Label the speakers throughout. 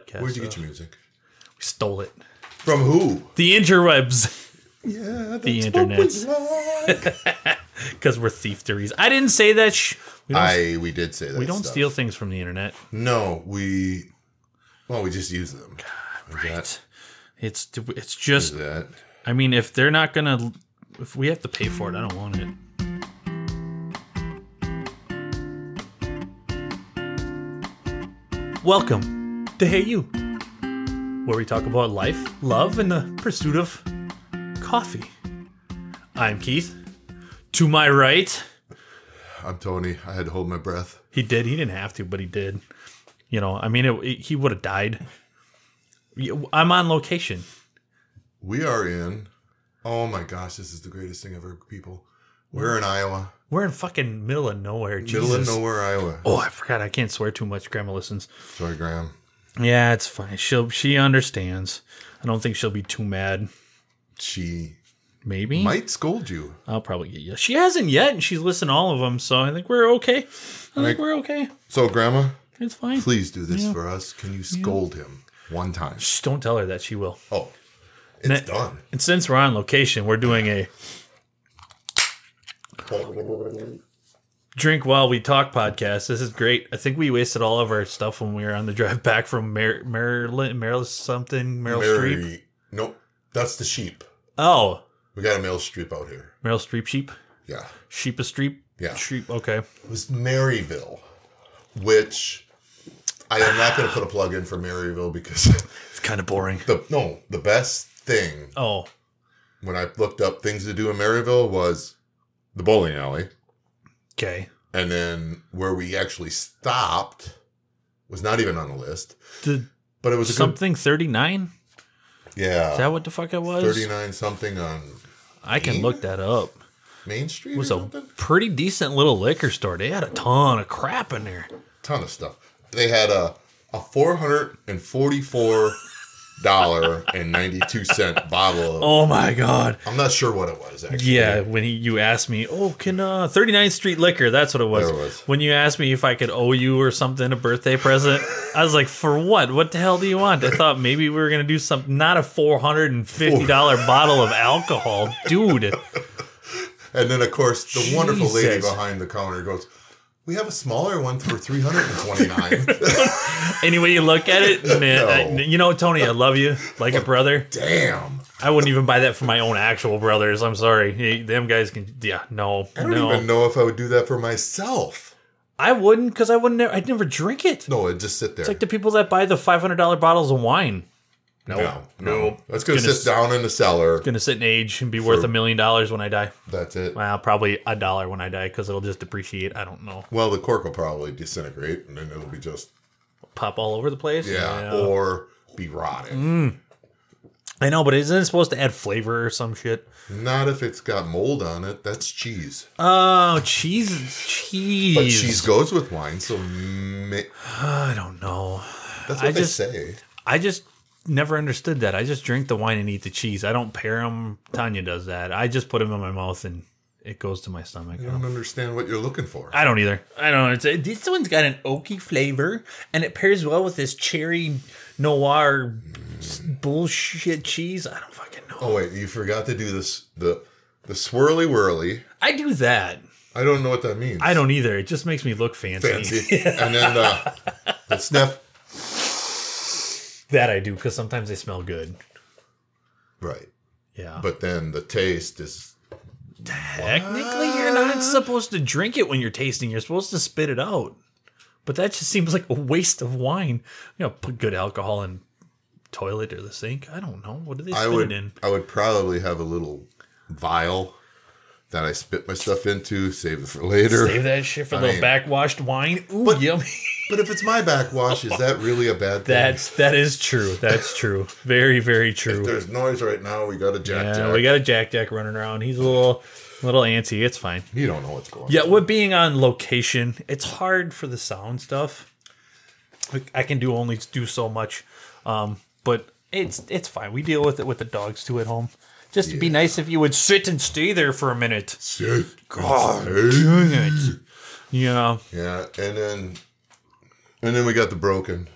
Speaker 1: podcast.
Speaker 2: Where'd you
Speaker 1: so
Speaker 2: get your music?
Speaker 1: we stole it.
Speaker 2: From who?
Speaker 1: The interwebs,
Speaker 2: Yeah,
Speaker 1: the
Speaker 2: that's what we
Speaker 1: internets.
Speaker 2: like.
Speaker 1: because we're thiefteries. I didn't say that. Sh- we don't,
Speaker 2: I we did say that.
Speaker 1: we don't
Speaker 2: stuff.
Speaker 1: steal things from the internet.
Speaker 2: No, we. Well, we just use them. Is that-
Speaker 1: It's it's
Speaker 2: is
Speaker 1: just.
Speaker 2: that?
Speaker 1: I mean, if they're not gonna, if we have to pay for it, I don't want it. Welcome to Hey You, where we talk about life, love, and the pursuit of coffee. I'm Keith. To my right,
Speaker 2: I'm Tony. I had to hold my breath.
Speaker 1: he did. He didn't have to, but he did. You know, I mean, it, it- he would have died. You- I'm on location.
Speaker 2: We are in. Oh my gosh, this is the greatest thing ever, people. We're in Iowa,
Speaker 1: We're in fucking middle of nowhere. Jesus.
Speaker 2: middle of nowhere, Iowa.
Speaker 1: Oh, I forgot. I can't swear too much. Grandma listens.
Speaker 2: Sorry, Graham.
Speaker 1: Yeah, it's fine. She'll she understands. I don't think she'll be too mad.
Speaker 2: She
Speaker 1: Maybe
Speaker 2: might scold you.
Speaker 1: I'll probably get you. She hasn't yet, and she's listened to all of them. So I think we're okay. I think
Speaker 2: Like-
Speaker 1: we're okay.
Speaker 2: So, Grandma,
Speaker 1: It's fine.
Speaker 2: please do this for us. Can you scold him one time?
Speaker 1: Shh, don't tell her that. She will.
Speaker 2: Oh, it's
Speaker 1: Ne-
Speaker 2: done.
Speaker 1: And since we're on location, we're doing a drink while we talk podcast. This is great. I think we wasted all of our stuff when we were on the drive back from Mar- Maryland, Maryland something, Meryl Streep.
Speaker 2: Mary. Nope, that's the sheep.
Speaker 1: Oh,
Speaker 2: We got a male streep out here.
Speaker 1: Meryl Streep sheep,
Speaker 2: Yeah.
Speaker 1: sheep a streep,
Speaker 2: Yeah.
Speaker 1: sheep. Okay,
Speaker 2: It was Maryville, which I am not going to put a plug in for Maryville because
Speaker 1: it's kind of boring.
Speaker 2: the no, the best thing
Speaker 1: Oh,
Speaker 2: when I looked up things to do in Maryville was the bowling alley,
Speaker 1: okay.
Speaker 2: and then where we actually stopped was not even on the list,
Speaker 1: The
Speaker 2: but it was a
Speaker 1: something thirty nine.
Speaker 2: good, yeah,
Speaker 1: Is that what the fuck it was?
Speaker 2: thirty nine something on
Speaker 1: I can look that up.
Speaker 2: Main Street
Speaker 1: It
Speaker 2: or
Speaker 1: was a
Speaker 2: something.
Speaker 1: pretty decent little liquor store. They had a ton of crap in there.
Speaker 2: ton of stuff. They had a a four hundred and forty four dollar and ninety two cent bottle. Of,
Speaker 1: Oh my god.
Speaker 2: I'm not sure what it was actually.
Speaker 1: Yeah, when he, you asked me, oh, can uh, 39th Street Liquor, that's what it was.
Speaker 2: There it was.
Speaker 1: When you asked me if I could owe you or something a birthday present, I was like, for what? What the hell do you want? I thought maybe we were going to do something, not a $450 bottle of alcohol. Dude,
Speaker 2: And then of course the wonderful lady
Speaker 1: Jesus.
Speaker 2: behind the counter goes, "We have a smaller one for three hundred and twenty nine.
Speaker 1: any way you look at it, man,
Speaker 2: No.
Speaker 1: I- you know, Tony, I love you like a brother.
Speaker 2: Damn,
Speaker 1: I wouldn't even buy that for my own actual brothers. I'm sorry. Hey, them guys can, yeah, no.
Speaker 2: I don't
Speaker 1: no.
Speaker 2: even know if I would do that for myself.
Speaker 1: I wouldn't because I wouldn't, I'd never drink it.
Speaker 2: No, I'd just sit there.
Speaker 1: It's like the people that buy the $500 bottles of wine.
Speaker 2: no, no, That's gonna,
Speaker 1: Gonna
Speaker 2: sit down in the cellar.
Speaker 1: gonna sit in age and be worth a million dollars when I die.
Speaker 2: That's it.
Speaker 1: Well, probably a dollar when I die because it'll just depreciate. I don't know,
Speaker 2: Well, the cork will probably disintegrate, and then it'll be just
Speaker 1: pop all over the place.
Speaker 2: yeah, or be rotted.
Speaker 1: I know, but isn't it supposed to add flavor or some shit?
Speaker 2: Not if it's got mold on it. That's cheese.
Speaker 1: Oh, cheese, cheese.
Speaker 2: But cheese goes with wine, so ma-
Speaker 1: I don't know.
Speaker 2: that's what
Speaker 1: I
Speaker 2: they
Speaker 1: just-
Speaker 2: say.
Speaker 1: I just never understood that. I just drink the wine and eat the cheese. I don't pair them. Tanya does that. I just put them in my mouth and it goes to my stomach. I
Speaker 2: I
Speaker 1: don't
Speaker 2: don't understand what you're looking for.
Speaker 1: I don't either. I don't. It's, it, this one's got an oaky flavor, and it pairs well with this cherry noir s- bullshit cheese. I don't fucking know.
Speaker 2: Oh wait, you forgot to do this the the swirly whirly.
Speaker 1: I do that.
Speaker 2: I don't know what that means.
Speaker 1: I don't either. It just makes me look fancy.
Speaker 2: fancy. and then uh, the sniff.
Speaker 1: that I do because sometimes they smell good.
Speaker 2: Right.
Speaker 1: Yeah.
Speaker 2: But then the taste is
Speaker 1: technically, you're not supposed to drink it when you're tasting. You're supposed to spit it out. But that just seems like a waste of wine. You know, put good alcohol in toilet or the sink. I don't know. What do they spit
Speaker 2: I would
Speaker 1: it in?
Speaker 2: I would probably have a little vial that I spit my stuff into, save it for later.
Speaker 1: Save that shit for
Speaker 2: I
Speaker 1: the
Speaker 2: mean-
Speaker 1: backwashed wine. Ooh, yummy.
Speaker 2: But if it's my backwash, is that really a bad thing?
Speaker 1: That's that is true. That's true. Very very true.
Speaker 2: There's noise right now. We got a jack
Speaker 1: Yeah,
Speaker 2: jack.
Speaker 1: we got a Jack Jack running around. He's a little little antsy. It's fine.
Speaker 2: you don't know what's going on.
Speaker 1: Yeah, with being on location, it's hard for the sound stuff. Like, I can do only do so much, um, but it's it's fine. We deal with it with the dogs too at home. Just it'd be nice if you would sit and stay there for a minute.
Speaker 2: Sick.
Speaker 1: God.
Speaker 2: Sick.
Speaker 1: Yeah,
Speaker 2: Yeah, and then and then we got the broken.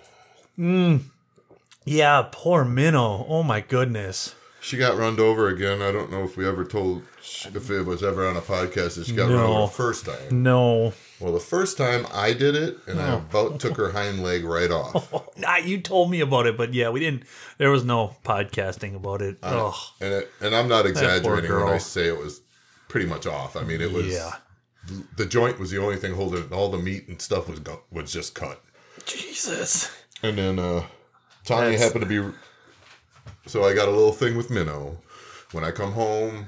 Speaker 1: Yeah, poor Minnow. Oh my goodness.
Speaker 2: She got runned over again. I don't know if we ever told if it was ever on a podcast that she got run
Speaker 1: No.
Speaker 2: over the first time.
Speaker 1: No.
Speaker 2: Well, the first time I did it, and I about took her hind leg right off.
Speaker 1: Nah, you told me about it, but yeah, we didn't. There was no podcasting about it. Ugh.
Speaker 2: And it, and I'm not exaggerating when
Speaker 1: girl.
Speaker 2: I say it was pretty much off. I mean, it was
Speaker 1: Yeah.
Speaker 2: the joint was the only thing holding it. All the meat and stuff was go- was just cut.
Speaker 1: Jesus.
Speaker 2: And then uh, Tanya
Speaker 1: That's-
Speaker 2: happened to be. So I got a little thing with Minnow. When I come home,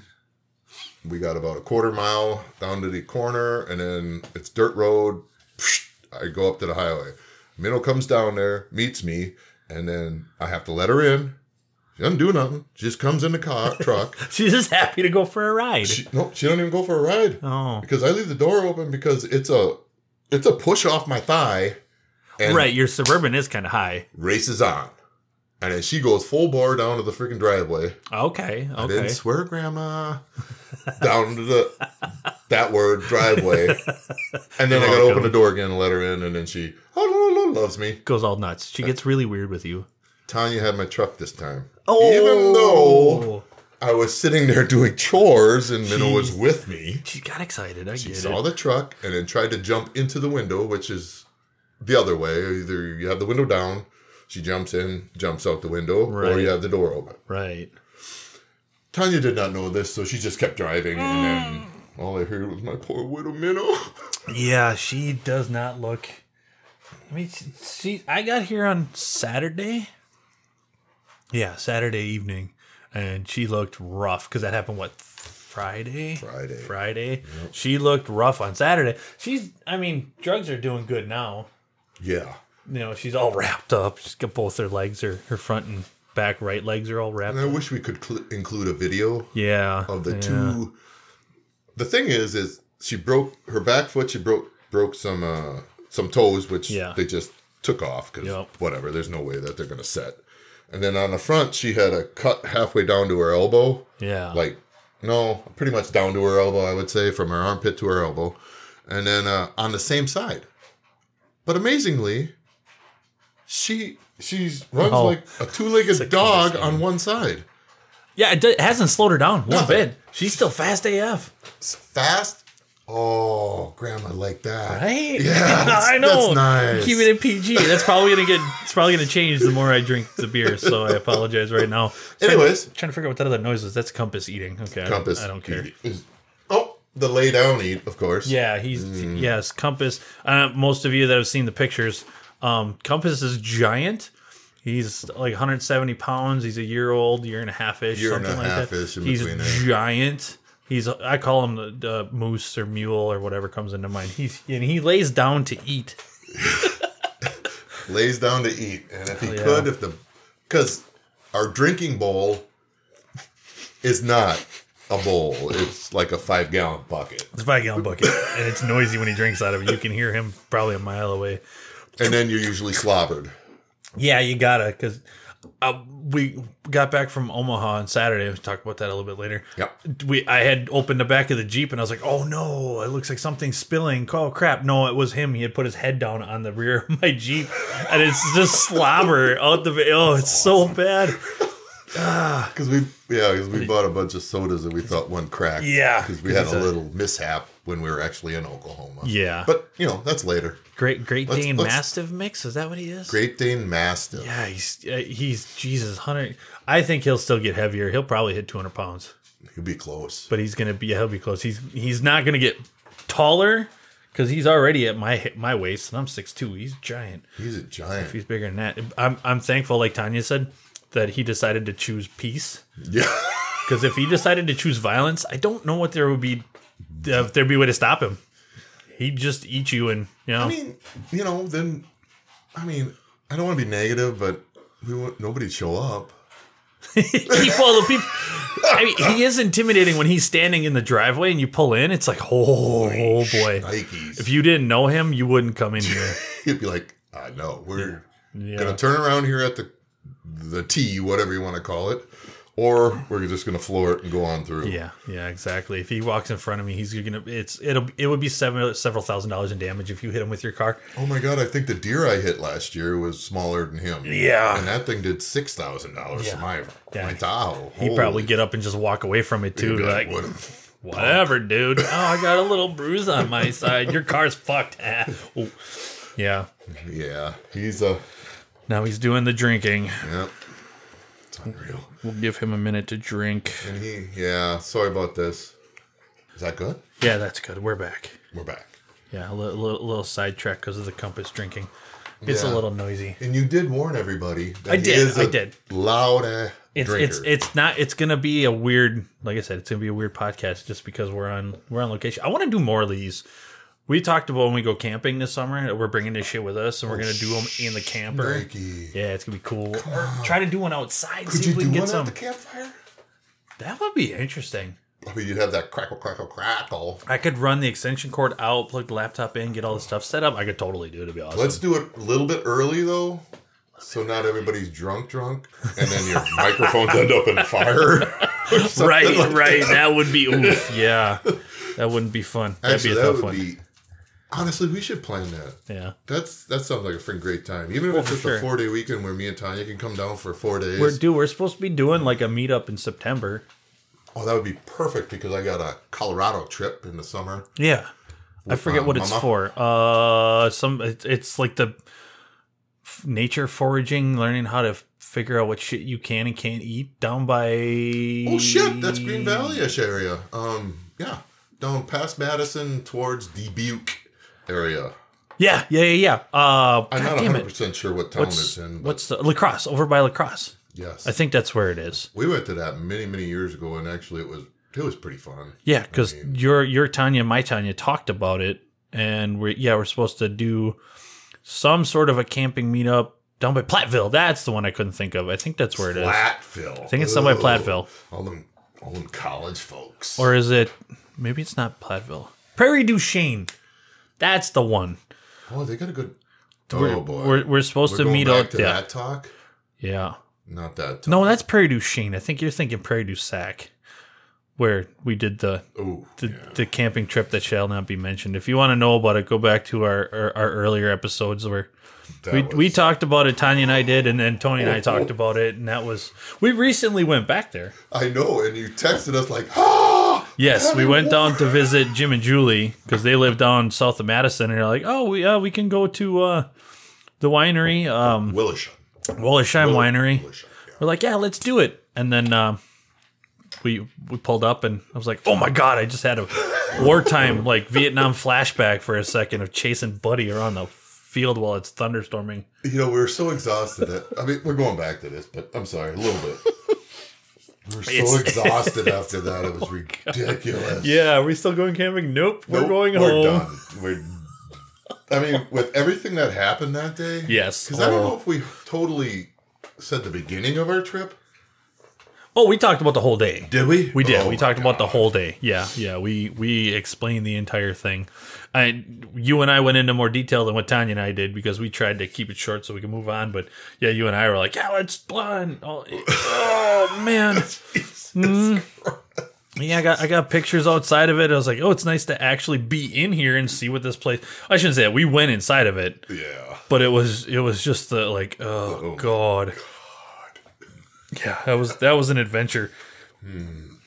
Speaker 2: we got about a quarter mile down to the corner, and then it's dirt road. I go up to the highway. Minnow comes down there, meets me, and then I have to let her in. She doesn't do nothing. She just comes in the car truck.
Speaker 1: She's just happy to go for a ride.
Speaker 2: She, no, she don't even go for a ride
Speaker 1: oh.
Speaker 2: because I leave the door open because it's a it's a push off my thigh. And
Speaker 1: right, your suburban is kind of high.
Speaker 2: races on. And then she goes full bore down to the freaking driveway.
Speaker 1: Okay.
Speaker 2: I didn't
Speaker 1: Okay.
Speaker 2: swear, Grandma. down to the that word driveway. And then I got to
Speaker 1: Welcome.
Speaker 2: open the door again and let her in. And then she oh, no, no, no, loves me.
Speaker 1: Goes all nuts. She gets really weird with you.
Speaker 2: Tanya had my truck this time.
Speaker 1: Oh.
Speaker 2: Even though I was sitting there doing chores and Minna was
Speaker 1: Jeez.
Speaker 2: with me,
Speaker 1: she got excited, I
Speaker 2: she
Speaker 1: get
Speaker 2: saw
Speaker 1: it.
Speaker 2: the truck and then tried to jump into the window, which is the other way. Either you have the window down, she jumps in, jumps out the window, or
Speaker 1: Right.
Speaker 2: you have the door open.
Speaker 1: Right.
Speaker 2: Tanya did not know this, so she just kept driving, and
Speaker 1: Mm.
Speaker 2: then all I heard was my poor widow minnow.
Speaker 1: Yeah, she does not look. I mean, she, she. I got here on Saturday. Yeah, Saturday evening, and she looked rough because that happened what Friday.
Speaker 2: Friday.
Speaker 1: Friday. She looked rough on Saturday. She's. I mean, drugs are doing good now.
Speaker 2: Yeah,
Speaker 1: You know, she's all wrapped up. She's got both her legs, her her front and back right legs are all wrapped.
Speaker 2: and I wish we could cl- include a video
Speaker 1: Yeah.
Speaker 2: of the
Speaker 1: yeah.
Speaker 2: two. The thing is, is she broke her back foot. She broke broke some uh, some toes, which
Speaker 1: Yeah.
Speaker 2: they just took off because
Speaker 1: Yep.
Speaker 2: whatever. There's no way that they're gonna set. And then on the front, she had a cut halfway down to her elbow.
Speaker 1: Yeah.
Speaker 2: like no, pretty much down to her elbow, I would say, from her armpit to her elbow, and then uh, on the same side. But amazingly, she she's runs
Speaker 1: Oh.
Speaker 2: like a two-legged dog on one side,
Speaker 1: yeah. It, d- it hasn't slowed her down one
Speaker 2: Nothing.
Speaker 1: bit. She's still fast AF.
Speaker 2: It's fast. Oh, grandma, like that,
Speaker 1: Right?
Speaker 2: Yeah, that's-
Speaker 1: I know.
Speaker 2: That's nice.
Speaker 1: Keep it in PG. That's probably gonna get. It's probably gonna change the more I drink the beer. So I apologize right now.
Speaker 2: Anyways,
Speaker 1: trying to figure out what that other noise was. That's Compass eating. Okay. I don't-
Speaker 2: compass.
Speaker 1: I don't, care.
Speaker 2: is- oh, the lay down eat, of course.
Speaker 1: Yeah, he's
Speaker 2: Mm.
Speaker 1: yes. Compass. Uh, most of you that have seen the pictures, um, Compass is giant. He's like 170 pounds. He's a year old, year and a half ish,
Speaker 2: Year and
Speaker 1: something
Speaker 2: a
Speaker 1: like
Speaker 2: half-ish
Speaker 1: that.
Speaker 2: in
Speaker 1: He's
Speaker 2: between there.
Speaker 1: giant. He's I call him the, the moose or mule or whatever comes into mind. He's and he lays down to eat.
Speaker 2: lays down to eat, and if he
Speaker 1: Oh, yeah.
Speaker 2: could, if the because our drinking bowl is not a bowl; it's like a five gallon bucket.
Speaker 1: It's a five gallon bucket, and it's noisy when he drinks out of it. You can hear him probably a mile away.
Speaker 2: And then you're usually slobbered.
Speaker 1: Yeah, you gotta because uh, we got back from Omaha on Saturday. We'll talk about that a little bit later.
Speaker 2: Yep.
Speaker 1: We I had opened the back of the jeep and I was like, oh no, it looks like something's spilling. Oh crap! No, it was him. He had put his head down on the rear of my jeep, and it's just slobber out the. Oh, it's so bad.
Speaker 2: Because we, yeah, because we bought a bunch of sodas that we thought one cracked.
Speaker 1: Yeah,
Speaker 2: because we
Speaker 1: 'cause
Speaker 2: had
Speaker 1: it's
Speaker 2: a
Speaker 1: a-
Speaker 2: little mishap when we were actually in Oklahoma.
Speaker 1: Yeah.
Speaker 2: but you know that's later.
Speaker 1: Great Great
Speaker 2: Let's-
Speaker 1: Dane
Speaker 2: let's-
Speaker 1: Mastiff mix is that what he is?
Speaker 2: Great Dane Mastiff.
Speaker 1: Yeah, he's uh, he's Jesus hundred. I think he'll still get heavier. He'll probably hit 200 pounds.
Speaker 2: He'd be close.
Speaker 1: but he's gonna be he'll be close. He's he's not gonna get taller because he's already at my my waist and I'm six two. He's giant.
Speaker 2: He's a giant.
Speaker 1: He's bigger than that. I'm I'm thankful, like Tanya said, that he decided to choose peace.
Speaker 2: Yeah.
Speaker 1: Because if he decided to choose violence, I don't know what there would be if there'd be a way to stop him. He'd just eat you and you know
Speaker 2: I mean, you know, then, I mean, I don't want to be negative, but we want nobody to show up.
Speaker 1: keep all the people. I mean, he is intimidating when he's standing in the driveway and you pull in. It's like, oh, oh boy.
Speaker 2: Nikes.
Speaker 1: If you didn't know him, you wouldn't come in here.
Speaker 2: he'd be like, I know we're
Speaker 1: Yeah.
Speaker 2: gonna turn around here at the the T, whatever you want to call it, or we're just gonna floor it and go on through.
Speaker 1: Yeah, yeah, exactly. If he walks in front of me, he's gonna. It's it'll it would be several several thousand dollars in damage if you hit him with your car.
Speaker 2: Oh my god, I think the deer I hit last year was smaller than him.
Speaker 1: Yeah.
Speaker 2: And that thing did six thousand dollars for
Speaker 1: Yeah.
Speaker 2: my
Speaker 1: Yeah.
Speaker 2: my Tahoe.
Speaker 1: He'd probably get up and just walk away from it too.
Speaker 2: Holy-
Speaker 1: Like
Speaker 2: what a-
Speaker 1: whatever, dude. Oh, I got a little bruise on my side. Your car's fucked. Ah. Oh. yeah.
Speaker 2: Yeah. He's a
Speaker 1: Now he's doing the drinking.
Speaker 2: yeah. It's unreal.
Speaker 1: We'll give him a minute to drink.
Speaker 2: And he yeah, sorry about this. Is that good?
Speaker 1: Yeah, that's good. We're back.
Speaker 2: We're back.
Speaker 1: Yeah, a little, little, little sidetrack because of the compass drinking. It's
Speaker 2: Yeah.
Speaker 1: a little noisy.
Speaker 2: And you did warn everybody that
Speaker 1: I
Speaker 2: he
Speaker 1: did,
Speaker 2: is
Speaker 1: I
Speaker 2: a
Speaker 1: did.
Speaker 2: Loud uh,
Speaker 1: It's
Speaker 2: drinker.
Speaker 1: it's it's not. It's gonna be a weird. Like I said, it's gonna be a weird podcast just because we're on we're on location. I want to do more of these. We talked about when we go camping this summer. that We're bringing this shit with us,
Speaker 2: Oh,
Speaker 1: and we're gonna do them in the camper.
Speaker 2: Nike.
Speaker 1: Yeah, it's gonna be cool. Or try to do one outside.
Speaker 2: Could
Speaker 1: see
Speaker 2: you
Speaker 1: if we
Speaker 2: do
Speaker 1: can
Speaker 2: one
Speaker 1: get some.
Speaker 2: at the campfire?
Speaker 1: that would be interesting.
Speaker 2: I mean, you'd have that crackle, crackle, crackle.
Speaker 1: I could run the extension cord out, plug the laptop in, get all the stuff set up. I could totally do it. To be honest,
Speaker 2: Let's do it a little bit early though, so not everybody's drunk, drunk, and then your microphones end up in fire. or something
Speaker 1: right,
Speaker 2: like
Speaker 1: right. That. would be oof. Yeah, that wouldn't be fun.
Speaker 2: That.
Speaker 1: That'd be
Speaker 2: Actually,
Speaker 1: a
Speaker 2: that
Speaker 1: tough
Speaker 2: would
Speaker 1: one.
Speaker 2: be. Honestly, we should plan that.
Speaker 1: yeah,
Speaker 2: That's that sounds like a freaking great time. Even if it's
Speaker 1: for
Speaker 2: just
Speaker 1: sure.
Speaker 2: a four day weekend where me and Tanya can come down for four days.
Speaker 1: we're do. We're supposed to be doing like a meetup in September.
Speaker 2: oh, that would be perfect because I got a Colorado trip in the summer.
Speaker 1: Yeah, I forget
Speaker 2: uh,
Speaker 1: what it's
Speaker 2: mama?
Speaker 1: for. Uh, some it, it's like the f- nature foraging, learning how to f- figure out what shit you can and can't eat down by.
Speaker 2: Oh shit, that's Green Valley-ish area. Um, yeah, down past Madison towards Dubuque area.
Speaker 1: Yeah, yeah, yeah, yeah. Uh, God
Speaker 2: I'm not
Speaker 1: damn
Speaker 2: 100
Speaker 1: it.
Speaker 2: percent sure what town
Speaker 1: What's
Speaker 2: it's in. But
Speaker 1: what's the lacrosse over by lacrosse?
Speaker 2: yes?
Speaker 1: I think that's where it is.
Speaker 2: We went to that many, many years ago, and actually, it was it was pretty fun.
Speaker 1: Yeah, because your your Tanya and my Tanya talked about it, and we yeah we're supposed to do some sort of a camping meetup down by Platteville. That's the one I couldn't think of. I think that's where it is,
Speaker 2: Platteville. I
Speaker 1: think it's down by Platteville.
Speaker 2: All them, all them college folks.
Speaker 1: or is it? Maybe it's not Platteville. Prairie du Chien. That's the one.
Speaker 2: oh, they got a good.
Speaker 1: we're,
Speaker 2: oh boy,
Speaker 1: we're we're supposed
Speaker 2: We're
Speaker 1: to
Speaker 2: going
Speaker 1: meet
Speaker 2: back
Speaker 1: up.
Speaker 2: to
Speaker 1: Yeah,
Speaker 2: that talk.
Speaker 1: yeah.
Speaker 2: Not that. Talk.
Speaker 1: No, that's Prairie du Chien. I think you're thinking Prairie du Sac, where we did the
Speaker 2: Ooh,
Speaker 1: the,
Speaker 2: yeah.
Speaker 1: the camping trip that shall not be mentioned. If you want to know about it, go back to our our, our earlier episodes where
Speaker 2: that
Speaker 1: we,
Speaker 2: was-
Speaker 1: we talked about it. Tanya and I did, and then Tony and I talked about it, and that was we recently went back there.
Speaker 2: I know, and you texted us like, ah,
Speaker 1: Yes, we went down to visit Jim and Julie because they live down south of Madison, and they're like, oh, we uh, we can go to uh, the winery, um,
Speaker 2: Willisham.
Speaker 1: Wollersheim Winery.
Speaker 2: Willisham, yeah.
Speaker 1: We're like, yeah, let's do it, and then. Uh, we, we pulled up and I was like, oh my god! I just had a wartime like Vietnam flashback for a second of chasing Buddy around the field while it's thunderstorming.
Speaker 2: You know, we were so exhausted that I mean, we're going back to this, but I'm sorry, a little bit. We were so
Speaker 1: It's- Oh
Speaker 2: exhausted after that; it was ridiculous.
Speaker 1: Yeah, are we still going camping? Nope, we're
Speaker 2: Nope,
Speaker 1: going home.
Speaker 2: We're done. We're. I mean, with everything that happened that day.
Speaker 1: Yes. Oh.
Speaker 2: Because I don't know if we totally said the beginning of our trip.
Speaker 1: Oh, we talked about the whole day.
Speaker 2: Did we?
Speaker 1: We did.
Speaker 2: Oh
Speaker 1: we
Speaker 2: my
Speaker 1: talked about the
Speaker 2: God.
Speaker 1: whole day. Yeah, yeah. We we explained the entire thing. I you and I went into more detail than what Tanya and I did because we tried to keep it short so we could move on. But yeah, you and I were like, yeah, let's plan. Oh, it- oh, man. Mm. Yeah, I got I got pictures outside of it. I was like, oh, it's nice to actually be in here and see what this place. I shouldn't say that. We went inside of it.
Speaker 2: Yeah.
Speaker 1: but it was it was just the like oh, god. yeah that was that was an adventure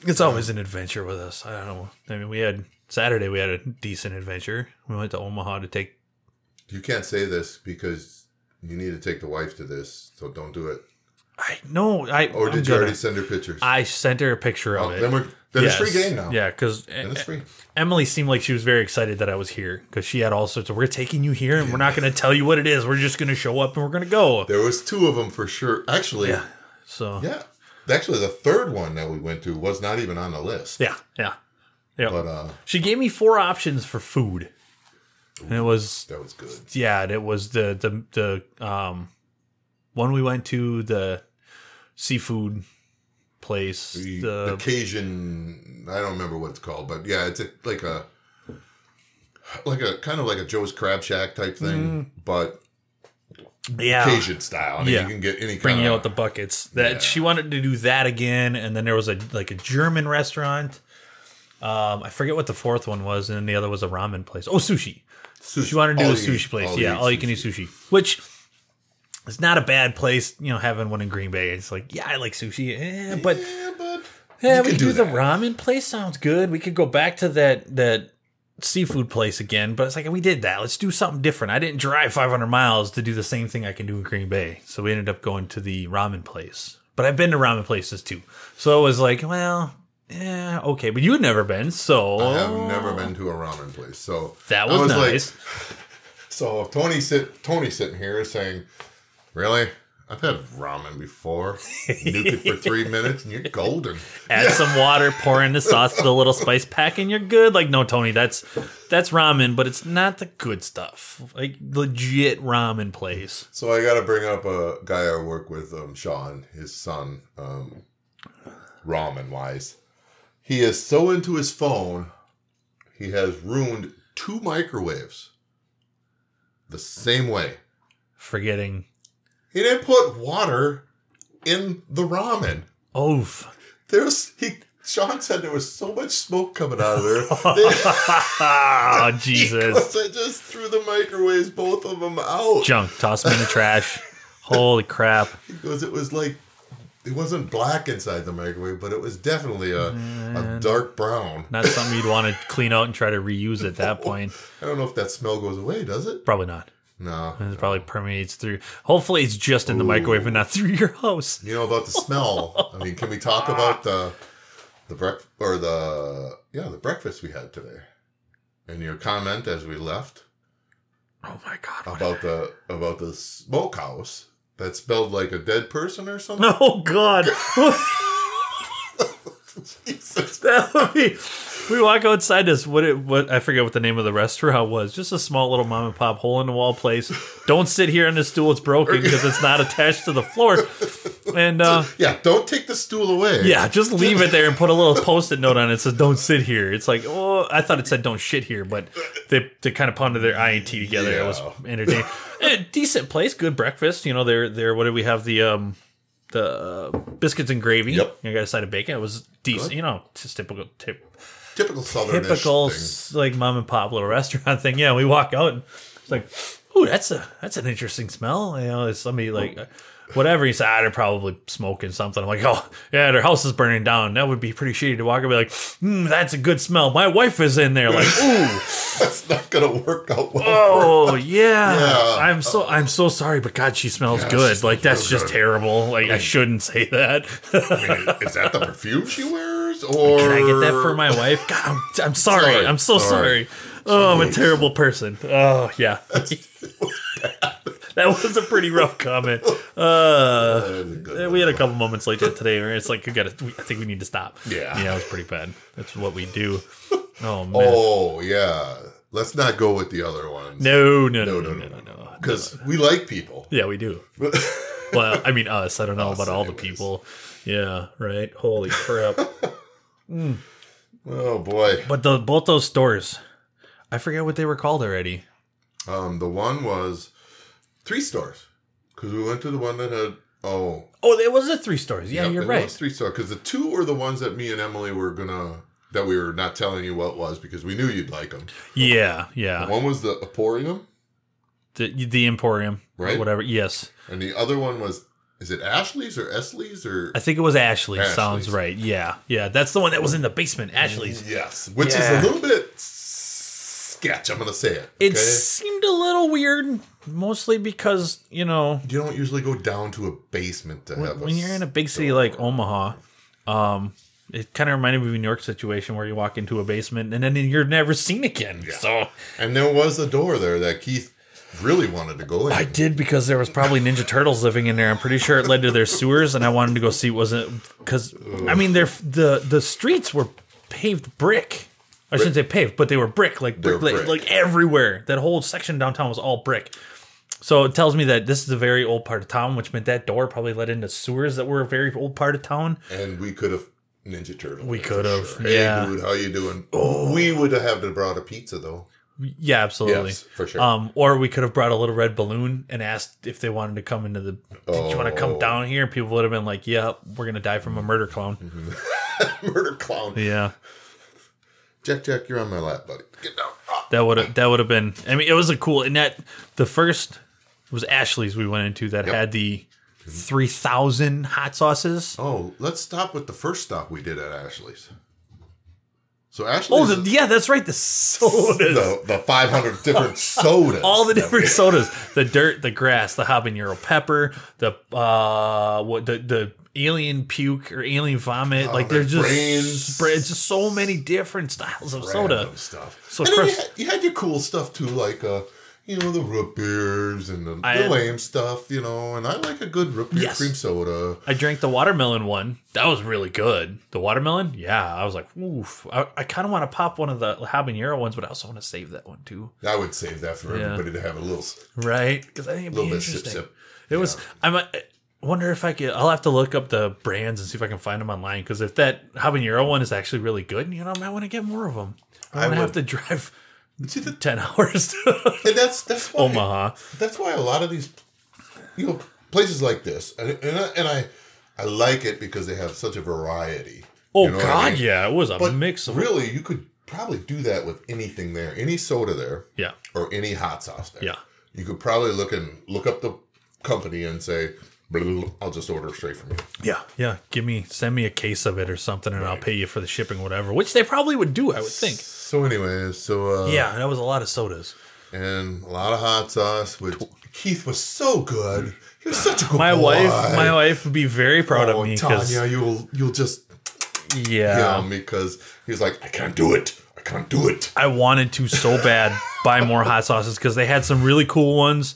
Speaker 1: it's always an adventure with us i don't know i mean we had saturday we had a decent adventure we went to omaha to take
Speaker 2: You can't say this because you need to take the wife to this, so don't do it.
Speaker 1: i no i
Speaker 2: Or Oh, did
Speaker 1: I'm
Speaker 2: you
Speaker 1: gonna-
Speaker 2: already send her pictures?
Speaker 1: i sent her a picture of
Speaker 2: Oh,
Speaker 1: it
Speaker 2: then we're then
Speaker 1: Yes.
Speaker 2: it's free game now.
Speaker 1: yeah because
Speaker 2: Then it's free.
Speaker 1: Emily seemed like she was very excited that I was here because she had all sorts of. We're taking you here, and we're not going to tell you what it is. We're just going to show up, and we're going to go.
Speaker 2: There was two of them for sure. Actually, yeah.
Speaker 1: So
Speaker 2: Actually, the third one that we went to was not even on the list.
Speaker 1: yeah, yeah, yeah.
Speaker 2: But uh,
Speaker 1: She gave me four options for food. And it was
Speaker 2: that was good.
Speaker 1: yeah, and it was the the the um one we went to the seafood place.
Speaker 2: The, the
Speaker 1: the,
Speaker 2: Cajun, I don't remember what it's called, but yeah, it's a, like a like a kind of like a Joe's Crab Shack type thing, but
Speaker 1: Mm-hmm. Yeah.
Speaker 2: Cajun style. I mean,
Speaker 1: Yeah.
Speaker 2: you can get any kind
Speaker 1: bringing
Speaker 2: of
Speaker 1: out the buckets. That
Speaker 2: Yeah.
Speaker 1: she wanted to do that again, and then there was a like a German restaurant. Um, I forget what the fourth one was, and then the other was a ramen place. Oh, sushi.
Speaker 2: sushi.
Speaker 1: She wanted to do
Speaker 2: All
Speaker 1: a
Speaker 2: you
Speaker 1: sushi
Speaker 2: eat-
Speaker 1: place.
Speaker 2: all
Speaker 1: yeah,
Speaker 2: eat
Speaker 1: all you can eat sushi, which is not a bad place. You know, having one in Green Bay, it's like yeah, I like sushi, eh, but
Speaker 2: Yeah, but
Speaker 1: yeah,
Speaker 2: you
Speaker 1: we
Speaker 2: can
Speaker 1: could do,
Speaker 2: do
Speaker 1: the
Speaker 2: that.
Speaker 1: ramen place. Sounds good. We could go back to that that seafood place again. But it's like we did that. Let's do something different. I didn't drive 500 miles to do the same thing I can do in Green Bay. So we ended up going to the ramen place. But I've been to ramen places too. So it was like, well, yeah, okay. But you'd never been, so
Speaker 2: I have never been to a ramen place, so
Speaker 1: Oh. That
Speaker 2: I
Speaker 1: was,
Speaker 2: like-
Speaker 1: nice.
Speaker 2: so if Tony sit Tony sitting here is saying, "Really, I've had ramen before. Nuke it for three minutes, and you're golden."
Speaker 1: Add some water, pour in the sauce, the little spice pack, and you're good. Like, no, Tony, that's that's ramen, but it's not the good stuff. Like legit ramen place.
Speaker 2: So I got to bring up a guy I work with, um, Sean, his son, um, ramen wise. He is so into his phone, he has ruined two microwaves the same way.
Speaker 1: Forgetting
Speaker 2: He didn't put water in the ramen.
Speaker 1: Oof.
Speaker 2: There's he. Sean said there was so much smoke coming out of there. They-
Speaker 1: oh, Jesus.
Speaker 2: I just threw the microwaves, both of them out.
Speaker 1: Junk. Toss them in the trash. Holy crap.
Speaker 2: Because it was like it wasn't black inside the microwave, but it was definitely a, a dark brown.
Speaker 1: Not something you'd want to clean out and try to reuse at that point.
Speaker 2: I don't know if that smell goes away, does it?
Speaker 1: Probably not.
Speaker 2: No.
Speaker 1: It probably permeates through. Hopefully, it's just in the microwave and not through your house.
Speaker 2: You know about the smell. I mean, can we talk about the the breakfast or the yeah the breakfast we had today? And your comment as we left
Speaker 1: Oh my God. what-
Speaker 2: about the about the smokehouse that smelled like a dead person or something.
Speaker 1: Oh God.
Speaker 2: Jesus.
Speaker 1: that would be. We walk outside this. What it? What I forget what the name of the restaurant was. Just a small little mom and pop hole in the wall place. Don't sit here on the stool. It's broken because it's not attached to the floor. And uh,
Speaker 2: Yeah, don't take the stool away.
Speaker 1: Yeah, just leave it there and put a little post-it note on it that says "Don't sit here." It's like, oh, I thought it said "Don't shit here," but they they kind of pounded their INT together. It was
Speaker 2: Yeah.
Speaker 1: entertaining. Eh, decent place, good breakfast. You know, they're they're what did we have the um the uh, biscuits and gravy.
Speaker 2: Yep.
Speaker 1: You got a side of bacon. It was decent.
Speaker 2: Good.
Speaker 1: You know, just typical tip,
Speaker 2: Typical southern
Speaker 1: typical
Speaker 2: thing.
Speaker 1: s- like mom and pop little restaurant thing. Yeah, we walk out and it's like, ooh, that's a that's an interesting smell. You know, it's somebody like whatever. He said, ah, they're probably smoking something. I'm like, oh yeah, their house is burning down. That would be pretty shitty to walk and be like, mm, that's a good smell. My wife is in there. Like, ooh,
Speaker 2: That's not gonna work out well.
Speaker 1: oh yeah.
Speaker 2: Yeah.
Speaker 1: I'm so I'm so sorry, but God, she smells
Speaker 2: Yeah,
Speaker 1: good.
Speaker 2: she
Speaker 1: like
Speaker 2: smells
Speaker 1: that's
Speaker 2: real
Speaker 1: just
Speaker 2: good. Mm.
Speaker 1: terrible. Like I shouldn't say that.
Speaker 2: I mean, is that the perfume she wears? Or
Speaker 1: Can I get that for my wife? God, I'm, I'm sorry.
Speaker 2: Sorry.
Speaker 1: I'm so sorry.
Speaker 2: Sorry.
Speaker 1: Oh, I'm a terrible person. Oh, yeah. that was a pretty rough comment. Uh,
Speaker 2: That is a good
Speaker 1: we had a
Speaker 2: one.
Speaker 1: couple moments like that today where it's like, we got to, I think we need to stop.
Speaker 2: Yeah.
Speaker 1: Yeah, it was pretty bad. That's what we do. Oh, man.
Speaker 2: Oh yeah. Let's not go with the other ones.
Speaker 1: no, no, no,
Speaker 2: no,
Speaker 1: no, no,
Speaker 2: no,
Speaker 1: no, no.
Speaker 2: Because we like people.
Speaker 1: Yeah, we do. well, I mean, us. I don't know about all the
Speaker 2: anyways.
Speaker 1: people. Yeah, right. Holy crap.
Speaker 2: Oh boy.
Speaker 1: but the both those stores, I forget what they were called already.
Speaker 2: Um the one was three stores. Cause we went to the one that had oh
Speaker 1: Oh, it was a three stars. Yeah,
Speaker 2: yep,
Speaker 1: you're
Speaker 2: it
Speaker 1: right.
Speaker 2: was three stores. Because the two were the ones that me and Emily were gonna that we were not telling you what was because we knew you'd like them.
Speaker 1: Yeah, yeah.
Speaker 2: One was the Emporium,
Speaker 1: The, the Emporium,
Speaker 2: Right?
Speaker 1: Whatever. Yes,
Speaker 2: and the other one was is it Ashley's or Esley's or
Speaker 1: I think it was Ashley.
Speaker 2: Ashley's.
Speaker 1: Sounds right. Yeah, yeah. That's the one that was in the basement. Ashley's.
Speaker 2: Yes, which
Speaker 1: Yeah.
Speaker 2: is a little bit sketch. I'm gonna say it.
Speaker 1: It seemed a little weird, mostly because you know
Speaker 2: okay? you don't usually go down to a basement to have.
Speaker 1: when,
Speaker 2: a
Speaker 1: when you're in a big city like Omaha, um, it kind of reminded me of a New York situation where you walk into a basement and then you're never seen again. So
Speaker 2: and there was a door there that Keith really wanted to go in.
Speaker 1: I did because there was probably Ninja Turtles living in there. I'm pretty sure it led to their sewers, and I wanted to go see was it because I mean they're the the streets were paved brick. I shouldn't say paved, but they were brick like
Speaker 2: They
Speaker 1: brick,
Speaker 2: were
Speaker 1: like,
Speaker 2: brick.
Speaker 1: like everywhere. That whole section downtown was all brick. So it tells me that this is a very old part of town, which meant that door probably led into sewers that were a very old part of town.
Speaker 2: and we could have Ninja Turtle.
Speaker 1: We could have,
Speaker 2: Hey,
Speaker 1: yeah.
Speaker 2: dude, how you doing? We would have had to brought a pizza though.
Speaker 1: Yeah, absolutely.
Speaker 2: Yes, for sure.
Speaker 1: Um, or we could have brought a little red balloon and asked if they wanted to come into the. Did you want to
Speaker 2: Oh.
Speaker 1: come down here? People would have been like, "Yeah, we're gonna die from a murder clone."
Speaker 2: Mm-hmm. Murder clown.
Speaker 1: Yeah,
Speaker 2: Jack, Jack, you're on my lap, buddy. Get down. Ah.
Speaker 1: that would have that would have been. I mean, it was a cool. And that the first was Ashley's we went into that
Speaker 2: Yep. Mm-hmm.
Speaker 1: had the three thousand hot sauces.
Speaker 2: Oh, let's stop with the first stop we did at Ashley's. So
Speaker 1: Oh,
Speaker 2: Ashley's
Speaker 1: the, yeah, that's right. The sodas.
Speaker 2: the, the 500 different sodas.
Speaker 1: all the different sodas: the dirt, the grass, the habanero pepper, the uh, what the the alien puke or alien vomit. like
Speaker 2: Oh, the
Speaker 1: there's just
Speaker 2: brains.
Speaker 1: spread- it's just so many different styles of soda.
Speaker 2: Random stuff.
Speaker 1: So
Speaker 2: and then you,
Speaker 1: Chris-
Speaker 2: had, you had your cool stuff too, like uh, you know the root beers and the,
Speaker 1: I
Speaker 2: the
Speaker 1: had-
Speaker 2: lame stuff, you know. And I like a good root beer
Speaker 1: Yes.
Speaker 2: cream soda.
Speaker 1: I drank the watermelon one. That was really good. The watermelon, yeah. I was like, oof. I, I kind of want to pop one of the habanero ones, but I also want to save that one too,
Speaker 2: I would save that for
Speaker 1: Yeah.
Speaker 2: everybody to have a little s-
Speaker 1: right? Because I think it'd be
Speaker 2: little bit sip
Speaker 1: interesting.
Speaker 2: sip.
Speaker 1: It was. I'm. I wonder if I could. I'll have to look up the brands and see if I can find them online. Because if that habanero one is actually really good, you know, I might want to get more of them.
Speaker 2: I
Speaker 1: I, I would have
Speaker 2: would.
Speaker 1: to drive
Speaker 2: See, the,
Speaker 1: ten hours to
Speaker 2: and that's that's why
Speaker 1: Omaha.
Speaker 2: that's why a lot of these you know places like this and, and, I, and I I like it because they have such a variety.
Speaker 1: Oh
Speaker 2: You know what I
Speaker 1: God,
Speaker 2: mean?
Speaker 1: yeah, it was a
Speaker 2: But
Speaker 1: mix of
Speaker 2: really, you could probably do that with anything there, any soda there,
Speaker 1: yeah,
Speaker 2: or any hot sauce there.
Speaker 1: yeah.
Speaker 2: you could probably look and look up the company and say, "Blah, "I'll just order straight from you."
Speaker 1: Yeah, yeah. Give me, send me a case of it or something, and I'll pay you for the shipping, whatever. Which they probably would do, I would think.
Speaker 2: So, anyways, so uh,
Speaker 1: Yeah, that was a lot of sodas.
Speaker 2: and a lot of hot sauce. Which Keith was so good. He was such a good
Speaker 1: My
Speaker 2: boy.
Speaker 1: wife, my wife would be very proud
Speaker 2: oh,
Speaker 1: of me because
Speaker 2: Tanya,
Speaker 1: yeah,
Speaker 2: you'll you'll just yeah because he was like, "I can't do it. I can't do it."
Speaker 1: I wanted to so bad buy more hot sauces because they had some really cool ones.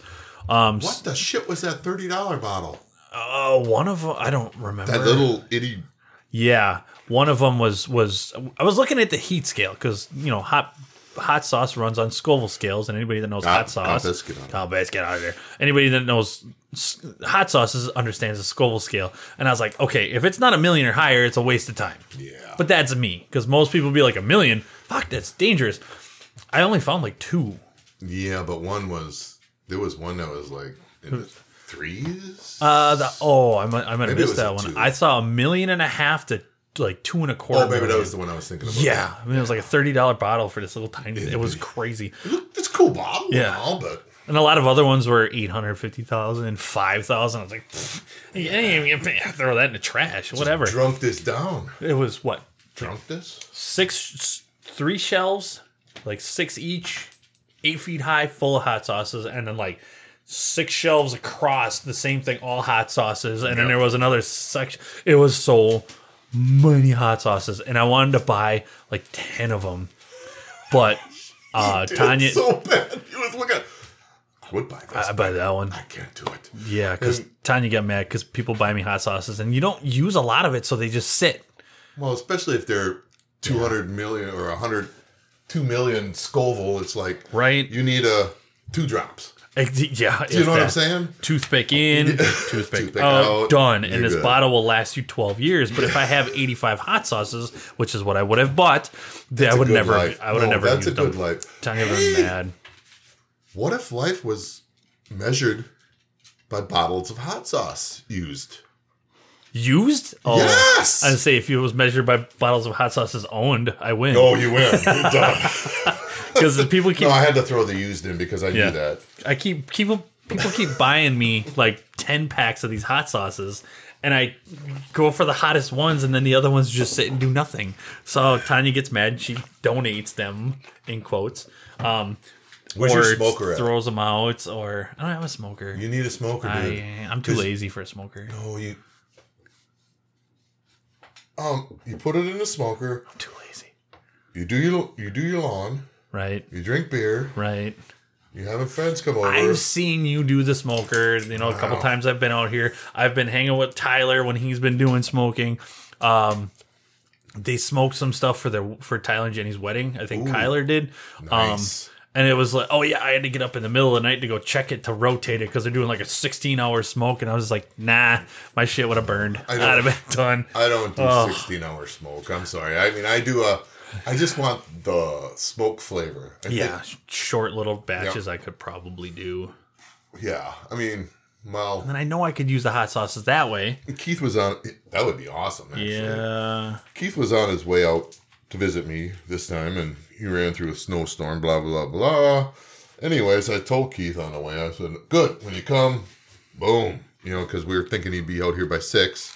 Speaker 1: Um,
Speaker 2: What the shit was that thirty dollar bottle?
Speaker 1: uh, one of them I don't remember.
Speaker 2: That little itty.
Speaker 1: yeah, one of them was was I was looking at the heat scale because you know hot hot sauce runs on Scoville scales, and anybody that knows
Speaker 2: Ah,
Speaker 1: hot sauce,
Speaker 2: Compass, get out of-
Speaker 1: Compass, get out of there. Anybody that knows s- hot sauces understands the Scoville scale, and I was like, okay, if it's not a million or higher, it's a waste of time.
Speaker 2: Yeah.
Speaker 1: But that's me because most people be like a million. Fuck, that's dangerous. I only found like two.
Speaker 2: yeah, but one was there was one that was like in the threes.
Speaker 1: Hmm. Uh, the, oh, I might, I might have
Speaker 2: Maybe it
Speaker 1: missed
Speaker 2: was a
Speaker 1: that one.
Speaker 2: two.
Speaker 1: I saw a million and a half to like two and a quarter.
Speaker 2: oh, maybe that
Speaker 1: million.
Speaker 2: was the one I was thinking about.
Speaker 1: Yeah, I mean, it was like a thirty dollar bottle for this little tiny. It was crazy,
Speaker 2: It's cool, Bob.
Speaker 1: Yeah.
Speaker 2: Wow, but
Speaker 1: and a lot of other ones were 850,000, 5,000. I was like, pfft, you ain't even gonna throw that in the trash, whatever.
Speaker 2: drunk this down.
Speaker 1: It was what
Speaker 2: Drunk this?
Speaker 1: six, s- three shelves, like six each, eight feet high, full of hot sauces, and then like six shelves across the same thing, all hot sauces, and then there was another section. It was so many hot sauces, and I wanted to buy like ten of them, but uh, Tanya,
Speaker 2: It's so bad. He was looking. I would buy this.
Speaker 1: I
Speaker 2: I,
Speaker 1: buy that one.
Speaker 2: can't do it.
Speaker 1: Yeah, because Tanya got mad because people buy me hot sauces, and you don't use a lot of it, so they just sit.
Speaker 2: Well, especially if they're two hundred million or 100, 2 million Scoville, it's like
Speaker 1: Right.
Speaker 2: You need a two drops.
Speaker 1: Ex- Yeah,
Speaker 2: Do you know what I'm saying?
Speaker 1: toothpick in, toothpick,
Speaker 2: Toothpick
Speaker 1: out,
Speaker 2: out,
Speaker 1: done. And
Speaker 2: you're
Speaker 1: this
Speaker 2: good.
Speaker 1: bottle will last you 12 years. But if I have 85 hot sauces, which is what I would have bought, then I would
Speaker 2: Good
Speaker 1: never,
Speaker 2: life.
Speaker 1: I would have
Speaker 2: No,
Speaker 1: never
Speaker 2: That's a
Speaker 1: used
Speaker 2: good
Speaker 1: them.
Speaker 2: life.
Speaker 1: Tanya
Speaker 2: Hey,
Speaker 1: was mad.
Speaker 2: What if life was measured by bottles of hot sauce used?
Speaker 1: Used? Oh,
Speaker 2: Yes!
Speaker 1: I'd say if it was measured by bottles of hot sauces owned, I win
Speaker 2: Oh, you win. You're done.
Speaker 1: because people keep
Speaker 2: no, I had to throw the used in because I
Speaker 1: Yeah.
Speaker 2: knew that.
Speaker 1: I keep keep people keep buying me like ten packs of these hot sauces, and I go for the hottest ones, and then the other ones just sit and do nothing. So Tanya gets mad, and she donates them in quotes, um,
Speaker 2: Where's
Speaker 1: or
Speaker 2: your smoker at?
Speaker 1: throws them out, or I don't have a smoker.
Speaker 2: You need a smoker, dude.
Speaker 1: I, I'm too
Speaker 2: Is-
Speaker 1: lazy for a smoker.
Speaker 2: Oh, you. Um, you put it in the smoker.
Speaker 1: Too lazy,
Speaker 2: You do your you do your lawn.
Speaker 1: right?
Speaker 2: You drink beer.
Speaker 1: Right.
Speaker 2: You having friends come over.
Speaker 1: I've seen you do the smoker. You know, a couple
Speaker 2: Wow.
Speaker 1: times I've been out here. I've been hanging with Tyler when he's been doing smoking. Um, they smoked some stuff for their for Tyler and Jenny's wedding. I think Kyler did.
Speaker 2: Nice.
Speaker 1: Um, and it was like, oh yeah, I had to get up in the middle of the night to go check it to rotate it because they're doing like a 16 hour smoke, and I was like, nah, my shit would have burned.
Speaker 2: I
Speaker 1: I'd
Speaker 2: know.
Speaker 1: have been done.
Speaker 2: I don't do sixteen hour smoke. I'm sorry. I mean, I do a I just want the smoke flavor. I
Speaker 1: yeah, sh- short little batches I could probably do.
Speaker 2: Think, yeah. I mean, well,
Speaker 1: And I know I could use the hot sauces that way.
Speaker 2: Keith was on. That would be awesome. Actually.
Speaker 1: Yeah.
Speaker 2: Keith was on his way out to visit me this time, and he ran through a snowstorm. Blah blah blah. Anyways, I told Keith on the way. I said, "Good when you come, boom." You know, because we were thinking he'd be out here by six.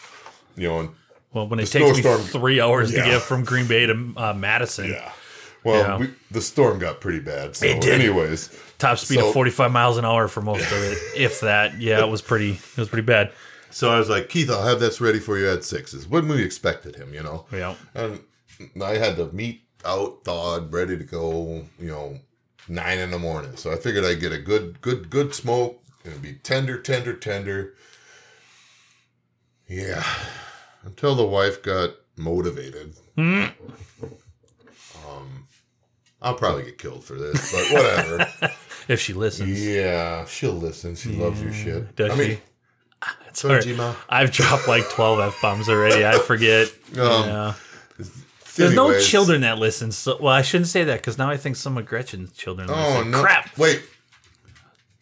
Speaker 2: You know, and
Speaker 1: Well, when it
Speaker 2: The
Speaker 1: takes
Speaker 2: snowstorm-
Speaker 1: me three hours
Speaker 2: Yeah.
Speaker 1: to get from Green Bay to uh, Madison,
Speaker 2: yeah. Well,
Speaker 1: Yeah.
Speaker 2: We, the storm got pretty bad. So,
Speaker 1: It did.
Speaker 2: anyways,
Speaker 1: top speed
Speaker 2: So-
Speaker 1: of 45 miles an hour for most of it, if that. Yeah, it was pretty. It was pretty bad.
Speaker 2: so I was like, Keith, I'll have this ready for you at six. Is when we expected him. You know.
Speaker 1: Yeah.
Speaker 2: And I had the meat out, thawed, ready to go, you know, nine in the morning. So I figured I'd get a good, good, good smoke. It'd be tender, tender, tender. Yeah. Until the wife got motivated.
Speaker 1: Hmm.
Speaker 2: Um, I'll probably get killed for this, but whatever.
Speaker 1: If she listens,
Speaker 2: yeah, she'll listen. She loves your shit.
Speaker 1: does
Speaker 2: I
Speaker 1: she?
Speaker 2: mean,
Speaker 1: It's
Speaker 2: sorry,
Speaker 1: all right.
Speaker 2: Jima.
Speaker 1: I've dropped like 12 f bombs already. I forget. yeah. There's no
Speaker 2: Um, anyways.
Speaker 1: children that listen. So, well, I shouldn't say that because now I think some of Gretchen's children.
Speaker 2: Oh
Speaker 1: listen.
Speaker 2: no!
Speaker 1: Crap!
Speaker 2: Wait,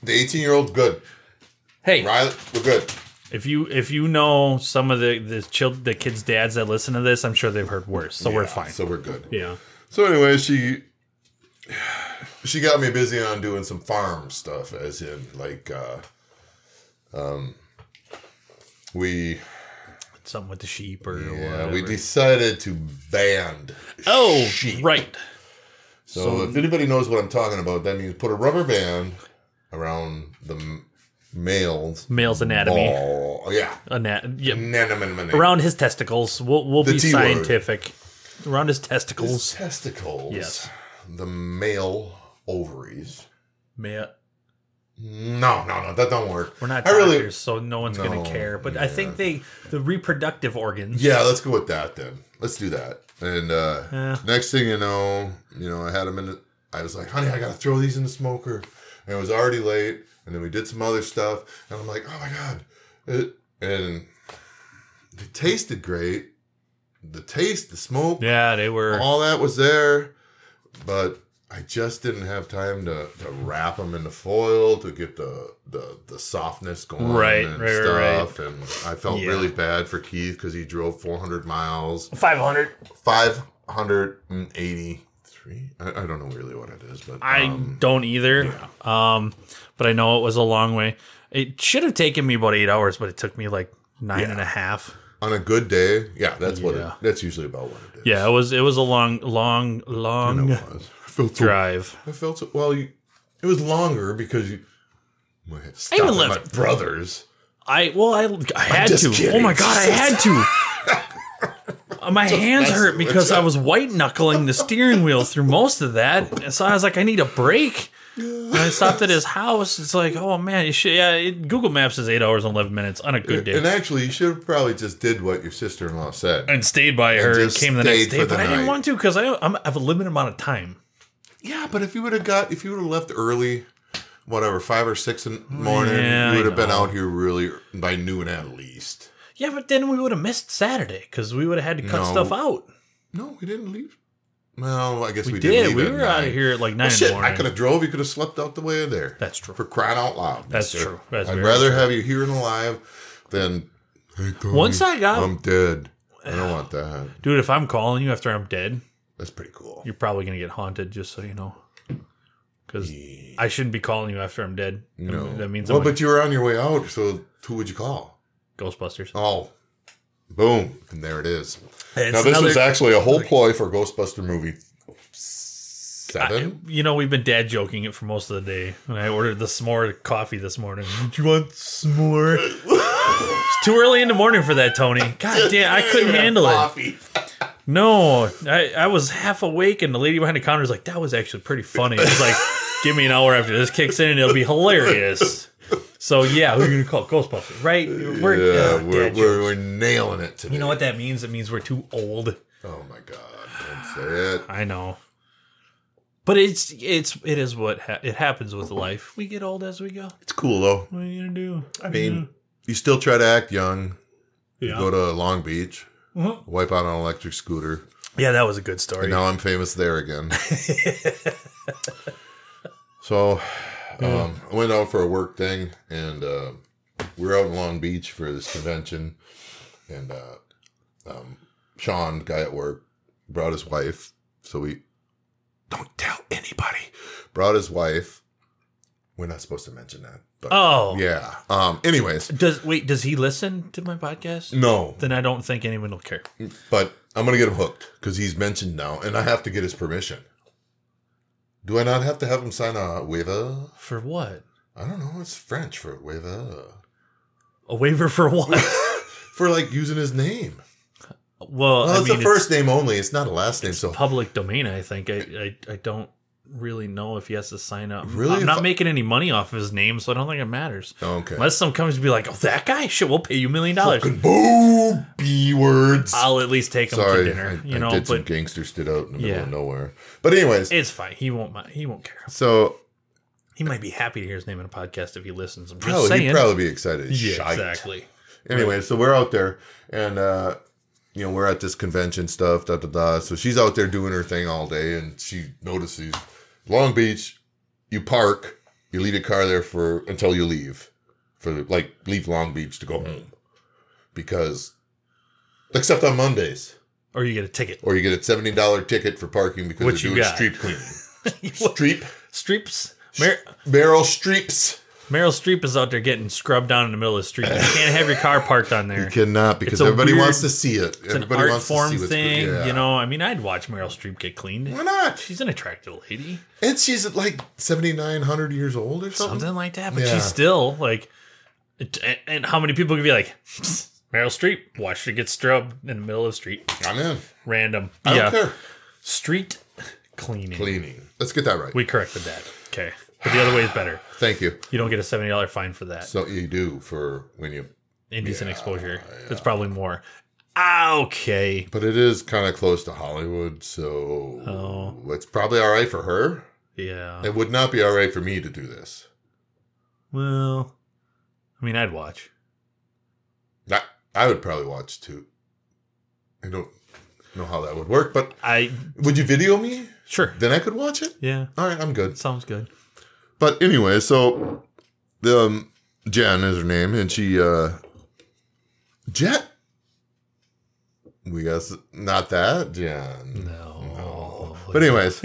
Speaker 2: the eighteen-year-old, good.
Speaker 1: Hey,
Speaker 2: Riley, we're good.
Speaker 1: if you if you know some of the the child the kids' dads that listen to this, I'm sure they've heard worse. So we're
Speaker 2: Yeah,
Speaker 1: fine.
Speaker 2: So we're good.
Speaker 1: yeah.
Speaker 2: So anyway, she she got me busy on doing some farm stuff, as in like uh um we
Speaker 1: Something with the sheep or
Speaker 2: yeah,
Speaker 1: whatever.
Speaker 2: we decided to band
Speaker 1: oh,
Speaker 2: sheep.
Speaker 1: right.
Speaker 2: So, if anybody knows what I'm talking about, that means put a rubber band around the m- male's
Speaker 1: Male's anatomy.
Speaker 2: ball. Yeah.
Speaker 1: Ana- yeah.
Speaker 2: Around
Speaker 1: Around his testicles. We'll, we'll
Speaker 2: The
Speaker 1: be
Speaker 2: T word.
Speaker 1: scientific. Around his
Speaker 2: his
Speaker 1: testicles.
Speaker 2: testicles.
Speaker 1: Yes.
Speaker 2: The male ovaries.
Speaker 1: Male.
Speaker 2: No, no, no, that don't work.
Speaker 1: We're not
Speaker 2: I
Speaker 1: doctors,
Speaker 2: really,
Speaker 1: so no one's
Speaker 2: No,
Speaker 1: going to care. But I think they, the reproductive organs.
Speaker 2: yeah. Let's go with that then. Let's do that. And uh,
Speaker 1: Yeah.
Speaker 2: next thing you know, you know, I had him in. The, I was like, honey, I gotta throw these in the smoker. And it was already late. And then we did some other stuff. And I'm like, oh my god. It, and it tasted great. The taste, the smoke,
Speaker 1: Yeah, they were.
Speaker 2: all that was there, but I just didn't have time to, to wrap them in the foil to get the the, the softness going
Speaker 1: Right,
Speaker 2: and
Speaker 1: right, right,
Speaker 2: stuff. And I felt
Speaker 1: Yeah.
Speaker 2: really bad for Keith because he drove 400 miles,
Speaker 1: 500.
Speaker 2: 583. I, I don't know really what it is, but
Speaker 1: I
Speaker 2: um,
Speaker 1: don't either. Um, but I know it was a long way. It should have taken me about eight hours, but it took me like nine and a half.
Speaker 2: on a good day, yeah, that's what it,
Speaker 1: Yeah.
Speaker 2: that's usually about what it is.
Speaker 1: Yeah, it was. It was a long, long, long
Speaker 2: it was. I felt so,
Speaker 1: drive.
Speaker 2: I felt so, well. You, it was longer because you. I
Speaker 1: even
Speaker 2: had to stop at my
Speaker 1: left-
Speaker 2: brothers.
Speaker 1: I well, I, I had
Speaker 2: just
Speaker 1: to.
Speaker 2: kidding.
Speaker 1: Oh my god, I had to. Uh, My hands hurt because I was white knuckling the steering wheel through most of that, and so I was like, I need a break. And I stopped at his house. It's like, oh man, you should, yeah. It, Google Maps is eight hours and eleven minutes on a good day,
Speaker 2: And actually, you should have probably just did what your sister in law said.
Speaker 1: and stayed by her. And
Speaker 2: just
Speaker 1: came the next
Speaker 2: stayed for
Speaker 1: day,
Speaker 2: the
Speaker 1: but I
Speaker 2: night.
Speaker 1: didn't want to because I I'm, I have a limited amount of time.
Speaker 2: Yeah, but if you would have got, if you would have left early, whatever, five or six in the morning,
Speaker 1: Yeah,
Speaker 2: you
Speaker 1: I
Speaker 2: would have been out here really by noon at least.
Speaker 1: Yeah, but then we would have missed Saturday because we would have had to cut
Speaker 2: No.
Speaker 1: stuff out.
Speaker 2: No, we didn't leave. Well, I guess we,
Speaker 1: We,
Speaker 2: did.
Speaker 1: did.
Speaker 2: leave
Speaker 1: We
Speaker 2: at
Speaker 1: were out
Speaker 2: nine.
Speaker 1: of here at like nine
Speaker 2: Well,
Speaker 1: in
Speaker 2: shit,
Speaker 1: the morning.
Speaker 2: I could have drove. You could have slept out the way there.
Speaker 1: That's true.
Speaker 2: For crying out loud.
Speaker 1: That's
Speaker 2: mister.
Speaker 1: true. That's
Speaker 2: I'd
Speaker 1: very
Speaker 2: rather
Speaker 1: true.
Speaker 2: have you here and alive than. Hey, Tony,
Speaker 1: Once I got-
Speaker 2: I'm dead. I don't want that.
Speaker 1: Dude, if I'm calling you after I'm dead,
Speaker 2: That's pretty cool.
Speaker 1: you're probably gonna get haunted. Just so you know, because I shouldn't be calling you after I'm dead.
Speaker 2: No.
Speaker 1: that means
Speaker 2: well,
Speaker 1: I'm
Speaker 2: but you were on your way out, so who would you call?
Speaker 1: Ghostbusters.
Speaker 2: Oh, boom! And there it is.
Speaker 1: It's
Speaker 2: now this
Speaker 1: another-
Speaker 2: was actually a whole ploy for Ghostbuster movie seven.
Speaker 1: you know, we've been dad joking it for most of the day. And I ordered the s'more coffee this morning. Do you want s'more? it's too early in the morning for that, Tony. God damn, I couldn't handle it. No, I, I was half awake, and the lady behind the counter was like, "That was actually pretty funny." I was like, "Give me an hour after this kicks in, and it'll be hilarious." So yeah, we're gonna call it Ghostbusters, right? We're,
Speaker 2: Yeah,
Speaker 1: uh, dad
Speaker 2: we're,
Speaker 1: jokes.
Speaker 2: we're, we're nailing it today.
Speaker 1: You know what that means? It means we're too old.
Speaker 2: Oh my god! Don't say it.
Speaker 1: I know. But it's it's it is what ha- it happens with life. We get old as we go.
Speaker 2: It's cool though.
Speaker 1: What are you gonna do?
Speaker 2: I mean,
Speaker 1: Mm-hmm.
Speaker 2: you still try to act young. You
Speaker 1: Yeah.
Speaker 2: go to Long Beach,
Speaker 1: Mhm.
Speaker 2: wipe out on an electric scooter.
Speaker 1: Yeah, that was a good story.
Speaker 2: And now I'm famous there again. so um, I went out for a work thing, and uh, we were out in Long Beach for this convention. And uh, um, Sean, guy at work, brought his wife. So we don't tell anybody. Brought his wife. We're not supposed to mention that. But
Speaker 1: Oh,
Speaker 2: yeah. Um. Anyways,
Speaker 1: Does wait? Does he listen to my podcast?
Speaker 2: no.
Speaker 1: Then I don't think anyone will care.
Speaker 2: But I'm gonna get him hooked because he's mentioned now, and I have to get his permission. Do I not have to have him sign a waiver?
Speaker 1: For what?
Speaker 2: I don't know. It's French for waiver.
Speaker 1: A waiver for what?
Speaker 2: for like using his name.
Speaker 1: well,
Speaker 2: Well,
Speaker 1: I
Speaker 2: it's
Speaker 1: mean,
Speaker 2: a first name only. It's not a last name. So
Speaker 1: it's public domain. I think I, I I don't really know if he has to sign up.
Speaker 2: Really?
Speaker 1: I'm not
Speaker 2: If I-
Speaker 1: making any money off of his name, so I don't think it matters.
Speaker 2: okay.
Speaker 1: Unless some comes to be like, oh, that guy, shit, we'll pay you a million dollars.
Speaker 2: Fucking boo b words.
Speaker 1: I'll at least take him
Speaker 2: Sorry,
Speaker 1: to dinner.
Speaker 2: I,
Speaker 1: you
Speaker 2: I
Speaker 1: know,
Speaker 2: did some
Speaker 1: but
Speaker 2: gangster stood out in the middle
Speaker 1: Yeah.
Speaker 2: of nowhere. But anyways,
Speaker 1: it's fine. He won't mind. He won't care.
Speaker 2: so
Speaker 1: He might be happy to hear his name in a podcast if he listens. I'm just
Speaker 2: probably
Speaker 1: saying.
Speaker 2: he'd probably be excited.
Speaker 1: yeah,
Speaker 2: Shite.
Speaker 1: exactly.
Speaker 2: Anyway, so we're out there and uh you know, we're at this convention stuff, da da da. So she's out there doing her thing all day and she notices Long Beach, you park, you leave your car there for until you leave. For like leave Long Beach to
Speaker 1: Mm-hmm.
Speaker 2: go home. Because except on Mondays.
Speaker 1: Or you get a ticket.
Speaker 2: Or you get a seventy dollar ticket for parking because
Speaker 1: What
Speaker 2: you're
Speaker 1: you
Speaker 2: doing
Speaker 1: got?
Speaker 2: street cleaning. street
Speaker 1: Streeps. Mer-
Speaker 2: Meryl Streeps.
Speaker 1: Meryl Streep is out there getting scrubbed down in the middle of the street. You can't have your car parked on there.
Speaker 2: Cannot because
Speaker 1: a
Speaker 2: everybody
Speaker 1: weird-
Speaker 2: wants to see it.
Speaker 1: It's an
Speaker 2: everybody
Speaker 1: art
Speaker 2: wants to
Speaker 1: form
Speaker 2: see what's good.
Speaker 1: thing,
Speaker 2: Yeah.
Speaker 1: you know. I mean, I'd watch Meryl Streep get cleaned.
Speaker 2: Why not?
Speaker 1: She's an attractive lady,
Speaker 2: And she's like 7,900 years old or something.
Speaker 1: something like that. But
Speaker 2: Yeah.
Speaker 1: she's still like, and, and how many people could be like, "Psst, Meryl Streep, watched her get scrubbed in the middle of the street,
Speaker 2: I'm in.
Speaker 1: random,
Speaker 2: I
Speaker 1: yeah,
Speaker 2: don't care.
Speaker 1: street cleaning.
Speaker 2: Cleaning. Let's get that right.
Speaker 1: We corrected that, okay. But the other way is better.
Speaker 2: Thank you.
Speaker 1: You don't get a seventy dollar fine for that.
Speaker 2: So you do for when you,
Speaker 1: Indecent exposure. It's probably more. Ah, Okay,
Speaker 2: but it is kind of close to Hollywood, so
Speaker 1: Oh.
Speaker 2: it's probably all right for her.
Speaker 1: yeah.
Speaker 2: It would not be all right for me to do this.
Speaker 1: Well, I mean, I'd watch.
Speaker 2: I, I would probably watch too. I don't know how that would work, but
Speaker 1: I
Speaker 2: would you video me?
Speaker 1: sure.
Speaker 2: Then I could watch it.
Speaker 1: Yeah,
Speaker 2: All right, I'm good.
Speaker 1: sounds good.
Speaker 2: But anyway, so the um, Jen is her name, and she uh Jet. We guess not that Jen.
Speaker 1: No.
Speaker 2: But anyways,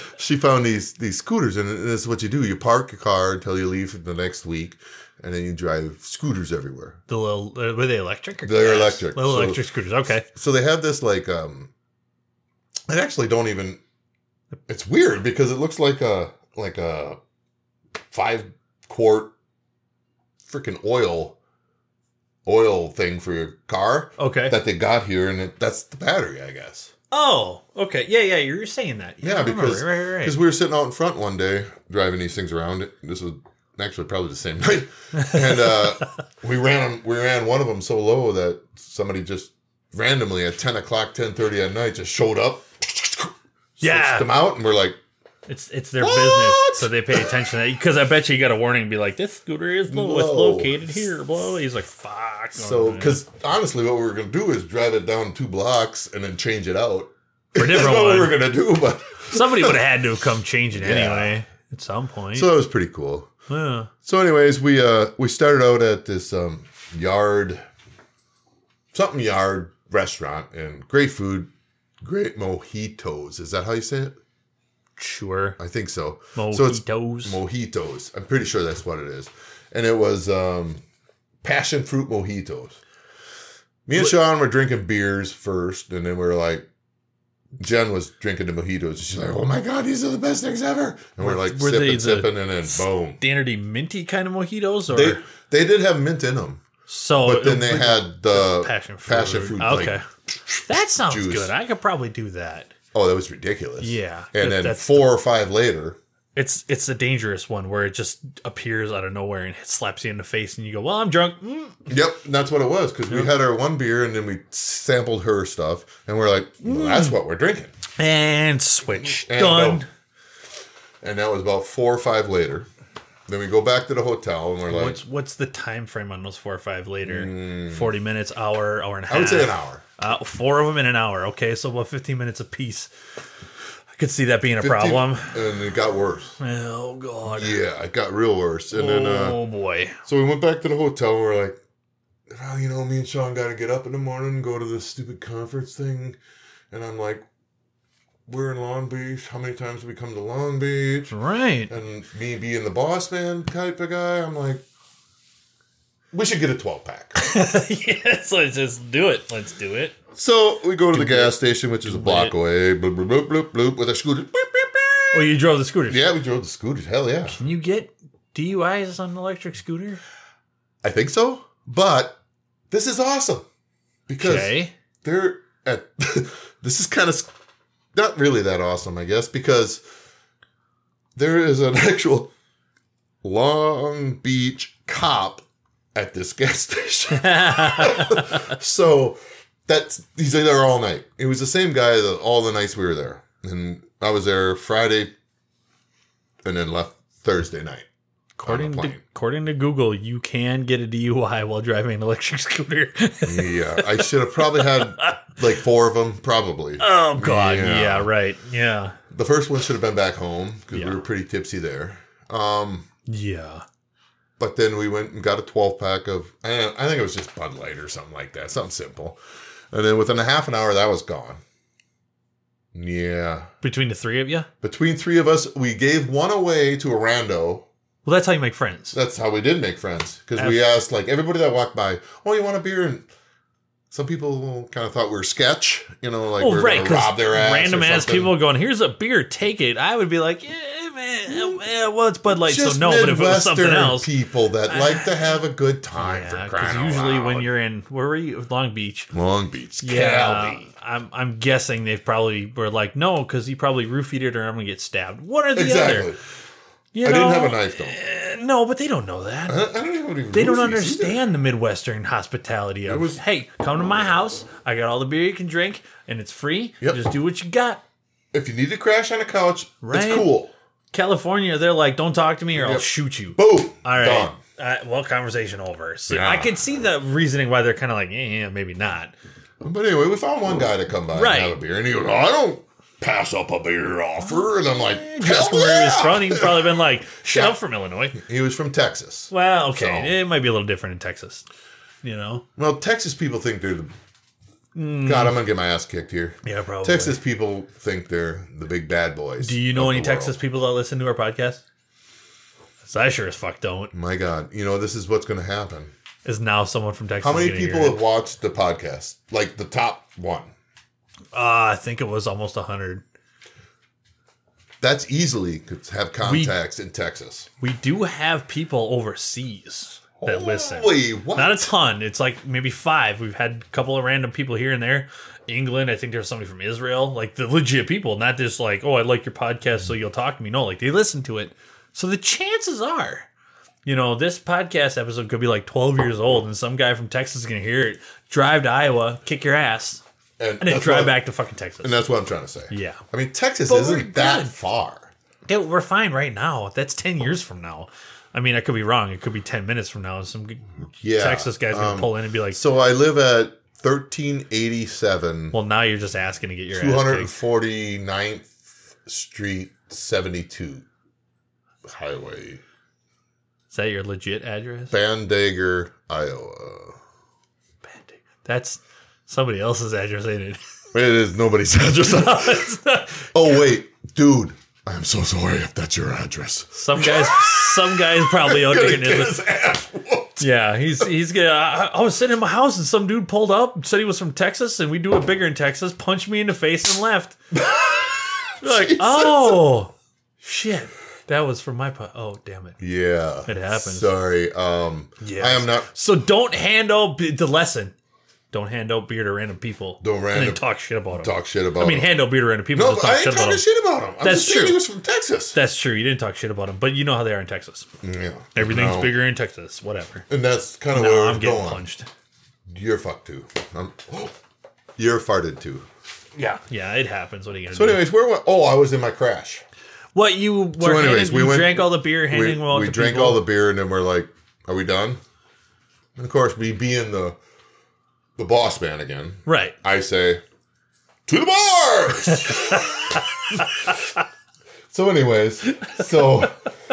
Speaker 2: she found these these scooters, and this is what you do: you park your car until you leave for the next week, and then you drive scooters everywhere.
Speaker 1: the little uh, were they electric? Or
Speaker 2: They're
Speaker 1: gas?
Speaker 2: electric,
Speaker 1: Little
Speaker 2: so-
Speaker 1: electric scooters. Okay.
Speaker 2: So they have this like um, I actually don't even. It's weird because it looks like a like a five quart freaking oil oil thing for your car
Speaker 1: Okay.
Speaker 2: that they got here, and it, that's the battery, I guess.
Speaker 1: oh, okay. Yeah, yeah. You were saying that.
Speaker 2: Yeah,
Speaker 1: I remember.
Speaker 2: because-
Speaker 1: right, right, right.
Speaker 2: Because we were sitting out in front one day driving these things around. This was actually probably the same night, and uh, we ran 'em- we ran one of them so low that somebody just randomly at ten o'clock, ten thirty at night, just showed up,
Speaker 1: Yeah.
Speaker 2: them out, and we're like,
Speaker 1: it's it's their
Speaker 2: What?
Speaker 1: business, so they pay attention. to that. Because I bet you, got a warning and be like, "This scooter is low. It's
Speaker 2: No.
Speaker 1: located here." Blah. blah. He's like, "Fuck." oh,
Speaker 2: so because honestly, what we were gonna do is drive it down two blocks and then change it out.
Speaker 1: for a
Speaker 2: That's
Speaker 1: different
Speaker 2: what we were
Speaker 1: one,
Speaker 2: gonna do, but
Speaker 1: somebody would have had to have come change it anyway at some point.
Speaker 2: so it was pretty cool.
Speaker 1: yeah.
Speaker 2: So, anyways, we uh we started out at this um yard, something yard restaurant, and great food, great mojitos. Is that how you say it?
Speaker 1: Sure.
Speaker 2: I think so. So it's
Speaker 1: Mojitos.
Speaker 2: mojitos. I'm pretty sure that's what it is. And it was um passion fruit mojitos. Me and
Speaker 1: What-
Speaker 2: Sean were drinking beers first, and then we were like. Jen was drinking the mojitos. and She's like, "Oh my god, these are the best things ever!" And we're
Speaker 1: Were-
Speaker 2: like
Speaker 1: were they
Speaker 2: sipping,
Speaker 1: the-
Speaker 2: sipping, and then boom.
Speaker 1: Danity minty kind of mojitos, or
Speaker 2: They they did have mint in them.
Speaker 1: so.
Speaker 2: But then
Speaker 1: Oh, it-
Speaker 2: they had the
Speaker 1: passion fruit.
Speaker 2: passion fruit, like-
Speaker 1: Okay, that sounds
Speaker 2: juice.
Speaker 1: good. I could probably do that.
Speaker 2: oh, that was ridiculous.
Speaker 1: Yeah, that-
Speaker 2: And then
Speaker 1: that's-
Speaker 2: four or five later,
Speaker 1: It's it's a dangerous one where it just appears out of nowhere and it slaps you in the face, and you go, "Well, I'm drunk." Mm.
Speaker 2: yep, that's what it was because we had our one beer and then we sampled her stuff and we're like,
Speaker 1: Mm.
Speaker 2: well, that's what we're drinking.
Speaker 1: And switch
Speaker 2: And
Speaker 1: done.
Speaker 2: boom. And that was about four or five later. Then we go back to the hotel and we're like, "Mm,
Speaker 1: what's what's the time frame on those four or five later? Forty minutes, hour, hour and a half.
Speaker 2: I would say an hour.
Speaker 1: Uh, four of them in an hour. Okay, so about fifteen minutes apiece. I could see that being a problem.
Speaker 2: And it got worse.
Speaker 1: Oh god.
Speaker 2: Yeah, it got real worse. And then, uh,
Speaker 1: oh boy.
Speaker 2: so we went back to the hotel and we're like, well, you know, me and Sean got to get up in the morning and go to this stupid conference thing. And I'm like, we're in Long Beach. How many times have we come to Long Beach?
Speaker 1: Right.
Speaker 2: And me being the boss man type of guy, I'm like, we should get a 12 pack.
Speaker 1: yes, let's just do it. Let's do it.
Speaker 2: So we go to the gas station, which is a block away, bloop, bloop, bloop, bloop, bloop, with a scooter. Beep, beep, beep.
Speaker 1: Oh, you drove the scooter.
Speaker 2: Yeah, we drove the scooters. Hell yeah.
Speaker 1: Can you get DUIs on an electric scooter?
Speaker 2: I think so. But this is awesome because
Speaker 1: Okay.
Speaker 2: they're at. this is kind of not really that awesome, I guess, because there is an actual Long Beach cop at this gas station. so that's he's there all night. It was the same guy that all the nights we were there, and I was there Friday, and then left Thursday night.
Speaker 1: according to
Speaker 2: plane.
Speaker 1: according to Google, you can get a DUI while driving an electric scooter.
Speaker 2: Yeah, I should have probably had like four of them. Probably
Speaker 1: oh god.
Speaker 2: Yeah.
Speaker 1: Yeah. Right. Yeah.
Speaker 2: the first one should have been back home because
Speaker 1: Yeah.
Speaker 2: we were pretty tipsy there. Um,
Speaker 1: Yeah.
Speaker 2: But then we went and got a 12 pack of, I don't- I think it was just Bud Light or something like that, something simple. And then within a half an hour, that was gone. Yeah.
Speaker 1: Between the three of you.
Speaker 2: Between three of us, we gave one away to a rando.
Speaker 1: Well, that's how you make friends.
Speaker 2: That's how we did make friends because we asked like everybody that walked by, "Oh, you want a beer?" And some people kind of thought we were sketch, you know, like we
Speaker 1: oh,
Speaker 2: are
Speaker 1: right.
Speaker 2: gonna
Speaker 1: Because
Speaker 2: rob their ass. or
Speaker 1: random ass
Speaker 2: something.
Speaker 1: people going, "Here's a beer, take it." I would be like, "Yeah, man. yeah, well, it's Bud Light,
Speaker 2: Just
Speaker 1: so no." But if it was something
Speaker 2: Midwestern
Speaker 1: else,
Speaker 2: people that like to have a good time for
Speaker 1: because
Speaker 2: crying out
Speaker 1: usually when
Speaker 2: loud.
Speaker 1: you're in where were you Long Beach,
Speaker 2: Long Beach, Cal
Speaker 1: yeah,
Speaker 2: Beach.
Speaker 1: I'm I'm guessing they probably were like no because he probably roofied it or I'm gonna get stabbed. One or the
Speaker 2: Exactly.
Speaker 1: other. You
Speaker 2: I didn't
Speaker 1: know?
Speaker 2: have a knife Uh-huh. though.
Speaker 1: Eh, No, but they don't know that.
Speaker 2: I I don't even. have
Speaker 1: They don't
Speaker 2: roofies either.
Speaker 1: understand the Midwestern hospitality of
Speaker 2: was-
Speaker 1: hey, come to my house. I got all the beer you can drink, and it's free.
Speaker 2: Yep.
Speaker 1: Just do what you got.
Speaker 2: If you need to crash on a couch,
Speaker 1: Right?
Speaker 2: it's cool.
Speaker 1: California, they're like, don't talk to me or I'll
Speaker 2: Yep.
Speaker 1: shoot you.
Speaker 2: Boom.
Speaker 1: All right.
Speaker 2: Done.
Speaker 1: Uh, well, conversation over. So
Speaker 2: Yeah.
Speaker 1: I can see the reasoning why they're kind of like, eh, yeah, maybe not.
Speaker 2: But anyway, we found one guy to come by
Speaker 1: Right.
Speaker 2: and have a beer, and he goes, "I don't pass up a beer offer," and I'm like,
Speaker 1: That's
Speaker 2: "Hell
Speaker 1: where he was
Speaker 2: Oh, yeah!"
Speaker 1: from. He'd probably been like, shut up from Illinois.
Speaker 2: He was from Texas.
Speaker 1: Well, okay.
Speaker 2: So-
Speaker 1: It might be a little different in Texas. You know?
Speaker 2: Well, Texas people think they're the. God, I'm gonna get my ass kicked here.
Speaker 1: Yeah, probably.
Speaker 2: Texas people think they're the big bad boys.
Speaker 1: Do you know
Speaker 2: of
Speaker 1: any
Speaker 2: the
Speaker 1: Texas
Speaker 2: world.
Speaker 1: people that listen to our podcast? 'Cause I sure as fuck don't.
Speaker 2: My God, you know this is what's gonna happen.
Speaker 1: Is now someone from Texas.
Speaker 2: How many
Speaker 1: gonna hear
Speaker 2: people
Speaker 1: it.
Speaker 2: have watched the podcast? Like the top one.
Speaker 1: Ah, I think it was almost 100.
Speaker 2: That's easily could have contacts in Texas.
Speaker 1: We do have people overseas that listen.
Speaker 2: Holy what?
Speaker 1: Not a ton. It's like maybe five. We've had a couple of random people here and there. England, I think there's somebody from Israel, like the legit people, not just like, oh, I like your podcast, so you'll talk to me. No, like they listen to it. So the chances are, you know, this podcast episode could be like 12 years old, and some guy from Texas is going to hear it, drive to Iowa, kick your ass,
Speaker 2: and,
Speaker 1: and then
Speaker 2: that's
Speaker 1: drive
Speaker 2: what-
Speaker 1: back to fucking Texas.
Speaker 2: And that's what I'm trying to say.
Speaker 1: Yeah.
Speaker 2: I mean, Texas
Speaker 1: But we're
Speaker 2: isn't that
Speaker 1: good.
Speaker 2: far.
Speaker 1: Yeah, we're fine right now. That's 10 years from now. I mean, I could be wrong. It could be 10 minutes from now. Some g-
Speaker 2: Yeah.
Speaker 1: Texas guy's going to
Speaker 2: Um,
Speaker 1: pull in and be like,
Speaker 2: So I live at 1387,
Speaker 1: well, now you're just asking to get your ass kicked.
Speaker 2: 249th Street, 72 Highway,
Speaker 1: Is that your legit address?
Speaker 2: Bandager, Iowa.
Speaker 1: That's somebody else's address, ain't it?
Speaker 2: It is nobody's address.
Speaker 1: It's not-
Speaker 2: oh, wait, dude. I'm so sorry if that's your address.
Speaker 1: some guys, some guys probably out there.
Speaker 2: Gonna
Speaker 1: and
Speaker 2: get
Speaker 1: is-
Speaker 2: his ass whooped.
Speaker 1: Yeah, he's he's gonna. I, I was sitting in my house and some dude pulled up and said he was from Texas and we do it bigger in Texas. Punched me in the face and left. like, oh shit, that was from my pot. Oh damn it.
Speaker 2: Yeah.
Speaker 1: It happens.
Speaker 2: Sorry. Um,
Speaker 1: Yes.
Speaker 2: I am not
Speaker 1: So don't hand out be- the lesson. Don't hand out beer to random people.
Speaker 2: Don't
Speaker 1: and
Speaker 2: random-
Speaker 1: then talk shit about them.
Speaker 2: talk shit about
Speaker 1: I mean,
Speaker 2: him.
Speaker 1: hand out beer to random people.
Speaker 2: No,
Speaker 1: just
Speaker 2: but
Speaker 1: talk shit about
Speaker 2: I ain't talking
Speaker 1: 'em.
Speaker 2: shit about him. I'm
Speaker 1: That's
Speaker 2: just saying
Speaker 1: true.
Speaker 2: he was from Texas.
Speaker 1: That's true. You didn't talk shit about them, but you know how they are in Texas.
Speaker 2: yeah.
Speaker 1: Everything's
Speaker 2: Mm, No.
Speaker 1: bigger in Texas. Whatever.
Speaker 2: And that's kind of
Speaker 1: No,
Speaker 2: where
Speaker 1: I'm
Speaker 2: I'm
Speaker 1: getting
Speaker 2: going.
Speaker 1: punched.
Speaker 2: You're fucked too. I'm, you're farted too.
Speaker 1: Yeah, yeah, it happens. What are you gonna
Speaker 2: So,
Speaker 1: do?
Speaker 2: anyways, where wa- Oh, I was in my crash.
Speaker 1: What you were
Speaker 2: So anyways,
Speaker 1: handed-
Speaker 2: we
Speaker 1: you
Speaker 2: went-
Speaker 1: drank all the beer, handing
Speaker 2: we,
Speaker 1: them out
Speaker 2: we
Speaker 1: to
Speaker 2: drank
Speaker 1: people.
Speaker 2: all the beer and then we're like are we done and of course me being the the boss man again
Speaker 1: right.
Speaker 2: i say to the bars so anyways so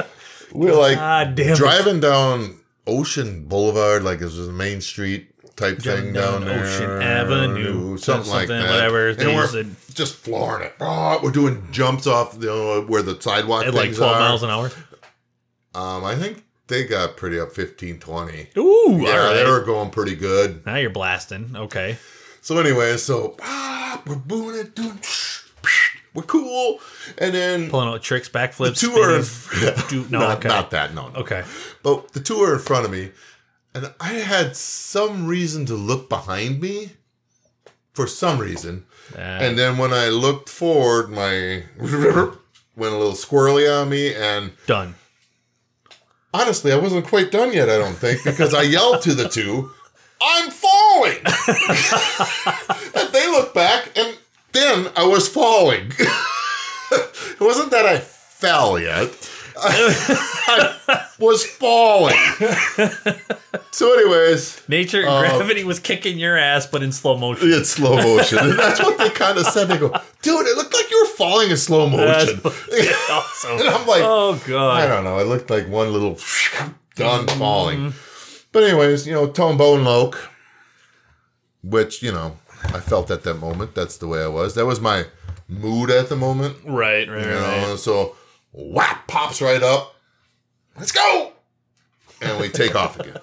Speaker 2: we're like
Speaker 1: Ah, damn.
Speaker 2: driving down ocean boulevard like this is the main street type thing down,
Speaker 1: down
Speaker 2: there
Speaker 1: Ocean Avenue,
Speaker 2: something, like
Speaker 1: something,
Speaker 2: that
Speaker 1: whatever.
Speaker 2: and
Speaker 1: They
Speaker 2: we're
Speaker 1: use it-
Speaker 2: just flooring it oh, we're doing jumps off you know, where the sidewalk
Speaker 1: at like
Speaker 2: things
Speaker 1: 12
Speaker 2: are.
Speaker 1: miles an hour.
Speaker 2: Um, I think they got pretty up 15, 20.
Speaker 1: Ooh,
Speaker 2: Yeah,
Speaker 1: all right.
Speaker 2: they were going pretty good.
Speaker 1: now you're blasting. Okay.
Speaker 2: So anyway, so ah, we're doing it, doing, we're cool, and then
Speaker 1: Pulling out tricks, backflips,
Speaker 2: two are in,
Speaker 1: spinning, do- no,
Speaker 2: not,
Speaker 1: okay.
Speaker 2: not that, no, no.
Speaker 1: Okay.
Speaker 2: But the two are in front of me, and I had some reason to look behind me, for some reason,
Speaker 1: Uh,
Speaker 2: and then when I looked forward, my went a little squirrely on me, and
Speaker 1: done.
Speaker 2: Honestly, I wasn't quite done yet, I don't think, because I yelled to the two, I'm falling! and they looked back, and then I was falling. it wasn't that I fell yet, I, I was falling. so, anyways,
Speaker 1: Nature
Speaker 2: Oh.
Speaker 1: and gravity was kicking your ass, but in slow motion.
Speaker 2: it's slow motion. And that's what they kind of said. They go, dude, it looked like you were falling in slow motion.
Speaker 1: awesome.
Speaker 2: and I'm like,
Speaker 1: Oh
Speaker 2: I
Speaker 1: god.
Speaker 2: don't know. It looked like one little done falling. But anyways, you know, Tone Bone Loke, which you know, I felt at that moment. That's the way I was. That was my mood at the moment.
Speaker 1: Right, right,
Speaker 2: You
Speaker 1: right.
Speaker 2: know, so whap pops right up. Let's go, and we take off again.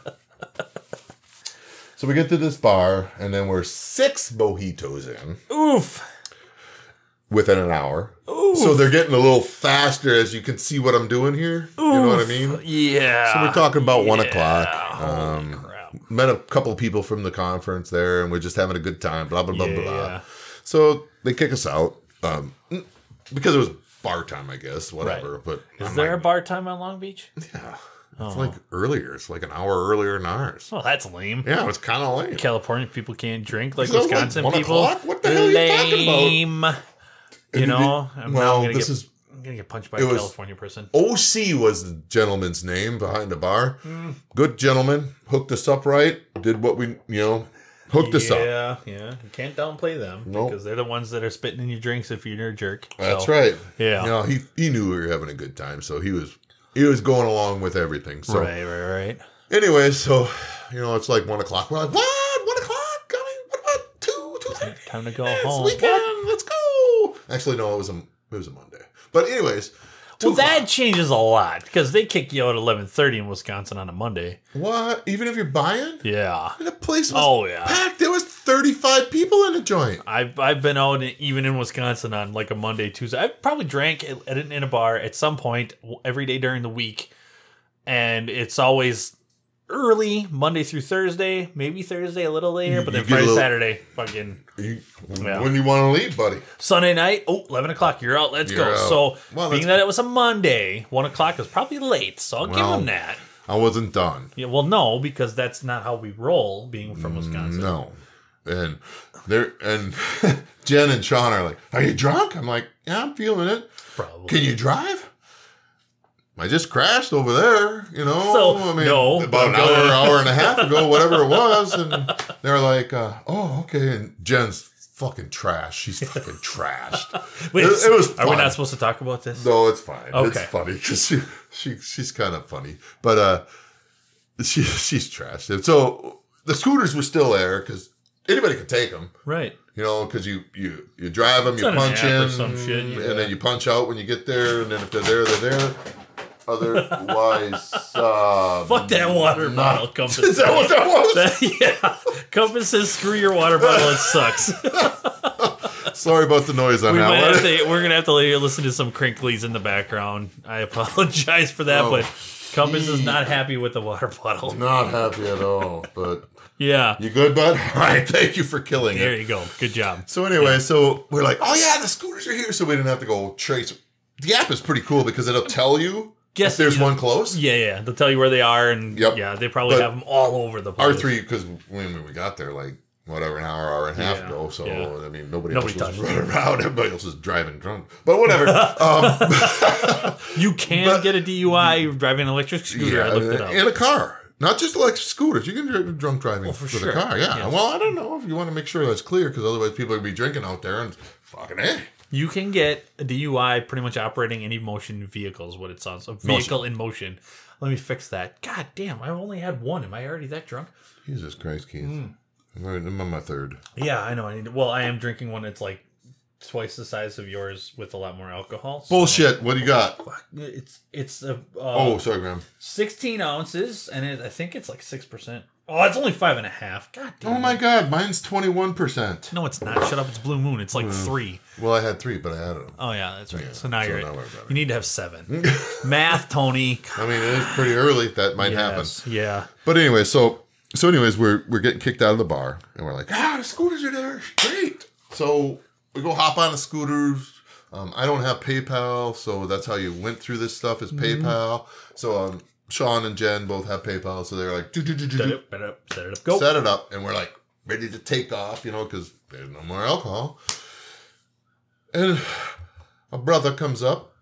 Speaker 2: So we get to this bar, and then we're six mojitos in
Speaker 1: Oof.
Speaker 2: within an hour. So they're getting a little faster, as you can see what I'm doing here. You know what I mean?
Speaker 1: Yeah.
Speaker 2: So we're talking about one
Speaker 1: Ah, Yeah.
Speaker 2: o'clock.
Speaker 1: Holy
Speaker 2: Um,
Speaker 1: crap.
Speaker 2: met a couple people from the conference there, and we're just having a good time. Blah blah blah
Speaker 1: Yeah.
Speaker 2: blah. So they kick us out um, because it was bar time, I guess. Whatever.
Speaker 1: Right.
Speaker 2: But
Speaker 1: Is
Speaker 2: I'm
Speaker 1: there Oh. a
Speaker 2: like,
Speaker 1: bar time on Long Beach?
Speaker 2: yeah, it's like earlier. It's like an hour earlier than ours.
Speaker 1: Oh, that's lame.
Speaker 2: Yeah, it's kind of late.
Speaker 1: California people can't drink like
Speaker 2: Is that like
Speaker 1: Wisconsin
Speaker 2: one
Speaker 1: people.
Speaker 2: o'clock? What the hell are you talking about?
Speaker 1: lame. You know, I'm now
Speaker 2: well,
Speaker 1: gonna
Speaker 2: this
Speaker 1: get,
Speaker 2: is
Speaker 1: I'm gonna get punched by
Speaker 2: it
Speaker 1: a
Speaker 2: was-
Speaker 1: California person.
Speaker 2: OC was the gentleman's name behind the bar.
Speaker 1: Mm.
Speaker 2: Good gentleman, hooked us up right. Did what we you know hooked us up.
Speaker 1: Yeah, yeah. You can't downplay them
Speaker 2: Nope.
Speaker 1: because they're the ones that are spitting in your drinks if you're a jerk.
Speaker 2: That's
Speaker 1: So,
Speaker 2: right.
Speaker 1: Yeah.
Speaker 2: You know, he he knew we were having a good time, so he was he was going along with everything. So
Speaker 1: Right, right, right.
Speaker 2: anyway, so you know, it's like one o'clock. We're like, what? One o'clock? I mean, what about two, two thirty?
Speaker 1: Time to go
Speaker 2: It's
Speaker 1: home.
Speaker 2: weekend. Let's go. Actually, no, it was a it was a Monday. But anyways, two
Speaker 1: Well, that
Speaker 2: o'clock.
Speaker 1: changes a lot because they kick you out at eleven thirty in Wisconsin on a Monday.
Speaker 2: what? Even if you're buying,
Speaker 1: Yeah.
Speaker 2: the place was
Speaker 1: Oh yeah.
Speaker 2: packed. There was thirty five people in the joint.
Speaker 1: I've I've been out in, even in Wisconsin on like a Monday Tuesday. I probably drank at, at an- in a bar at some point w- every day during the week, and it's always early Monday through Thursday, maybe Thursday a little later, but then
Speaker 2: You get a
Speaker 1: Friday
Speaker 2: little-
Speaker 1: Saturday fucking
Speaker 2: You-
Speaker 1: Yeah.
Speaker 2: When you want to leave, buddy?
Speaker 1: Sunday night. Oh, 11 o'clock. You're out. Let's go.
Speaker 2: You're out.
Speaker 1: So
Speaker 2: Well,
Speaker 1: being
Speaker 2: that's-
Speaker 1: that it was a Monday, one o'clock was probably late. So I'll give
Speaker 2: Well-
Speaker 1: them that.
Speaker 2: I wasn't done.
Speaker 1: Yeah, well, no, because that's not how we roll. Being from Wisconsin,
Speaker 2: Mm, No. And they're and Jen and Sean are like, Are you drunk? I'm like, Yeah, I'm feeling it.
Speaker 1: probably.
Speaker 2: Can you drive? I just crashed over there, you know.
Speaker 1: So,
Speaker 2: I mean,
Speaker 1: no.
Speaker 2: about an hour, hour and a half ago, whatever it was, and they're like, uh, "Oh, okay." And Jen's fucking trash. She's fucking trashed.
Speaker 1: Wait,
Speaker 2: it, it was.
Speaker 1: Are we
Speaker 2: fun.
Speaker 1: not supposed to talk about this?
Speaker 2: No, it's fine.
Speaker 1: Okay.
Speaker 2: It's funny because she, she she's kind of funny, but uh, she she's trashed. And so the scooters were still there because anybody could take them,
Speaker 1: Right.
Speaker 2: you know, because you you you drive them, you
Speaker 1: on an
Speaker 2: punch
Speaker 1: app or
Speaker 2: in,
Speaker 1: some shit, yeah.
Speaker 2: and then you punch out when you get there, and then if they're there, they're there. Otherwise, uh,
Speaker 1: Fuck that water
Speaker 2: not-
Speaker 1: bottle compass.
Speaker 2: Is that what that was?
Speaker 1: yeah. Compass says, screw your water bottle. It sucks.
Speaker 2: Sorry about the noise on
Speaker 1: we might
Speaker 2: that
Speaker 1: have
Speaker 2: one.
Speaker 1: to, we're going to have to later listen to some crinklies in the background. I apologize for that,
Speaker 2: Oh,
Speaker 1: but Compass is not happy with the water bottle.
Speaker 2: Not happy at all, but
Speaker 1: Yeah.
Speaker 2: you good, bud? All right, thank you for killing it.
Speaker 1: There you go. Good job.
Speaker 2: So anyway, so we're like, oh yeah, the scooters are here, so we didn't have to go trace. The app is pretty cool because it'll tell you
Speaker 1: Guess
Speaker 2: if there's
Speaker 1: you-
Speaker 2: one close.
Speaker 1: Yeah, yeah. They'll tell you where they are, and
Speaker 2: Yep.
Speaker 1: yeah, they probably
Speaker 2: But
Speaker 1: have them all over the
Speaker 2: Our
Speaker 1: place.
Speaker 2: three, because when we got there, like whatever an hour, hour and a half
Speaker 1: Yeah,
Speaker 2: ago. So
Speaker 1: yeah.
Speaker 2: I mean,
Speaker 1: Nobody
Speaker 2: nobody, else was
Speaker 1: touched
Speaker 2: running around. Everybody else is driving drunk. But whatever. um,
Speaker 1: You can
Speaker 2: But-
Speaker 1: get a DUI driving an electric scooter. I looked it up.
Speaker 2: in a car. Not just electric scooters. You can drive drunk driving
Speaker 1: Oh, for
Speaker 2: with
Speaker 1: sure.
Speaker 2: a car. Yeah.
Speaker 1: Yeah.
Speaker 2: Well, I don't know if you want to make sure that's clear because otherwise people would be drinking out there and fucking eh.
Speaker 1: You can get a DUI pretty much operating any motion vehicle is what it sounds. A vehicle in motion. Let me fix that. God damn, I've only had one. Am I already that drunk?
Speaker 2: Jesus Christ, Keith.
Speaker 1: Hmm.
Speaker 2: I'm, on- I'm on my third.
Speaker 1: Yeah, I know. I need. To, well, I am drinking one that's like twice the size of yours with a lot more alcohol. So
Speaker 2: Bullshit. What do you got?
Speaker 1: fuck, it's it's a uh,
Speaker 2: Oh, sorry, Graham.
Speaker 1: 16 ounces, and it, I think it's like six percent. Oh, it's only five and a half. God damn.
Speaker 2: Oh my God, mine's twenty one percent.
Speaker 1: No, it's not. Shut up. It's Blue Moon. It's like three.
Speaker 2: Well, I had three, but I had them.
Speaker 1: Oh Hmm. yeah, that's right. so now
Speaker 2: so
Speaker 1: you're.
Speaker 2: now we're better.
Speaker 1: you need to have seven. Math, Tony.
Speaker 2: I mean, it is pretty early. That might happen.
Speaker 1: Yes. Yeah.
Speaker 2: But anyway, so so anyways, we're we're getting kicked out of the bar, and we're like, ah, the scooters are there, great. So we go hop on the scooters. Um, I don't have PayPal, so that's how you went through this stuff is
Speaker 1: Mm-hmm.
Speaker 2: PayPal. So um, Sean and Jen both have PayPal, so they're like, do do do do
Speaker 1: Set
Speaker 2: do,
Speaker 1: it up, set it up, set it up. Go.
Speaker 2: set it up, and we're like ready to take off, you know, because there's no more alcohol. And a brother comes up,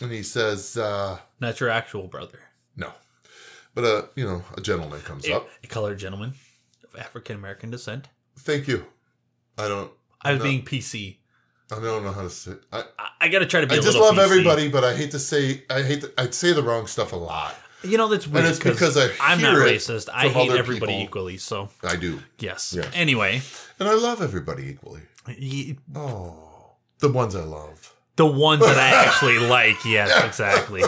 Speaker 2: and he says, uh,
Speaker 1: Not your actual brother.
Speaker 2: no, but uh, you know, a gentleman comes
Speaker 1: A,
Speaker 2: up.
Speaker 1: a colored gentleman of African American descent.
Speaker 2: Thank you. I don't.
Speaker 1: I was
Speaker 2: No.
Speaker 1: being PC.
Speaker 2: I don't know how to say. I,
Speaker 1: I, I got to try to be.
Speaker 2: I
Speaker 1: a
Speaker 2: just
Speaker 1: little
Speaker 2: love
Speaker 1: PC.
Speaker 2: everybody, but I hate to say. I hate. To, I'd say the wrong stuff a lot.
Speaker 1: You know that's weird.
Speaker 2: it's because I
Speaker 1: am not
Speaker 2: hear it
Speaker 1: racist. I
Speaker 2: from
Speaker 1: hate
Speaker 2: other
Speaker 1: everybody
Speaker 2: people.
Speaker 1: equally. So
Speaker 2: I do,
Speaker 1: yes.
Speaker 2: Yes.
Speaker 1: Anyway,
Speaker 2: and I love everybody equally.
Speaker 1: y-
Speaker 2: Oh, the ones I love.
Speaker 1: the ones that I actually like. Yes, exactly.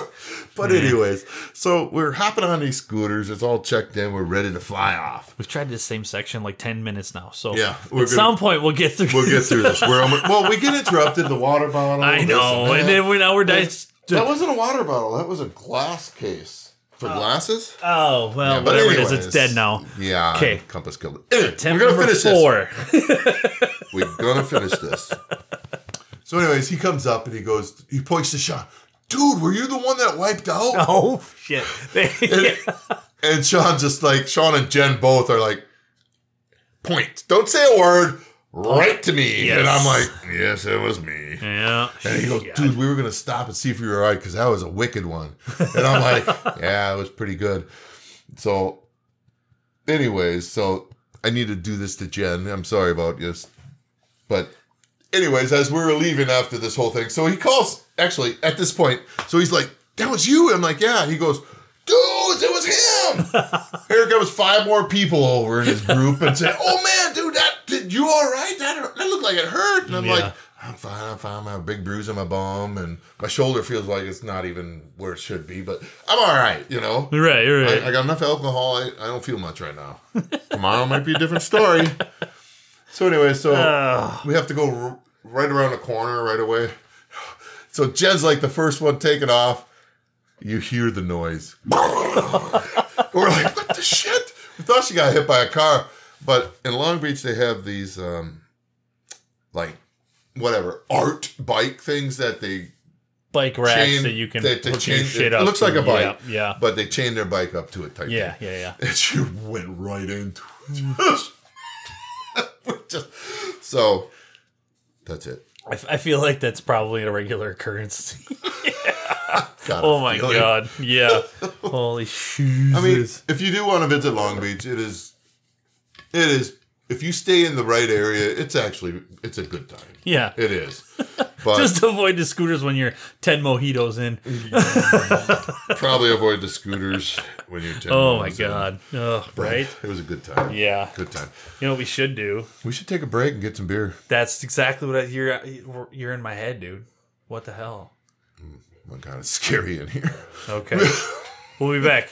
Speaker 2: But
Speaker 1: Mm.
Speaker 2: anyways, so we're hopping on these scooters. It's all checked in. We're ready to fly off.
Speaker 1: We've tried the same section like ten minutes now. So
Speaker 2: Yeah,
Speaker 1: at
Speaker 2: we're gonna-
Speaker 1: some point we'll get through.
Speaker 2: We'll get through this. We're almost, well, we get interrupted. The water bottle.
Speaker 1: I
Speaker 2: this
Speaker 1: know,
Speaker 2: that.
Speaker 1: and then we now we're di-
Speaker 2: that wasn't a water bottle. That was a glass case for glasses.
Speaker 1: Oh well,
Speaker 2: Yeah, but
Speaker 1: Uh, whatever it is,
Speaker 2: anyways,
Speaker 1: it's dead now.
Speaker 2: Yeah.
Speaker 1: 'Kay.
Speaker 2: Compass killed it. Anyway,
Speaker 1: Attempt
Speaker 2: we're gonna
Speaker 1: number
Speaker 2: finish this.
Speaker 1: four.
Speaker 2: We're gonna finish this. So, anyways, he comes up and he goes, he points to Sean, dude, were you the one that wiped out?
Speaker 1: Oh shit!
Speaker 2: And, and Sean just like Sean and Jen both are like, point. Don't say a word. Right to me.
Speaker 1: Yes.
Speaker 2: And I'm like, yes, it was me.
Speaker 1: yeah.
Speaker 2: And he goes,
Speaker 1: shit.
Speaker 2: dude, we were gonna stop and see if you were all right because that was a wicked one. And I'm like, yeah, it was pretty good. So, anyways, so I need to do this to Jen. I'm sorry about this, but anyways, as we were leaving after this whole thing, so he calls. Actually, at this point, so he's like, "That was you." I'm like, "Yeah." He goes. Dudes, it was him. Here comes five more people over in his group and say, "Oh man, dude, that did you all right? That hurt- that looked like it hurt." And I'm
Speaker 1: Yeah.
Speaker 2: like, I'm fine, I'm fine. I have a big bruise on my bum, and my shoulder feels like it's not even where it should be, but I'm all right, you know?
Speaker 1: Right, you're right.
Speaker 2: I, I got enough alcohol. I, I don't feel much right now. Tomorrow might be a different story. So, anyway, so
Speaker 1: Ugh.
Speaker 2: we have to go r- right around the corner right away. So, Jen's like the first one taking off. You hear the noise. We're like, what the shit? We thought she got hit by a car. But in Long Beach, they have these, um, like, whatever, art bike things that they
Speaker 1: bike racks
Speaker 2: chain-
Speaker 1: that you can
Speaker 2: that they
Speaker 1: hook your
Speaker 2: chain-
Speaker 1: shit
Speaker 2: it
Speaker 1: up.
Speaker 2: looks like a
Speaker 1: to.
Speaker 2: bike.
Speaker 1: Yeah,
Speaker 2: but they chain their bike up to it type
Speaker 1: yeah,
Speaker 2: thing.
Speaker 1: yeah, yeah. yeah.
Speaker 2: And she went right into it. Just- so that's it.
Speaker 1: I, f- I feel like that's probably a regular occurrence.
Speaker 2: Got a
Speaker 1: oh my
Speaker 2: feeling.
Speaker 1: god! Yeah. Holy shoes!
Speaker 2: I mean, if you do want to visit Long Beach, it is it is if you stay in the right area, it's actually it's a good time.
Speaker 1: yeah.
Speaker 2: It is. But
Speaker 1: Just avoid the scooters when you're ten mojitos in.
Speaker 2: Mm-hmm. probably avoid the scooters when you're 10
Speaker 1: Oh my
Speaker 2: miles in.
Speaker 1: god! Ugh,
Speaker 2: But
Speaker 1: right?
Speaker 2: It was a good time.
Speaker 1: Yeah.
Speaker 2: Good time.
Speaker 1: You know what we should do?
Speaker 2: We should take a break and get some beer.
Speaker 1: That's exactly what I, you're. You're in my head, dude. What the hell?
Speaker 2: Oh my god, it's scary in here.
Speaker 1: Okay. we'll be back.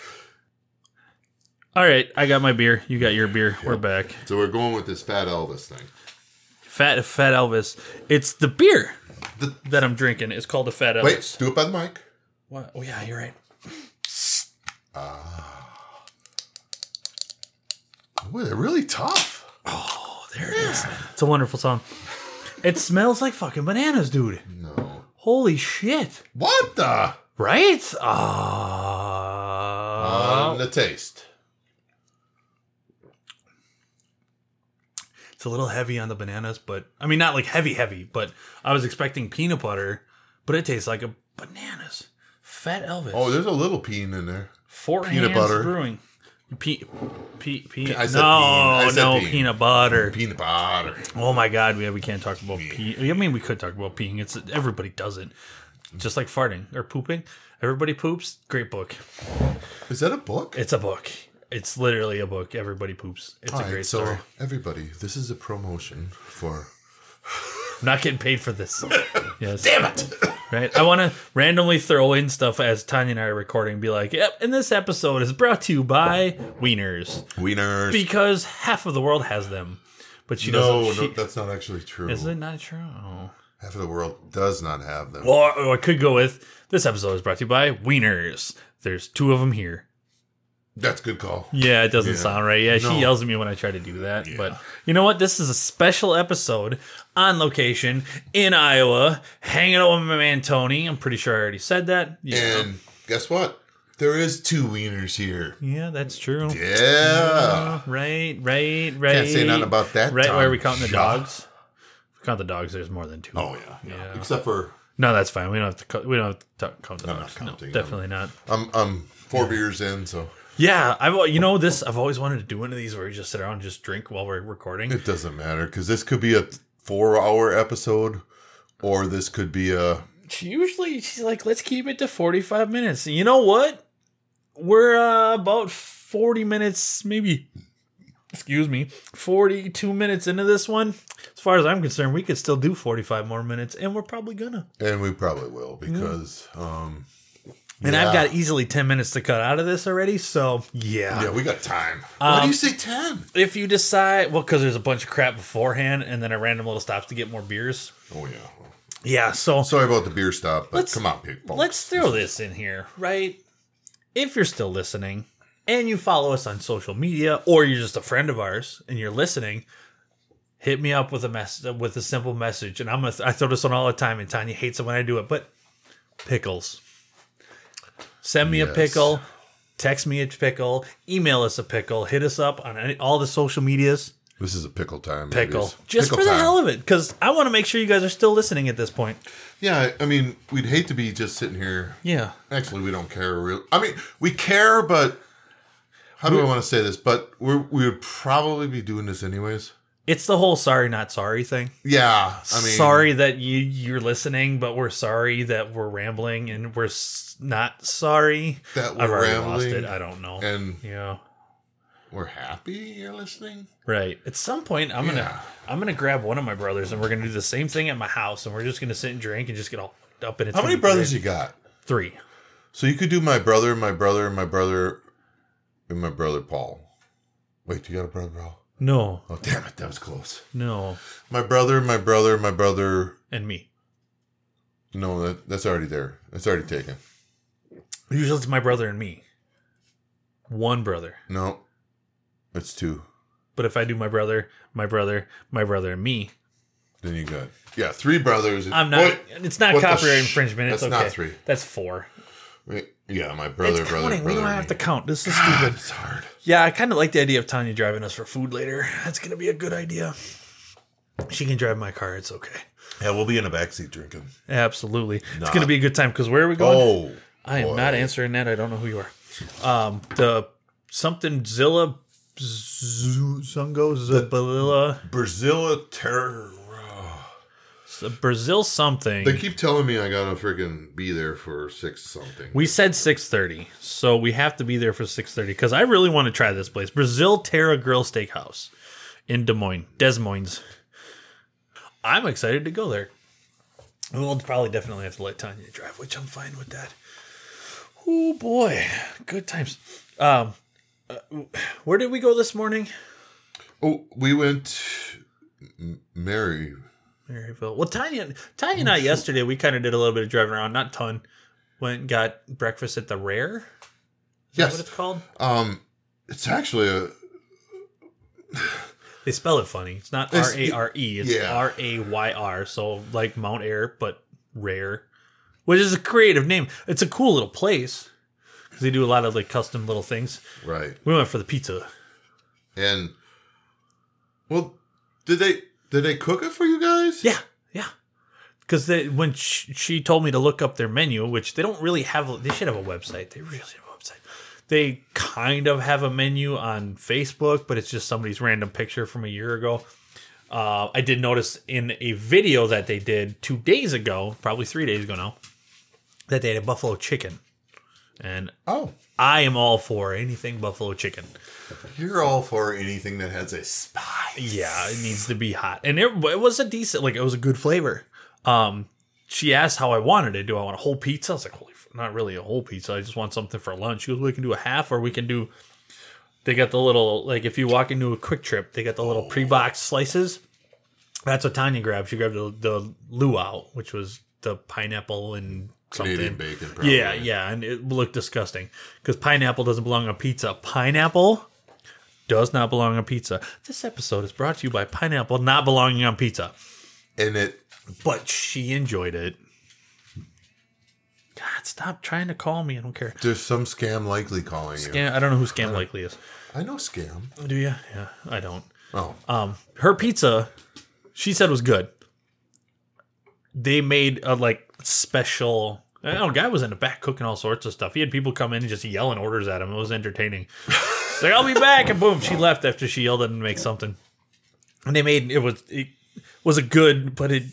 Speaker 1: All right, I got my beer. You got your beer. We're back.
Speaker 2: So we're going with this fat Elvis thing.
Speaker 1: Fat Fat Elvis. It's the beer
Speaker 2: The-
Speaker 1: that I'm drinking. It's called the Fat Elvis.
Speaker 2: Wait, do it by the mic.
Speaker 1: What? Oh yeah, you're right.
Speaker 2: Boy, they're really tough.
Speaker 1: Oh, there it is. It's a wonderful song. It smells like fucking bananas, dude.
Speaker 2: No.
Speaker 1: Holy shit.
Speaker 2: What the?
Speaker 1: Right? Ah. Uh,
Speaker 2: Um, On the taste.
Speaker 1: It's a little heavy on the bananas, but I mean, not like heavy, heavy, but I was expecting peanut butter, but it tastes like a bananas. Fat Elvis.
Speaker 2: Oh, there's a little peen in there.
Speaker 1: Four
Speaker 2: peanut
Speaker 1: hands
Speaker 2: butter.
Speaker 1: brewing. Pe- pe- pe-
Speaker 2: I said bean.
Speaker 1: no,
Speaker 2: I said
Speaker 1: no
Speaker 2: bean.
Speaker 1: peanut butter.
Speaker 2: Peanut butter.
Speaker 1: Oh my god, we we can't talk about peeing. I mean, we could talk about peeing. It's everybody does it, just like farting or pooping. Everybody poops. Great book.
Speaker 2: Is that a book?
Speaker 1: It's a book. It's literally a book. Everybody poops. It's a
Speaker 2: Alright,
Speaker 1: great
Speaker 2: so
Speaker 1: story.
Speaker 2: everybody, this is a promotion for.
Speaker 1: I'm not getting paid for this. Yes.
Speaker 2: Damn it!
Speaker 1: Right. I want to randomly throw in stuff as Tanya and I are recording. And be like, yep. And this episode is brought to you by Wieners
Speaker 2: Wieners.
Speaker 1: because half of the world has them, but she
Speaker 2: no,
Speaker 1: doesn't.
Speaker 2: no,
Speaker 1: she-
Speaker 2: that's not actually true.
Speaker 1: is it not true? Oh.
Speaker 2: Half of the world does not have them.
Speaker 1: Or, or I could go with this episode is brought to you by Wieners. There's two of them here.
Speaker 2: That's a good call.
Speaker 1: Yeah, it doesn't
Speaker 2: Yeah.
Speaker 1: sound right. Yeah,
Speaker 2: No.
Speaker 1: she yells at me when I try to do that.
Speaker 2: Yeah.
Speaker 1: But you know what? This is a special episode on location in Iowa, hanging out with my man Tony. I'm pretty sure I already said that. Yeah,
Speaker 2: And guess what? There is two wieners here.
Speaker 1: yeah that's true. Uh,
Speaker 2: Yeah.
Speaker 1: Right, right, right.
Speaker 2: Can't say nothing about that.
Speaker 1: Right,
Speaker 2: Tom.
Speaker 1: where are we counting the
Speaker 2: Yeah.
Speaker 1: dogs? If we count the dogs, there's more than two.
Speaker 2: Oh yeah, yeah.
Speaker 1: Yeah.
Speaker 2: Except for
Speaker 1: No, that's fine. We don't have to. Co- we don't have to talk, count the
Speaker 2: not
Speaker 1: dogs. No,
Speaker 2: counting them.
Speaker 1: definitely not.
Speaker 2: I'm I'm um, four beers in, so
Speaker 1: Yeah, I've al- you know this. I've always wanted to do one of these where we just sit around and just drink while we're recording.
Speaker 2: it doesn't matter because this could be a four hour episode, or this could be a
Speaker 1: She usually she's like, "Let's keep it to forty-five minutes." You know what? We're uh, about forty minutes, maybe. Excuse me, forty-two minutes into this one. As far as I'm concerned, we could still do forty-five more minutes, and we're probably gonna.
Speaker 2: and we probably will because um
Speaker 1: And
Speaker 2: Yeah.
Speaker 1: I've got easily ten minutes to cut out of this already. So yeah,
Speaker 2: yeah we got time. Why
Speaker 1: Um,
Speaker 2: do you say ten?
Speaker 1: if you decide, well, because there's a bunch of crap beforehand, and then a random little stops to get more beers.
Speaker 2: Oh yeah.
Speaker 1: Yeah, so
Speaker 2: Sorry about the beer stop, but
Speaker 1: Let's-
Speaker 2: come on, people.
Speaker 1: Let's throw this in here, right? If you're still listening and you follow us on social media or you're just a friend of ours and you're listening, hit me up with a mess with a simple message and I'm going to I throw this on all the time and Tanya hates it when I do it, but pickles. Send me a
Speaker 2: Yes.
Speaker 1: pickle, text me a pickle, email us a pickle, hit us up on any, all the social medias
Speaker 2: This is a pickle time.
Speaker 1: pickle.
Speaker 2: ladies.
Speaker 1: Just
Speaker 2: Pickle
Speaker 1: for the
Speaker 2: time.
Speaker 1: hell of it cuz I want to make sure you guys are still listening at this point.
Speaker 2: Yeah, I mean, we'd hate to be just sitting here.
Speaker 1: Yeah.
Speaker 2: Actually, we don't care. Really. I mean, we care, but how do I want to say this? But we're, we would probably be doing this anyways.
Speaker 1: It's the whole sorry not sorry thing.
Speaker 2: Yeah, I mean,
Speaker 1: sorry that you you're listening, but we're sorry that we're rambling and we're s- not sorry.
Speaker 2: That
Speaker 1: I've
Speaker 2: we're
Speaker 1: already lost it.
Speaker 2: rambling
Speaker 1: I don't know.
Speaker 2: and
Speaker 1: yeah,
Speaker 2: we're happy you're listening.
Speaker 1: right. At some point, I'm
Speaker 2: Yeah.
Speaker 1: gonna I'm gonna grab one of my brothers and we're gonna do the same thing at my house and we're just gonna sit and drink and just get all fucked up. And it's
Speaker 2: How
Speaker 1: gonna
Speaker 2: many
Speaker 1: be great.
Speaker 2: brothers you got?
Speaker 1: Three.
Speaker 2: So you could do my brother, my brother, my brother, and my brother Paul. Wait, you got a brother Paul?
Speaker 1: No,
Speaker 2: Oh, damn it, that was close.
Speaker 1: no,
Speaker 2: My brother, my brother, my brother.
Speaker 1: and me.
Speaker 2: No, that, that's already there. That's already taken.
Speaker 1: Usually it's my brother and me. One brother.
Speaker 2: No, that's two.
Speaker 1: But if I do my brother, my brother, my brother, and me,
Speaker 2: Then you got yeah, three brothers.
Speaker 1: I'm not.
Speaker 2: What?
Speaker 1: it's not
Speaker 2: what the
Speaker 1: copyright
Speaker 2: sh-
Speaker 1: infringement. It's
Speaker 2: that's
Speaker 1: okay.
Speaker 2: not three.
Speaker 1: That's four.
Speaker 2: Wait, Yeah, my brother,
Speaker 1: it's
Speaker 2: brother,
Speaker 1: counting.
Speaker 2: brother.
Speaker 1: we don't
Speaker 2: and
Speaker 1: have
Speaker 2: me. Ah,
Speaker 1: to count. This is stupid.
Speaker 2: It's hard.
Speaker 1: yeah, I kind of like the idea of Tanya driving us for food later. That's gonna be a good idea. She can drive my car. It's okay.
Speaker 2: Yeah, we'll be in a backseat drinking.
Speaker 1: Absolutely, it's
Speaker 2: Nah.
Speaker 1: gonna be a good time. Because where are we going?
Speaker 2: Oh,
Speaker 1: I am
Speaker 2: boy.
Speaker 1: not answering that. I don't know who you are. Um, the something Zilla, Z- Zungo, Zabalilla,
Speaker 2: Oh, Brazil terror.
Speaker 1: Brazil something.
Speaker 2: They keep telling me I gotta freaking be there for six something.
Speaker 1: We said 6:30, so we have to be there for 6:30 because I really want to try this place, Brazil Terra Grill Steakhouse in Des Moines, Des Moines. I'm excited to go there. We'll probably definitely have to let Tanya drive, which I'm fine with that. Oh boy, good times. Um, uh, where did we go this morning?
Speaker 2: oh, we went M- Mary.
Speaker 1: Maryville. Well, Tanya, Tanya and I yesterday we kind of did a little bit of driving around, not ton. Went and got breakfast at the Rare. Is that what
Speaker 2: Yes.
Speaker 1: it's called?
Speaker 2: Um, it's actually a
Speaker 1: They spell it funny. It's not R
Speaker 2: It's-
Speaker 1: A R E. It's
Speaker 2: yeah.
Speaker 1: R A Y R. So like Mount Air, but rare, which is a creative name. It's a cool little place because they do a lot of like custom little things.
Speaker 2: right
Speaker 1: We went for the pizza.
Speaker 2: and well, Did they did they cook it for you guys?
Speaker 1: Yeah, yeah. Because when she, she told me to look up their menu, which they don't really have, they should have a website. They really should have a website. They kind of have a menu on Facebook, but it's just somebody's random picture from a year ago. Uh, I did notice in a video that they did two days ago, probably three days ago now, that they had a buffalo chicken. And
Speaker 2: Oh,
Speaker 1: I am all for anything buffalo chicken.
Speaker 3: You're all for anything that has a spice.
Speaker 1: Yeah, it needs to be hot, and it, it was a decent, like it was a good flavor. Um, she asked how I wanted it. Do I want a whole pizza? I was like, holy, f- not really a whole pizza. I just want something for lunch. She goes, we can do a half, or we can do. They got the little like if you walk into a quick trip, they got the
Speaker 2: Oh.
Speaker 1: little pre-boxed slices. That's what Tanya grabbed. She grabbed the, the luau, which was the pineapple and something.
Speaker 2: Canadian bacon. Probably.
Speaker 1: Yeah, yeah, and it looked disgusting because pineapple doesn't belong on pizza. Pineapple does not belong on pizza. This episode is brought to you by pineapple not belonging on pizza,
Speaker 2: And it
Speaker 1: but she enjoyed it. God, stop trying to call me. I don't care.
Speaker 2: there's some scam likely calling you.
Speaker 1: Scam, I don't know who Scam Likely is.
Speaker 2: I know scam.
Speaker 1: Do you? Yeah, I don't.
Speaker 2: Oh,
Speaker 1: Um, her pizza, she said was good. They made a like special. I don't know, guy was in the back cooking all sorts of stuff. He had people come in and just yelling orders at him. It was entertaining. It's like I'll be back, and boom, she left after she yelled at him to make something. And they made it was it was a good, but it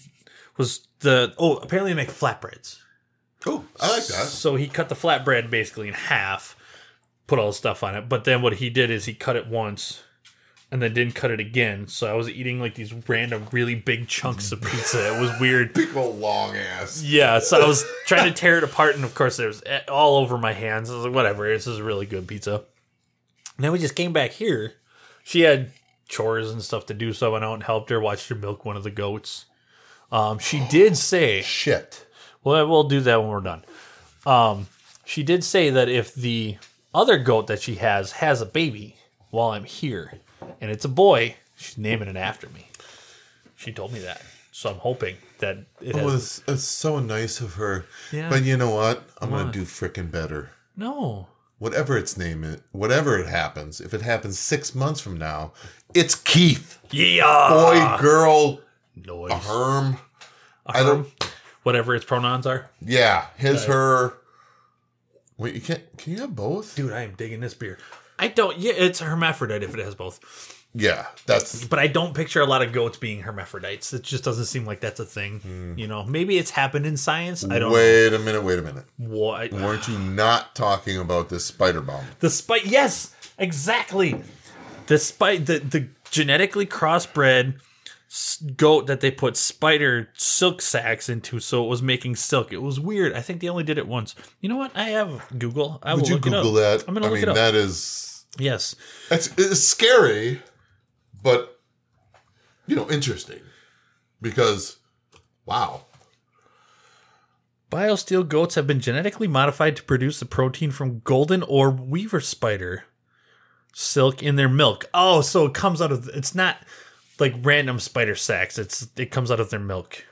Speaker 1: was the oh apparently they make flatbreads.
Speaker 2: cool. I like that.
Speaker 1: So he cut the flatbread basically in half, put all the stuff on it. But then what he did is he cut it once and then didn't cut it again. So I was eating like these random, really big chunks of pizza. It was weird.
Speaker 2: Big old long ass.
Speaker 1: Yeah, so I was trying to tear it apart, and of course, there was eh, all over my hands. I was like, whatever, this is really good pizza. And then we just came back here. She had chores and stuff to do, so I went out and helped her, watched her milk one of the goats. Um, she did say
Speaker 2: Shit.
Speaker 1: well, we'll do that when we're done. Um, she did say that if the other goat that she has has a baby while I'm here, and it's a boy, she's naming it after me. She told me that, so I'm hoping that it
Speaker 2: It
Speaker 1: has.
Speaker 2: was it's so nice of her.
Speaker 1: Yeah.
Speaker 2: But you know what? I'm gonna do frickin' better.
Speaker 1: no,
Speaker 2: Whatever its name is, whatever it happens, if it happens six months from now, it's Keith.
Speaker 1: yeah,
Speaker 2: Boy, girl,
Speaker 1: noise,
Speaker 2: herm. I don't.
Speaker 1: whatever its pronouns are.
Speaker 2: Yeah, his, her. Wait, you can't. Can you have both?
Speaker 1: Dude, I am digging this beer. I don't. Yeah, it's hermaphrodite if it has both,
Speaker 2: Yeah, that's
Speaker 1: but I don't picture a lot of goats being hermaphrodites. It just doesn't seem like that's a thing. You know, maybe it's happened in science. I don't. know.
Speaker 2: Wait a minute, wait a minute.
Speaker 1: What?
Speaker 2: Weren't you not talking about this spider bomb?
Speaker 1: The spike, yes, exactly. The spike, the the genetically crossbred s- goat that they put spider silk sacks into, so it was making silk. It was weird. I think they only did it once. You know what? I have Google. I
Speaker 2: Would
Speaker 1: will
Speaker 2: you
Speaker 1: look
Speaker 2: Google
Speaker 1: it up.
Speaker 2: that?
Speaker 1: I'm gonna
Speaker 2: I
Speaker 1: look
Speaker 2: mean,
Speaker 1: it up.
Speaker 2: that is
Speaker 1: yes,
Speaker 2: that's it's scary, but you know, interesting because wow,
Speaker 1: biosteel goats have been genetically modified to produce the protein from golden or weaver spider silk in their milk. Oh, so it comes out of it's not like random spider sacks. It's it comes out of their milk.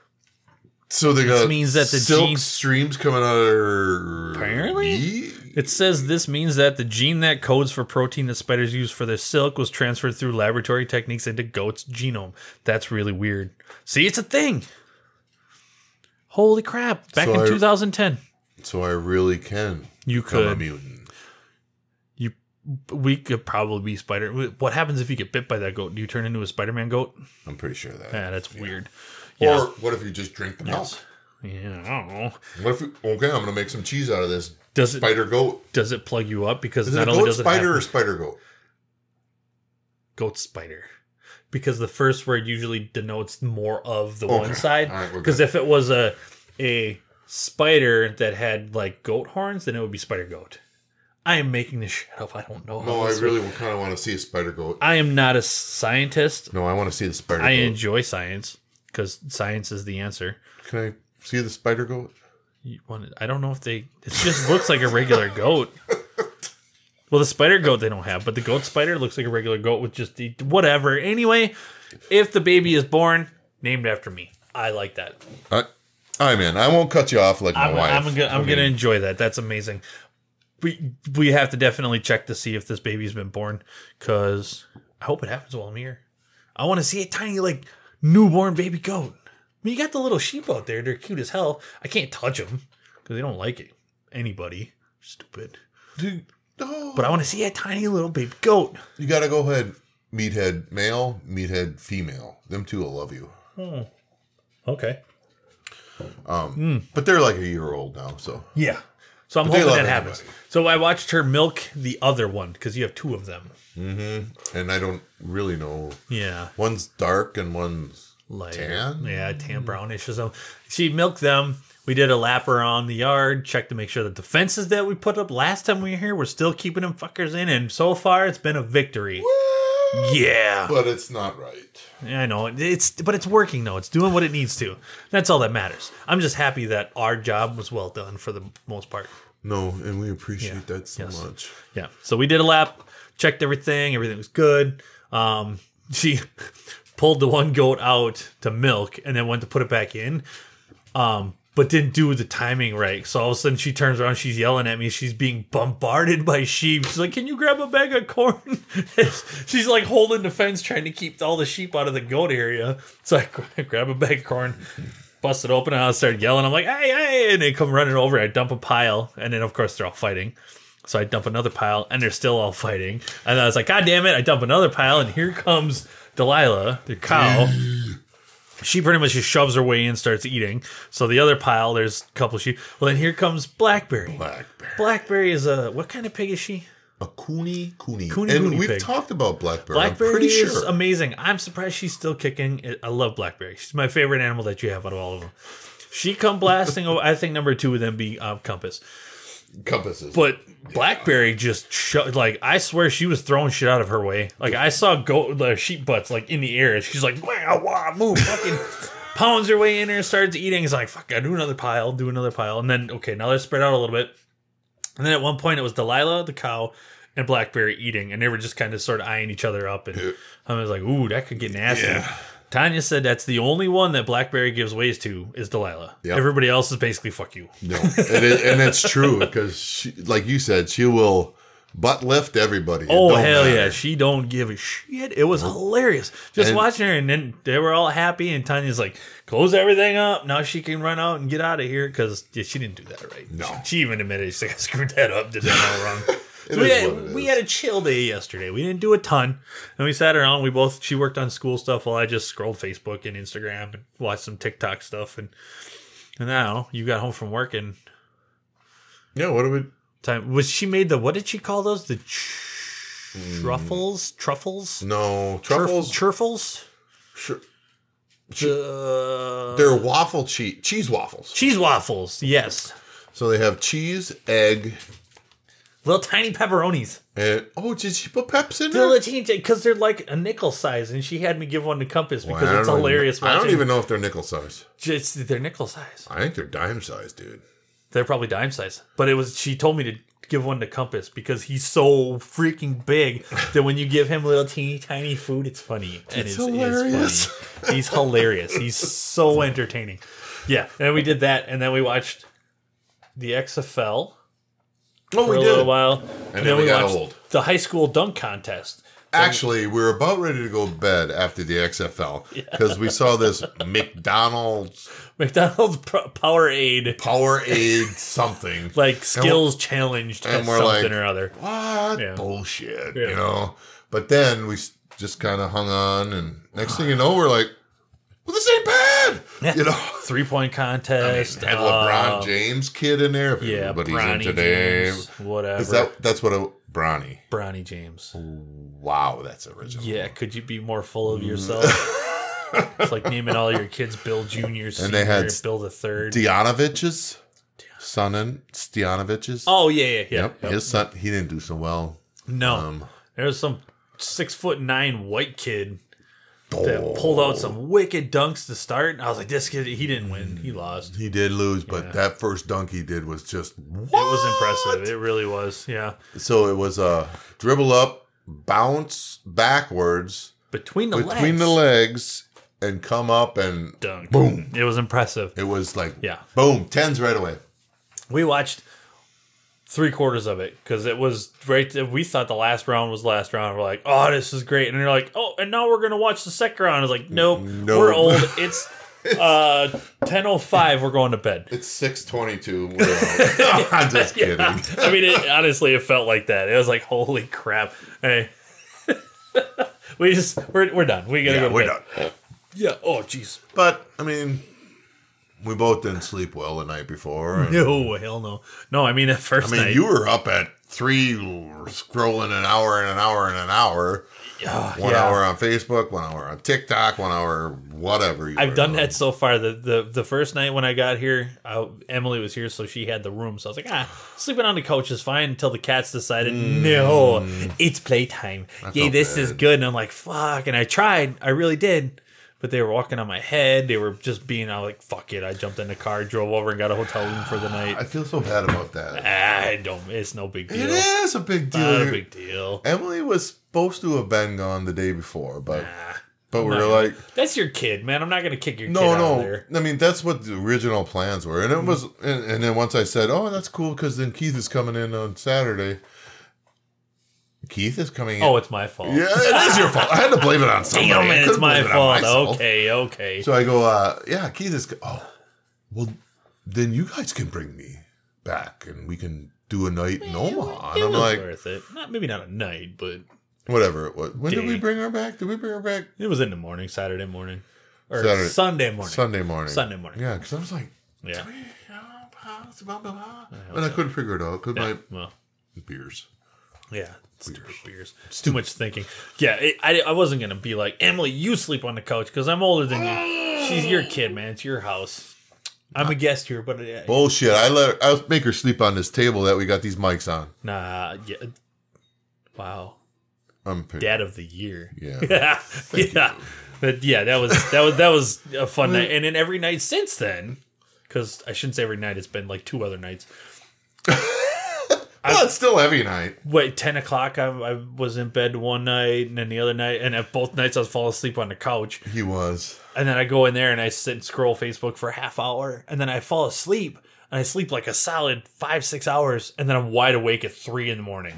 Speaker 2: so they got
Speaker 1: means that the
Speaker 2: silk
Speaker 1: genes-
Speaker 2: streams coming out of their
Speaker 1: Apparently?
Speaker 2: Ye-
Speaker 1: It says this means that the gene that codes for protein that spiders use for their silk was transferred through laboratory techniques into goats' genome. That's really weird. See, it's a thing. Holy crap. Back
Speaker 2: So
Speaker 1: in
Speaker 2: I-
Speaker 1: 2010,
Speaker 2: So I really can
Speaker 1: you
Speaker 2: become a
Speaker 1: could
Speaker 2: mutant.
Speaker 1: you we could probably be spider. What happens if you get bit by that goat? Do you turn into a Spider-Man goat?
Speaker 2: I'm pretty sure of that.
Speaker 1: Ah, that's weird. Yeah.
Speaker 2: Or what if you just drink the milk?
Speaker 1: yeah, I don't know.
Speaker 2: What if you, okay, I'm gonna make some cheese out of this
Speaker 1: Does it
Speaker 2: spider goat.
Speaker 1: does it plug you up because
Speaker 2: Is it a
Speaker 1: not only
Speaker 2: goat
Speaker 1: does it
Speaker 2: spider
Speaker 1: have
Speaker 2: or spider goat?
Speaker 1: goat spider because the first word usually denotes more of the
Speaker 2: Okay.
Speaker 1: one side
Speaker 2: All right, we're
Speaker 1: because if it was a a spider that had like goat horns then it would be spider goat i am making this shit up i don't know
Speaker 2: No,
Speaker 1: how
Speaker 2: I
Speaker 1: this
Speaker 2: really kind of want to see a spider goat.
Speaker 1: i am not a scientist
Speaker 2: No, I want to see the spider
Speaker 1: i
Speaker 2: goat.
Speaker 1: enjoy science because science is the answer
Speaker 2: Can I see the spider goat?
Speaker 1: you want it- i don't know if they it just looks like a regular goat well the spider goat they don't have but the goat spider looks like a regular goat with just the whatever anyway if the baby is born named after me i like that
Speaker 2: I, I man, I won't cut you off like my
Speaker 1: i'm,
Speaker 2: wife.
Speaker 1: I'm, gonna, I'm
Speaker 2: I
Speaker 1: gonna
Speaker 2: mean,
Speaker 1: enjoy that that's amazing we we have to definitely check to see if this baby's been born because i hope it happens while i'm here I want to see a tiny like newborn baby goat. I mean, you got the little sheep out there; they're cute as hell. I can't touch them because they don't like it. Anybody, stupid.
Speaker 2: Dude, no.
Speaker 1: But I want to see a tiny little baby goat.
Speaker 2: you got to go ahead, meathead male, meathead female. Them two will love you.
Speaker 1: Hmm. Okay.
Speaker 2: Um,
Speaker 1: Hmm.
Speaker 2: But they're like a year old now, so.
Speaker 1: Yeah. So I'm
Speaker 2: But they
Speaker 1: hoping
Speaker 2: love
Speaker 1: that happens.
Speaker 2: everybody.
Speaker 1: So I watched her milk the other one because you have two of them.
Speaker 2: And I don't really know.
Speaker 1: Yeah.
Speaker 2: One's dark and one's.
Speaker 1: Like
Speaker 2: Tan?
Speaker 1: Yeah, tan brownish or something. She milked them. We did a lap around the yard, checked to make sure that the fences that we put up last time we were here, we're still keeping them fuckers in, and so far it's been a victory. Yeah.
Speaker 2: But it's not right.
Speaker 1: I know. It's but it's working though. It's doing what it needs to. That's all that matters. I'm just happy that our job was well done for the most part.
Speaker 2: No, and we appreciate that so
Speaker 1: Yes.
Speaker 2: much.
Speaker 1: Yeah. So we did a lap, checked everything. Everything was good. Um, she pulled the one goat out to milk and then went to put it back in, um, but didn't do the timing right. So all of a sudden she turns around, she's yelling at me. She's being bombarded by sheep. She's like, "Can you grab a bag of corn?" she's like holding the fence, trying to keep all the sheep out of the goat area. So I gra- grab a bag of corn. Bust it open and I start yelling. I'm like, hey, hey! And they come running over. I dump a pile, and then of course they're all fighting. So I dump another pile, and they're still all fighting. And I was like, God damn it! I dump another pile, and here comes Delilah, the cow. she pretty much just shoves her way in, starts eating. So the other pile, there's a couple sheep. Well, then here comes Blackberry.
Speaker 2: Blackberry.
Speaker 1: Blackberry is a what kind of pig is she?
Speaker 2: A cooney cooney.
Speaker 1: Cooney
Speaker 2: and
Speaker 1: cooney
Speaker 2: we've
Speaker 1: pig.
Speaker 2: talked about blackberry.
Speaker 1: Blackberry
Speaker 2: I'm pretty
Speaker 1: is
Speaker 2: sure.
Speaker 1: amazing. I'm surprised she's still kicking. I- I love Blackberry. She's my favorite animal that you have out of all of them. She come blasting. over. I think number two would then be uh, Compass.
Speaker 2: Compasses.
Speaker 1: But Blackberry just sho- like I swear she was throwing shit out of her way. Like I saw goat the sheep butts like in the air. and She's like wow wow move fucking pounds her way in there and starts eating. It's like fuck I do another pile, do another pile, and then okay now they're spread out a little bit. And then at one point it was Delilah the cow and Blackberry eating, and they were just kind of sort of eyeing each other up. And I was like ooh that could get nasty.
Speaker 2: Yeah.
Speaker 1: Tanya said that's the only one that Blackberry gives ways to is Delilah.
Speaker 2: Yep.
Speaker 1: Everybody else is basically fuck you.
Speaker 2: No, and, it, and it's true because, she, like you said, she will butt lift everybody. It
Speaker 1: Oh
Speaker 2: don't
Speaker 1: hell
Speaker 2: matter.
Speaker 1: yeah, she don't give a shit. It was hilarious just
Speaker 2: And-
Speaker 1: watching her, and then they were all happy. And Tanya's like, "Close everything up now. She can run out and get out of here because yeah, she didn't do that right.
Speaker 2: No.
Speaker 1: she, she even admitted she's like, I screwed that up. Did that all wrong."
Speaker 2: It
Speaker 1: So we,
Speaker 2: is
Speaker 1: had,
Speaker 2: what it
Speaker 1: we
Speaker 2: is.
Speaker 1: had a chill day yesterday. We didn't do a ton, and we sat around. We both she worked on school stuff while I just scrolled Facebook and Instagram and watched some TikTok stuff. And and now you got home from work and
Speaker 2: Yeah, what do we?
Speaker 1: time was she made the what did she call those the tr- truffles truffles
Speaker 2: No,
Speaker 1: Churf-
Speaker 2: truffles.
Speaker 1: Churfles?
Speaker 2: sure.
Speaker 1: Uh,
Speaker 2: They're waffle cheese, cheese waffles.
Speaker 1: cheese waffles. Yes,
Speaker 2: So they have cheese, egg,
Speaker 1: little tiny pepperonis.
Speaker 2: and oh, did she put peps in
Speaker 1: Little
Speaker 2: it?
Speaker 1: teeny, because they're like a nickel size, and she had me give one to Compass because
Speaker 2: I don't
Speaker 1: it's
Speaker 2: even-
Speaker 1: hilarious.
Speaker 2: I don't
Speaker 1: watching-
Speaker 2: even know if they're nickel size.
Speaker 1: Just they're nickel size.
Speaker 2: I think they're dime size, dude.
Speaker 1: They're probably dime size. But it was she told me to give one to Compass because he's so freaking big that when you give him little teeny tiny food, it's funny. And it
Speaker 2: It's
Speaker 1: is
Speaker 2: hilarious.
Speaker 1: funny. He's hilarious. He's so entertaining. Yeah. And we did that, and then we watched the XFL.
Speaker 2: Oh,
Speaker 1: for
Speaker 2: we
Speaker 1: a
Speaker 2: did.
Speaker 1: little while, and,
Speaker 2: then we got
Speaker 1: watched
Speaker 2: old.
Speaker 1: the high school dunk contest.
Speaker 2: Actually, we were about ready to go to bed after the XFL because we saw this McDonald's
Speaker 1: McDonald's Pro- Powerade
Speaker 2: Powerade something.
Speaker 1: like skills challenged
Speaker 2: and
Speaker 1: at
Speaker 2: we're
Speaker 1: something
Speaker 2: like-
Speaker 1: or other.
Speaker 2: what
Speaker 1: Yeah.
Speaker 2: bullshit,
Speaker 1: Yeah.
Speaker 2: you know? But then we s- just kind of hung on, and next thing you know, we're like, well, this ain't bad, you know?
Speaker 1: Three point contest.
Speaker 2: Had
Speaker 1: uh,
Speaker 2: LeBron James kid in there. If
Speaker 1: yeah,
Speaker 2: everybody's
Speaker 1: Bronny
Speaker 2: into names.
Speaker 1: James, whatever.
Speaker 2: Is that that's what a Bronny?
Speaker 1: Bronny James?
Speaker 2: Wow, that's original.
Speaker 1: Yeah, could you be more full
Speaker 2: Mm.
Speaker 1: of yourself? it's like naming all your kids Bill Junior,
Speaker 2: And they had
Speaker 1: Bill the Third.
Speaker 2: Stianovich's son and Stianovich's.
Speaker 1: oh yeah, yeah, yeah.
Speaker 2: yep, His son, he didn't do so well.
Speaker 1: No,
Speaker 2: Um,
Speaker 1: there was some six foot nine white kid that
Speaker 2: Oh.
Speaker 1: pulled out some wicked dunks to start. And I was like, this kid, he didn't win.
Speaker 2: Mm.
Speaker 1: He lost.
Speaker 2: He did lose, but that first dunk he did was just what?
Speaker 1: It was impressive. It really was. Yeah.
Speaker 2: So it was a dribble up, bounce backwards
Speaker 1: Between the legs.
Speaker 2: between the legs, and come up and
Speaker 1: Dunk.
Speaker 2: boom.
Speaker 1: It was impressive.
Speaker 2: It was like
Speaker 1: Yeah.
Speaker 2: boom, tens right away.
Speaker 1: We watched three quarters of it because it was right. th- We thought the last round was the last round. We're like, oh, this is great, and they're like, oh, and now we're gonna watch the second round. It's like, nope,
Speaker 4: No.
Speaker 1: we're old. It's uh ten oh five. We're going to bed.
Speaker 4: It's six twenty-two. I'm just kidding.
Speaker 1: I mean, it, honestly, it felt like that. It was like, holy crap. Hey, we just we're we're done. We gotta
Speaker 2: Yeah,
Speaker 1: go. To
Speaker 2: we're
Speaker 1: bed.
Speaker 2: done.
Speaker 1: Yeah. Oh, jeez.
Speaker 2: But I mean, we both didn't sleep well the night before. and-
Speaker 1: No, hell no. No, I mean at first
Speaker 2: I mean,
Speaker 1: night.
Speaker 2: you were up at three, scrolling an hour and an hour and an hour.
Speaker 1: Ah,
Speaker 2: One
Speaker 1: yeah.
Speaker 2: hour on Facebook, one hour on TikTok, one hour whatever. You
Speaker 1: I've
Speaker 2: were
Speaker 1: done
Speaker 2: doing.
Speaker 1: that so far. The, the the first night when I got here, I, Emily was here, so she had the room. So I was like, ah, sleeping on the couch is fine until the cats decided,
Speaker 2: Mm.
Speaker 1: no, it's playtime. Yay,
Speaker 2: felt
Speaker 1: this is good. And I'm like, fuck. And I tried, I really did. But they were walking on my head. They were just being, I was like, fuck it. I jumped in the car, drove over, and got a hotel room for the
Speaker 2: I
Speaker 1: night. Ah,
Speaker 2: feel so bad about that.
Speaker 1: I don't, it's no big deal.
Speaker 2: It is a big deal.
Speaker 1: Not a big deal.
Speaker 2: Emily was supposed to have been gone the day before, but
Speaker 1: Ah,
Speaker 2: but we
Speaker 1: not
Speaker 2: were
Speaker 1: gonna-
Speaker 2: like,
Speaker 1: That's your kid, man. I'm not going to kick your kid
Speaker 2: no,
Speaker 1: out of
Speaker 2: no.
Speaker 1: there.
Speaker 2: I mean, that's what the original plans were, and it was. And, and then once I said, "Oh, that's cool," because then Keith is coming in on Saturday. Keith is coming in.
Speaker 1: Oh, it's my fault.
Speaker 2: yeah, it is your fault. I had to blame it on somebody.
Speaker 1: Damn
Speaker 2: I
Speaker 1: it, it's
Speaker 2: couldn't
Speaker 1: my
Speaker 2: blame it on
Speaker 1: fault.
Speaker 2: myself.
Speaker 1: okay, okay.
Speaker 2: So I go, uh, yeah, Keith is. co- Oh, well, then you guys can bring me back, and we can do a night in Omaha. And
Speaker 1: it
Speaker 2: I'm
Speaker 1: was
Speaker 2: like,
Speaker 1: worth it. Not maybe not a night, but
Speaker 2: whatever it was. When did we
Speaker 1: Day.
Speaker 2: bring her back? Did we bring her back
Speaker 1: it was in the morning, Saturday morning, or
Speaker 2: Saturday-
Speaker 1: Sunday morning.
Speaker 2: Sunday morning?
Speaker 1: Sunday morning.
Speaker 2: Yeah, because I was like,
Speaker 1: Yeah.
Speaker 2: and I couldn't figure it out because
Speaker 1: Yeah, Well,
Speaker 2: my beers.
Speaker 1: yeah. Stupid beers. It's too much thinking. Yeah, it, I, I wasn't gonna be like Emily. You sleep on the couch because I'm older than you. She's your kid, man. It's your house. I'm a guest here, but uh,
Speaker 2: Bullshit! I let her, I make her sleep on this table that we got these mics on.
Speaker 1: nah. Yeah. Wow,
Speaker 2: I'm picking.
Speaker 1: dad of the year.
Speaker 2: Yeah,
Speaker 1: yeah, yeah. But yeah, that was that was that was a fun night, and then every night since then, because I shouldn't say every night. It's been like two other nights.
Speaker 2: well, it's still heavy night.
Speaker 1: Wait, ten o'clock. I, I was in bed one night, and then the other night, and at both nights I was falling asleep on the couch,
Speaker 2: He was.
Speaker 1: and then I go in there and I sit and scroll Facebook for a half hour, and then I fall asleep, and I sleep like a solid five six hours, and then I'm wide awake at three in the morning.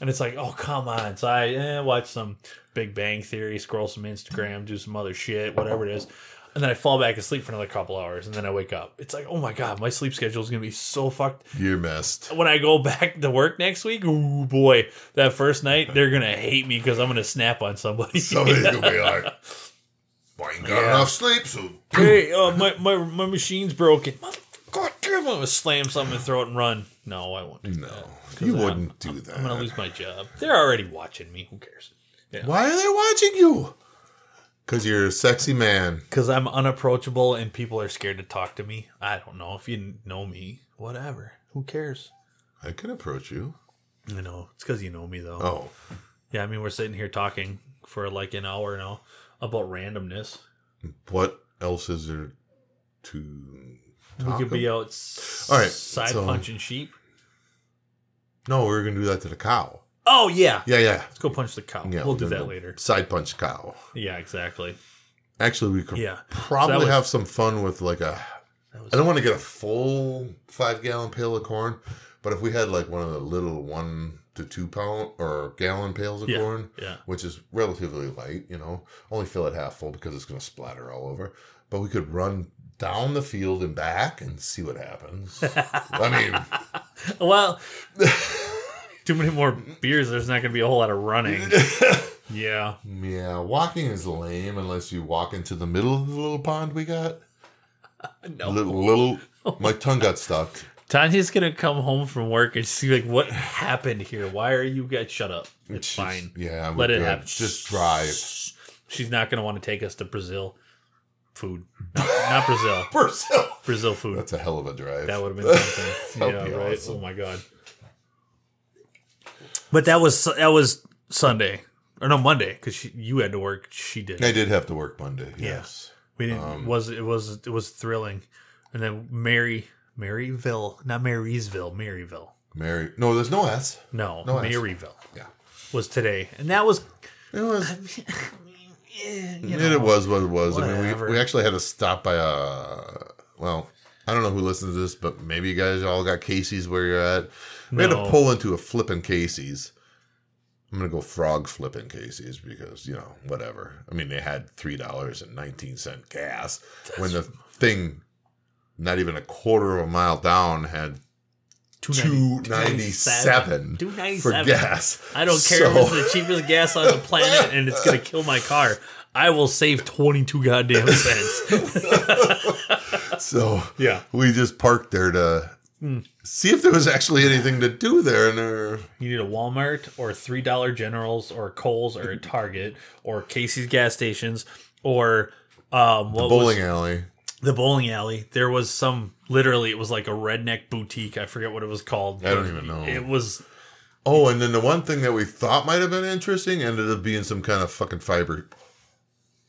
Speaker 1: And it's like, oh come on! So I eh, watch some Big Bang Theory, scroll some Instagram, do some other shit, whatever it is, and then I fall back asleep for another couple hours, and then I wake up. It's like, oh my god, my sleep schedule is gonna be so fucked
Speaker 2: You're messed.
Speaker 1: when I go back to work next week, ooh boy, that first night they're gonna hate me because I'm gonna snap on somebody.
Speaker 2: Somebody's gonna be like, "Well, you ain't got enough sleep, so
Speaker 1: hey, uh, my, my my machine's broken. Motherfucker, God damn, I'm gonna slam something in the throat and run. No, I won't.
Speaker 2: no, you
Speaker 1: I'm-
Speaker 2: wouldn't do that."
Speaker 1: I'm gonna lose my job. They're already watching me. Who cares?
Speaker 2: Why are they watching you? Because you're a sexy man.
Speaker 1: Because I'm unapproachable and people are scared to talk to me. I don't know if you know me. Whatever. Who cares?
Speaker 2: I can approach you.
Speaker 1: I know it's because you know me though.
Speaker 2: Oh,
Speaker 1: Yeah, I mean we're sitting here talking for like an hour now about randomness.
Speaker 2: what else is there to
Speaker 1: We
Speaker 2: talk
Speaker 1: could be
Speaker 2: ab-
Speaker 1: out
Speaker 2: All right,
Speaker 1: side
Speaker 2: so-
Speaker 1: punching sheep.
Speaker 2: No, we were gonna do that to the cow.
Speaker 1: Oh yeah.
Speaker 2: Yeah, yeah,
Speaker 1: Let's go punch the cow.
Speaker 2: yeah.
Speaker 1: we'll
Speaker 2: we're
Speaker 1: do
Speaker 2: gonna
Speaker 1: that
Speaker 2: go
Speaker 1: later.
Speaker 2: Side punch cow.
Speaker 1: Yeah, exactly.
Speaker 2: Actually, we could
Speaker 1: Yeah.
Speaker 2: probably
Speaker 1: So that was-
Speaker 2: have some fun with like a.
Speaker 1: That was-
Speaker 2: I don't want to get a full five gallon pail of corn, but if we had like one of the little one to two pound or gallon pails of
Speaker 1: Yeah.
Speaker 2: corn,
Speaker 1: Yeah.
Speaker 2: which is relatively light, you know, only fill it half full because it's going to splatter all over. But we could run down the field and back and see what happens. I mean,
Speaker 1: Well, too many more beers. There's not going to be a whole lot of running. yeah.
Speaker 2: yeah, walking is lame unless you walk into the middle of the little pond we got.
Speaker 1: No.
Speaker 2: Little, little, my tongue got stuck.
Speaker 1: Tanya's going to come home from work and see like what happened here. Why are you guys shut up? It's
Speaker 2: Just-
Speaker 1: fine.
Speaker 2: Yeah, we're
Speaker 1: Let it
Speaker 2: good.
Speaker 1: happen.
Speaker 2: Just drive.
Speaker 1: She's not going to want to take us to Brazil food. Not, not Brazil.
Speaker 2: Brazil.
Speaker 1: Brazil food.
Speaker 2: That's a hell of a drive.
Speaker 1: That would have been something.
Speaker 2: That'd
Speaker 1: yeah,
Speaker 2: be
Speaker 1: right.
Speaker 2: awesome.
Speaker 1: Oh my god. But that was that was Sunday or no Monday because you had to work. She did.
Speaker 2: I did have to work Monday. Yes.
Speaker 1: We didn't.
Speaker 2: Um,
Speaker 1: was it was it was thrilling, and then Mary Maryville, not Marysville, Maryville.
Speaker 2: Mary. No, there's no S.
Speaker 1: No,
Speaker 2: No, it's-
Speaker 1: Maryville
Speaker 2: Yeah.
Speaker 1: was today, and that was.
Speaker 2: It was.
Speaker 1: eh, you
Speaker 2: it
Speaker 1: know,
Speaker 2: was what it was. I mean,
Speaker 1: whatever.
Speaker 2: we, we actually had to stop by a. uh, Well, I don't know who listens to this, but maybe you guys all got Casey's where you're at. We had
Speaker 1: No.
Speaker 2: to pull into a flipping Casey's. I'm gonna go frog flipping Casey's because you know whatever. I mean, they had three dollars and nineteen cent gas when the thing, not even a quarter of a mile down, had two ninety seven
Speaker 1: Two ninety
Speaker 2: for
Speaker 1: seven.
Speaker 2: gas.
Speaker 1: I don't care if it's the cheapest gas on the planet and it's gonna kill my car. I will save twenty two goddamn cents.
Speaker 2: So
Speaker 1: yeah.
Speaker 2: we just parked there to
Speaker 1: Hmm.
Speaker 2: see if there was actually anything to do there. And there,
Speaker 1: You need a Walmart or three dollar Generals or Kohl's or a Target or Casey's gas stations or um what was
Speaker 2: bowling alley.
Speaker 1: the bowling alley. There was some literally it was like a redneck boutique. I forget what it was called.
Speaker 2: I don't even know.
Speaker 1: It was
Speaker 2: Oh, and then the one thing that we thought might have been interesting ended up being some kind of fucking fiber,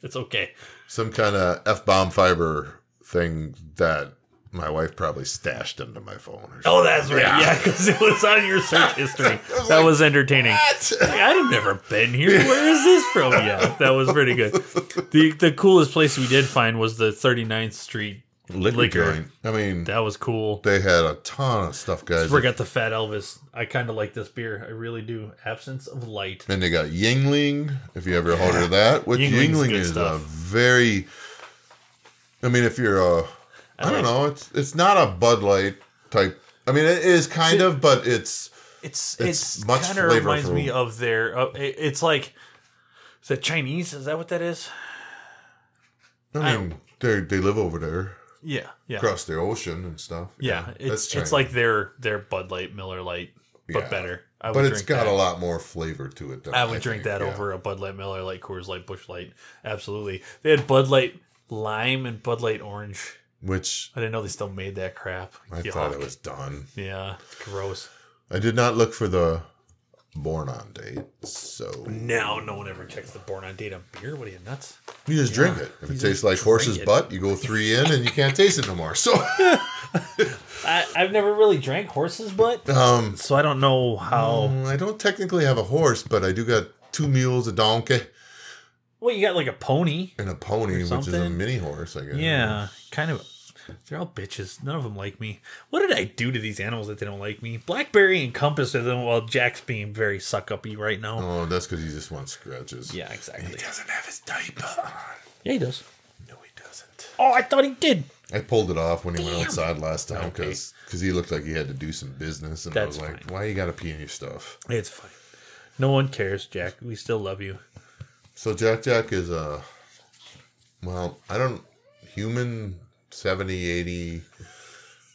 Speaker 1: it's okay.
Speaker 2: some kind of f bomb fiber thing that my wife probably stashed into my phone. Or
Speaker 1: Oh, that's right.
Speaker 2: Yeah.
Speaker 1: Yeah, because it was on your search history. that was entertaining.
Speaker 2: something.
Speaker 1: Like, I've never been here. Where is this from? Yeah, that was pretty good. The the coolest place we did find was the 39th Street.
Speaker 2: liquor,
Speaker 1: Liquor.
Speaker 2: joint. I mean,
Speaker 1: That was cool.
Speaker 2: they had a ton of stuff, guys.
Speaker 1: Forgot the Fat Elvis. I kind of like this beer. I really do. Absence of light.
Speaker 2: And they got Yingling, if you ever heard of that. Which
Speaker 1: Yingling's
Speaker 2: Yingling
Speaker 1: good
Speaker 2: is a
Speaker 1: stuff.
Speaker 2: very, I mean, if you're a, I
Speaker 1: like-
Speaker 2: don't know, it's it's not a Bud Light type. I mean, it is kind of, but it's
Speaker 1: It's
Speaker 2: It's
Speaker 1: it's,
Speaker 2: much
Speaker 1: kind of reminds
Speaker 2: flavorful.
Speaker 1: me of their. Uh, it- it's like is that Chinese? Is that what that is?
Speaker 2: I
Speaker 1: I-
Speaker 2: mean, they they live over there
Speaker 1: Yeah, yeah,
Speaker 2: across the ocean and stuff.
Speaker 1: yeah.
Speaker 2: that's
Speaker 1: It's
Speaker 2: China.
Speaker 1: it's like their their Bud Light, Miller Light, but
Speaker 2: Yeah.
Speaker 1: better. I
Speaker 2: but it's
Speaker 1: drink
Speaker 2: got
Speaker 1: that.
Speaker 2: a lot more flavor to it. Than
Speaker 1: I would drink
Speaker 2: think,
Speaker 1: that
Speaker 2: yeah.
Speaker 1: over a Bud Light, Miller Light, Coors Light, Bush Light. Absolutely. They had Bud Light Lime and Bud Light Orange.
Speaker 2: which
Speaker 1: I didn't know they still made that crap.
Speaker 2: I
Speaker 1: Yuck.
Speaker 2: thought it was done.
Speaker 1: Yeah, it's gross.
Speaker 2: I did not look for the born on date, so
Speaker 1: Now no one ever checks the born on date on beer. What are you nuts?
Speaker 2: You just drink it. If it tastes like horse's
Speaker 1: it.
Speaker 2: butt, you go three in and you can't taste it no more. So,
Speaker 1: I, I've never really drank horse's butt,
Speaker 2: um, mm,
Speaker 1: so I don't know how.
Speaker 2: I don't technically have a horse, but I do got two mules, a donkey,
Speaker 1: Well, you got like a pony.
Speaker 2: and a pony, which is a
Speaker 1: something.
Speaker 2: mini horse, I guess.
Speaker 1: Yeah, kind of. They're all bitches. None of them like me. What did I do to these animals that they don't like me? Blackberry and Compass are them while Jack's being very suck uppy right now.
Speaker 2: Oh, that's because he just wants scratches.
Speaker 1: Yeah, exactly.
Speaker 2: He doesn't have his diaper on.
Speaker 1: Yeah, he does.
Speaker 2: No, he doesn't.
Speaker 1: Oh, I thought he did.
Speaker 2: I pulled it off when he went outside last time because he looked like he had to do some business, and
Speaker 1: That's
Speaker 2: I was like,
Speaker 1: fine.
Speaker 2: "Why you got to pee in your stuff?"
Speaker 1: It's fine. No one cares, Jack. We still love you.
Speaker 2: So Jack Jack is a well, I don't human 70, 80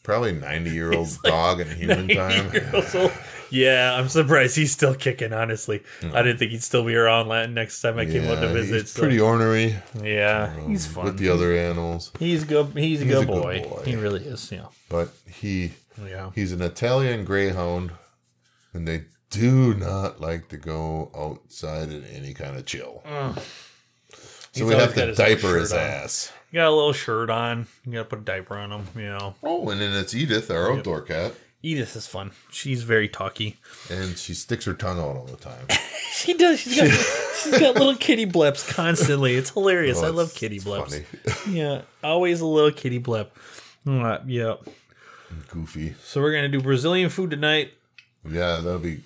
Speaker 2: probably 90 year old dog in human time.
Speaker 1: So, yeah, I'm surprised he's still kicking, honestly. I didn't think he'd still be around la- next time I came out to
Speaker 2: Yeah,
Speaker 1: visit.
Speaker 2: he's
Speaker 1: so-
Speaker 2: pretty ornery
Speaker 1: yeah, he's
Speaker 2: with
Speaker 1: fun.
Speaker 2: the other animals,
Speaker 1: he's good. He's a, good,
Speaker 2: a good
Speaker 1: boy.
Speaker 2: boy.
Speaker 1: He really is. Yeah.
Speaker 2: but he
Speaker 1: Yeah.
Speaker 2: he's an Italian greyhound and they do not like to go outside in any kind of chill. So
Speaker 1: He's
Speaker 2: we
Speaker 1: always
Speaker 2: have
Speaker 1: got
Speaker 2: to
Speaker 1: his
Speaker 2: diaper
Speaker 1: shirt
Speaker 2: his
Speaker 1: on.
Speaker 2: ass.
Speaker 1: You got a little shirt on. You got to put a diaper on him. You know.
Speaker 2: Oh, and then it's Edith, our outdoor cat,
Speaker 1: Edith is fun. She's very talky.
Speaker 2: and she sticks her tongue out all the time.
Speaker 1: She does. She's got, she's got little kitty bleps constantly. It's hilarious. I
Speaker 2: Well,
Speaker 1: love
Speaker 2: Oh, it's-
Speaker 1: kitty
Speaker 2: it's
Speaker 1: bleps.
Speaker 2: funny.
Speaker 1: Yeah, always a little kitty blep. Mm, yeah.
Speaker 2: Goofy.
Speaker 1: So we're gonna do Brazilian food tonight,
Speaker 2: Yeah, that'll be.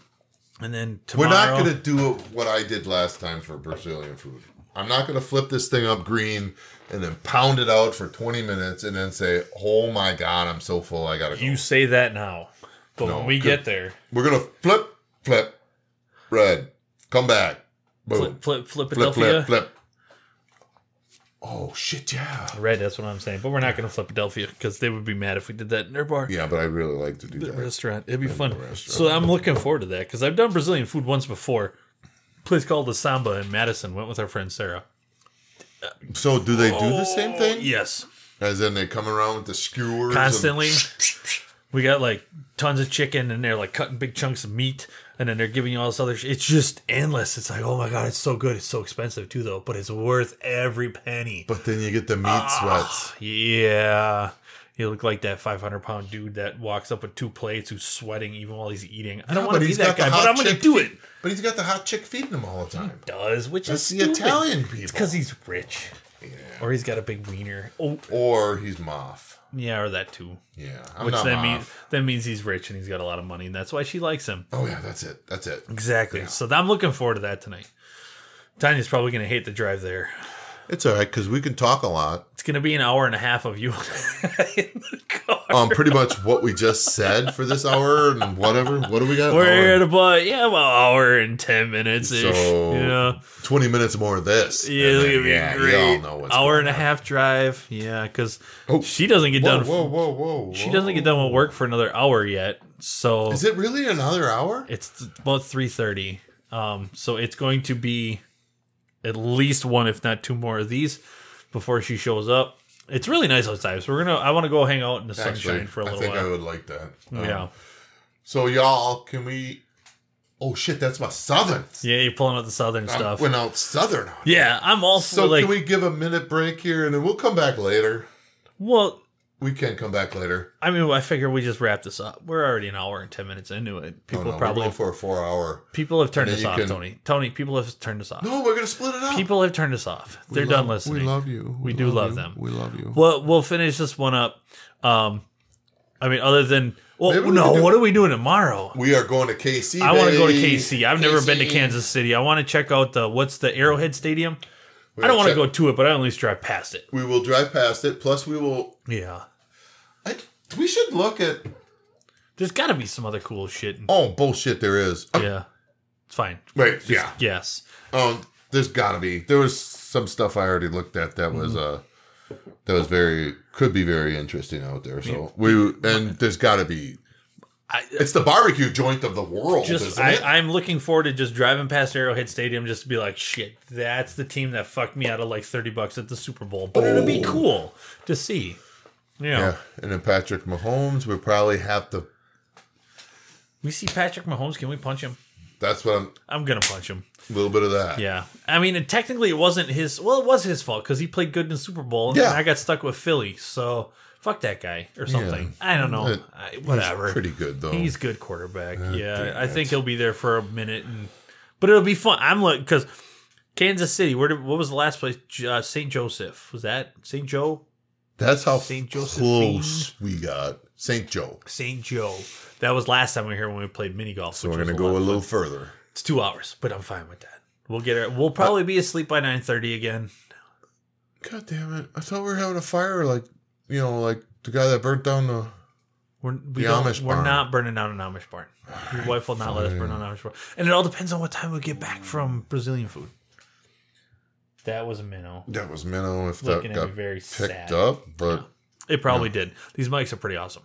Speaker 1: and then
Speaker 2: We're
Speaker 1: tomorrow.
Speaker 2: not gonna do what I did last time for Brazilian food. I'm not gonna flip this thing up green and then pound it out for 20 minutes and then say, "Oh my god, I'm so full, I gotta go."
Speaker 1: You say that now, but
Speaker 2: No,
Speaker 1: when we
Speaker 2: good.
Speaker 1: get there,
Speaker 2: We're gonna flip, flip, red, come back, boom,
Speaker 1: flip, flip, flip,
Speaker 2: flip, flip,
Speaker 1: Philadelphia.
Speaker 2: flip, Oh shit, yeah.
Speaker 1: Red. That's what I'm saying. But we're not gonna flip Philadelphia because they would be mad if we did that in their bar.
Speaker 2: Yeah, but I really like to do
Speaker 1: The
Speaker 2: that.
Speaker 1: restaurant. It'd be fun.
Speaker 2: restaurant.
Speaker 1: So I'm looking forward to that because I've done Brazilian food once before. place called the Samba in Madison. Went with our friend Sarah.
Speaker 2: So, do they do the same
Speaker 1: Oh,
Speaker 2: thing?
Speaker 1: Yes.
Speaker 2: As in, they come around with the skewers and-
Speaker 1: constantly. We got like tons of chicken, and they're like cutting big chunks of meat, and then they're giving you all this other. Sh- it's just endless. It's like, oh my god, it's so good. It's so expensive too, though, but it's worth every penny.
Speaker 2: But then you get the meat
Speaker 1: Ah.
Speaker 2: sweats.
Speaker 1: Yeah, you look like that five hundred pound dude that walks up with two plates, who's sweating even while he's eating. I don't
Speaker 2: Yeah,
Speaker 1: want
Speaker 2: but
Speaker 1: to be
Speaker 2: he's
Speaker 1: that
Speaker 2: got the
Speaker 1: guy,
Speaker 2: hot
Speaker 1: but I'm going to
Speaker 2: chick
Speaker 1: do
Speaker 2: feet.
Speaker 1: it.
Speaker 2: But he's got the hot chick feeding him all the time.
Speaker 1: Does which
Speaker 2: That's
Speaker 1: is
Speaker 2: the
Speaker 1: stupid.
Speaker 2: Italian people.
Speaker 1: It's because he's rich. Or he's got a big wiener. Oh,
Speaker 2: Or he's Moth.
Speaker 1: yeah, or that too.
Speaker 2: Yeah. I'm
Speaker 1: Which
Speaker 2: not
Speaker 1: then
Speaker 2: Moth.
Speaker 1: means that means he's rich and he's got a lot of money, and that's why she likes him.
Speaker 2: Oh, yeah, that's it. That's it.
Speaker 1: Exactly. So I'm looking forward to that tonight. Tanya's probably going to hate the drive there.
Speaker 2: It's all right because we can talk a lot.
Speaker 1: It's going to be an hour and a half of you in the car.
Speaker 2: Um, pretty much what we just said for this hour and whatever. What do we got?
Speaker 1: We're
Speaker 2: Hour
Speaker 1: at about yeah, about an hour and ten minutes
Speaker 2: and-
Speaker 1: ish.
Speaker 2: so
Speaker 1: yeah,
Speaker 2: twenty minutes more of this.
Speaker 1: yeah,
Speaker 2: And
Speaker 1: it's
Speaker 2: then,
Speaker 1: gonna be
Speaker 2: yeah,
Speaker 1: great.
Speaker 2: You all know what's
Speaker 1: hour
Speaker 2: going
Speaker 1: and a
Speaker 2: on.
Speaker 1: half drive. Yeah, because
Speaker 2: Oh.
Speaker 1: she doesn't get
Speaker 2: Whoa,
Speaker 1: done.
Speaker 2: whoa, whoa, whoa!
Speaker 1: She doesn't get done with work for another hour yet. So
Speaker 2: Is it really another hour?
Speaker 1: it's about three thirty. Um, so it's going to be at least one, if not two more of these before she shows up. It's really nice outside, so we're gonna. I want to go hang out in the sunshine for a
Speaker 2: I
Speaker 1: little
Speaker 2: think I
Speaker 1: while.
Speaker 2: would like that. Um,
Speaker 1: yeah,
Speaker 2: So y'all, can we? Oh shit, that's my southern
Speaker 1: yeah, you're pulling out the southern stuff.
Speaker 2: Went out Uh, southern. On. it.
Speaker 1: yeah, I'm also
Speaker 2: um, So
Speaker 1: like,
Speaker 2: can we give a minute break here, and then we'll come back later.
Speaker 1: well,
Speaker 2: We can come back later. Oh,
Speaker 1: I mean, I figure we just wrap this up. We're already an hour and ten minutes into it.
Speaker 2: No,
Speaker 1: People
Speaker 2: Oh, no, we're
Speaker 1: probably
Speaker 2: going for a four-hour.
Speaker 1: people have turned
Speaker 2: And
Speaker 1: us
Speaker 2: then you
Speaker 1: off,
Speaker 2: can-
Speaker 1: Tony. Tony, people have turned us off.
Speaker 2: No, we're gonna split it up.
Speaker 1: People have turned us off. They're
Speaker 2: love-
Speaker 1: done listening.
Speaker 2: We love you.
Speaker 1: We do love
Speaker 2: you.
Speaker 1: them.
Speaker 2: We love you.
Speaker 1: Well, we'll finish this one up. Um, I mean, other than well,
Speaker 2: Maybe we
Speaker 1: no,
Speaker 2: could do-
Speaker 1: what are we doing tomorrow?
Speaker 2: We are going to KC.
Speaker 1: I want to go to
Speaker 2: baby.
Speaker 1: KC. I've never been to Kansas City. I want to check out the what's the Arrowhead Stadium.
Speaker 2: We
Speaker 1: I don't want to
Speaker 2: check-
Speaker 1: go to it, but I at least drive past it.
Speaker 2: We will drive past it. Plus, we will.
Speaker 1: Yeah,
Speaker 2: I, we should look at.
Speaker 1: there's got to be some other cool shit. in-
Speaker 2: Oh bullshit! There is. Uh,
Speaker 1: Yeah, it's fine.
Speaker 2: Wait. yeah.
Speaker 1: Yes.
Speaker 2: Um. There's gotta be. There was some stuff I already looked at that was uh
Speaker 1: Mm-hmm.
Speaker 2: that was very could be very interesting out there. So we and there's gotta be.
Speaker 1: I-
Speaker 2: It's the barbecue joint of the world,
Speaker 1: just
Speaker 2: isn't
Speaker 1: I,
Speaker 2: it?
Speaker 1: I'm looking forward to just driving past Arrowhead Stadium just to be like, shit, that's the team that fucked me out of like thirty bucks at the Super Bowl. But it'll be
Speaker 2: Oh.
Speaker 1: cool to see. You know,
Speaker 2: yeah. And then Patrick Mahomes, we probably have to.
Speaker 1: we see Patrick Mahomes. Can we punch him?
Speaker 2: That's what I'm.
Speaker 1: I'm gonna punch him.
Speaker 2: A little bit of that.
Speaker 1: Yeah, I mean, and technically it wasn't his. Well, it was his fault because he played good in the Super Bowl, and
Speaker 2: Yeah.
Speaker 1: then I got stuck with Philly. So fuck that guy or something. I don't know.
Speaker 2: It-
Speaker 1: I,
Speaker 2: He's
Speaker 1: whatever.
Speaker 2: pretty good though.
Speaker 1: He's good quarterback. yeah, I think he'll be there for a minute, and but it'll be fun. I'm like because Kansas City. Where did, what was the last place? J- Uh, St. Joseph was that St. Joe?
Speaker 2: That's how
Speaker 1: Saint Josephine.
Speaker 2: close we got. St. Joe.
Speaker 1: St. Joe. That was last time we were here when we played mini golf.
Speaker 2: So we're gonna go a little further.
Speaker 1: It's two hours, but I'm fine with that. We'll get it. We'll probably be asleep by nine thirty again.
Speaker 2: God damn it! I thought we were having a fire, like you know, like the guy that burnt down the.
Speaker 1: We're, we
Speaker 2: The
Speaker 1: don't,
Speaker 2: Amish
Speaker 1: we're
Speaker 2: barn.
Speaker 1: not burning down an Amish barn. Your wife will not let us burn down an Amish barn. And it all depends on what time we get back from Brazilian food. That was a minnow.
Speaker 2: That was Minnow. If
Speaker 1: Looking
Speaker 2: that
Speaker 1: at me
Speaker 2: got
Speaker 1: very
Speaker 2: picked
Speaker 1: sad.
Speaker 2: up, but
Speaker 1: It probably did. These mics are pretty awesome.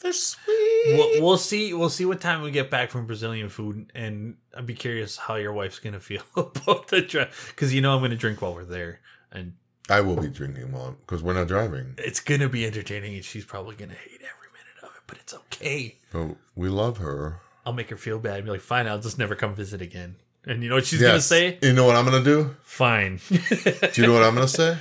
Speaker 2: they're sweet.
Speaker 1: We'll, we'll see. We'll see what time we get back from Brazilian food, and I'd be curious how your wife's gonna feel about the drive because you know I'm gonna drink while we're there, and
Speaker 2: I will be drinking while because we're not driving.
Speaker 1: it's gonna be entertaining, and she's probably gonna hate every minute of it, but it's okay.
Speaker 2: But we love her.
Speaker 1: I'll make her feel bad and be like, "Fine, I'll just never come visit again." And you know what she's gonna
Speaker 2: Yes.
Speaker 1: say?
Speaker 2: You know what I'm gonna do?
Speaker 1: Fine.
Speaker 2: Do you know what I'm gonna say?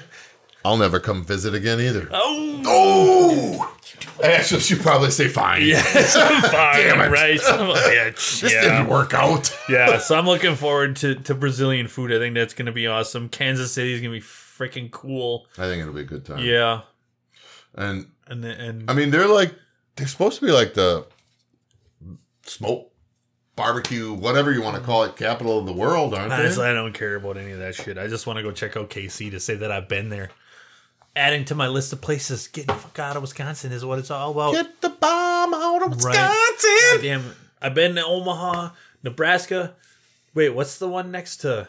Speaker 2: I'll never come visit again either.
Speaker 1: oh.
Speaker 2: Oh, actually, she probably say fine.
Speaker 1: Yes, I'm fine,
Speaker 2: Damn it.
Speaker 1: right? Son of a bitch.
Speaker 2: this
Speaker 1: yeah.
Speaker 2: didn't work out.
Speaker 1: yeah, so I'm looking forward to, to Brazilian food. I think that's going to be awesome. Kansas City is going to be freaking cool.
Speaker 2: I think it'll be a good time.
Speaker 1: Yeah.
Speaker 2: and
Speaker 1: And then, and
Speaker 2: I mean, they're like they're supposed to be like the smoke barbecue, whatever you want to call it, capital of the world, aren't
Speaker 1: honestly,
Speaker 2: they?
Speaker 1: I don't care about any of that shit. I just want to go check out KC to say that I've been there. Adding to my list of places, getting the fuck out of Wisconsin is what it's all about.
Speaker 2: Get the bomb out of
Speaker 1: Oh. Right.
Speaker 2: Wisconsin.
Speaker 1: Damn, I've been to Omaha, Nebraska. Wait, what's the one next to?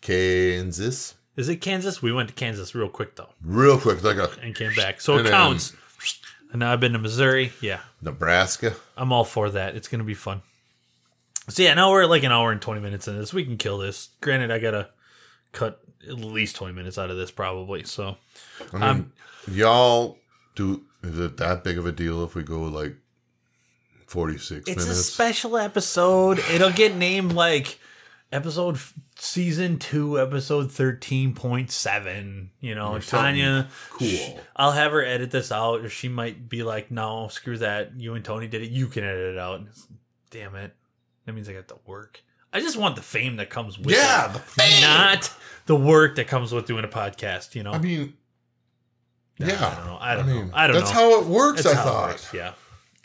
Speaker 2: Kansas.
Speaker 1: Is it Kansas? We went to Kansas real quick though
Speaker 2: Real quick, like a
Speaker 1: and came back, so it
Speaker 2: And then-
Speaker 1: counts. And now I've been to Missouri. Yeah,
Speaker 2: Nebraska.
Speaker 1: I'm all for that. It's gonna be fun. So yeah, now we're at like an hour and twenty minutes in this. We can kill this. Granted, I gotta cut at least twenty minutes out of this probably. So
Speaker 2: I mean,
Speaker 1: Um,
Speaker 2: y'all do is it that big of a deal if we go like forty six
Speaker 1: it's a
Speaker 2: minutes?
Speaker 1: special episode. It'll get named like episode f- season two, episode thirteen point seven. You know, Tanya.
Speaker 2: cool.
Speaker 1: I'll have her edit this out, or she might be like, "No, screw that. You and Tony did it. You can edit it out." And it's, Damn it! That means I got to work. I just want the fame that comes with
Speaker 2: Yeah,
Speaker 1: it,
Speaker 2: the fame.
Speaker 1: not the work that comes with doing a podcast. You know,
Speaker 2: I mean,
Speaker 1: No,
Speaker 2: yeah.
Speaker 1: I don't know. I don't
Speaker 2: mean,
Speaker 1: know. I don't
Speaker 2: that's
Speaker 1: know.
Speaker 2: how it works. I
Speaker 1: how it
Speaker 2: thought.
Speaker 1: works, Yeah,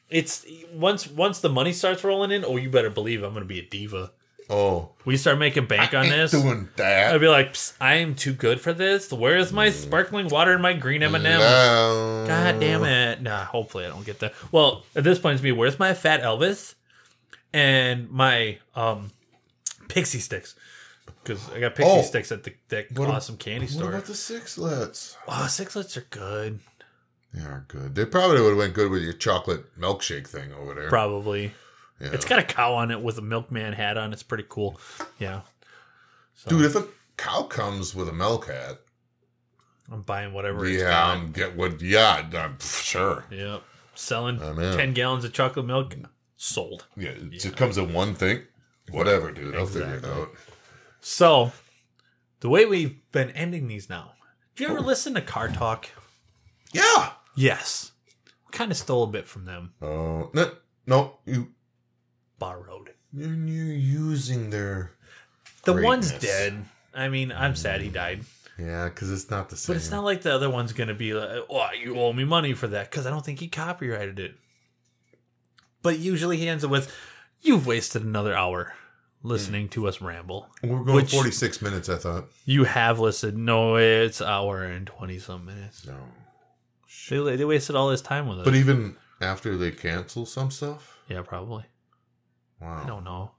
Speaker 1: it's once once the money starts rolling in. Oh, you better believe I'm gonna be a diva.
Speaker 2: Oh,
Speaker 1: We start making bank on
Speaker 2: ain't
Speaker 1: this.
Speaker 2: doing that. Mm.
Speaker 1: I'd be like, "Psst, I am too good for this. Where is my sparkling water and my green M and M?
Speaker 2: No.
Speaker 1: God
Speaker 2: Uh,
Speaker 1: damn it! Nah, hopefully I don't get that. Well, at this point, it's me. Where's my fat Elvis and my um pixie sticks? Because I got pixie
Speaker 2: Oh.
Speaker 1: sticks at the that
Speaker 2: What ab-
Speaker 1: awesome candy
Speaker 2: What
Speaker 1: store.
Speaker 2: about the sixlets?
Speaker 1: oh, sixlets are good.
Speaker 2: They are good. They probably would have went good with your chocolate milkshake thing over there.
Speaker 1: Probably.
Speaker 2: Yeah.
Speaker 1: It's got a cow on it with a milkman hat on. It's pretty cool. Yeah. So
Speaker 2: Dude, if a cow comes with a milk hat,
Speaker 1: I'm buying whatever it's
Speaker 2: yeah,
Speaker 1: got.
Speaker 2: I'm get what? Yeah, I'm sure.
Speaker 1: Yep. Selling
Speaker 2: I'm in.
Speaker 1: 10 gallons of chocolate milk. Sold.
Speaker 2: Yeah, it comes in one thing. Whatever, dude. I'll figure
Speaker 1: Exactly.
Speaker 2: it out.
Speaker 1: So, the way we've been ending these now, do you ever listen to Car Talk?
Speaker 2: Yeah.
Speaker 1: Yes. We kind of stole a bit from them.
Speaker 2: Oh no, no, you
Speaker 1: Borrowed.
Speaker 2: you're, you're using their.
Speaker 1: The one's
Speaker 2: Greatness.
Speaker 1: dead. I mean, I'm sad he died.
Speaker 2: Yeah, because it's not the same.
Speaker 1: But it's not like the other one's going to be like, oh, you owe me money for that, because I don't think he copyrighted it. But usually he ends up with, you've wasted another hour listening
Speaker 2: Mm.
Speaker 1: to us ramble.
Speaker 2: We're going
Speaker 1: which-
Speaker 2: 46 minutes. I thought.
Speaker 1: You have listened. No, it's hour and 20 some minutes.
Speaker 2: No.
Speaker 1: They, they wasted all this time with us.
Speaker 2: But even after they cancel some stuff,
Speaker 1: yeah, probably. I
Speaker 2: wow,
Speaker 1: don't know.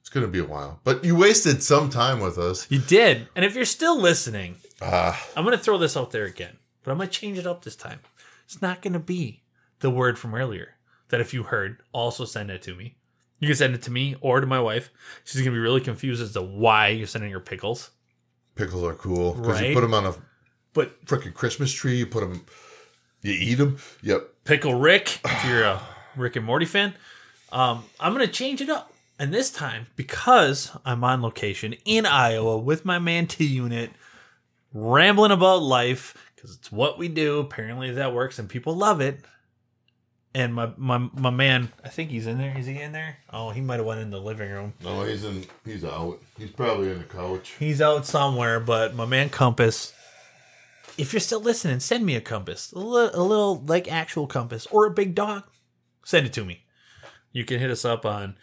Speaker 2: it's gonna be a while. But you wasted some time with us.
Speaker 1: You did. And if you're still listening,
Speaker 2: Ah,
Speaker 1: I'm going to throw this out there again, but I'm going to change it up this time. It's not going to be the word from earlier that if you heard, also send it to me. You can send it to me or to my wife. She's going to be really confused as to why you're sending her pickles.
Speaker 2: pickles are cool because you
Speaker 1: Right.
Speaker 2: put them on a
Speaker 1: But
Speaker 2: freaking Christmas tree. You put them, you eat them. Yep.
Speaker 1: Pickle Rick, if you're a Rick and Morty fan, um, I'm going to change it up. And this time, because I'm on location in Iowa with my man T Unit, rambling about life, because it's what we do. Apparently that works and people love it. And my, my my man, I think he's in there. Is he in there? Oh, he might have went in the living room.
Speaker 2: No, he's in. He's out. He's probably in the couch.
Speaker 1: He's out somewhere, but my man Compass. If you're still listening, send me a compass, a li- a little like actual compass or a big dog. Send it to me. You can hit us up on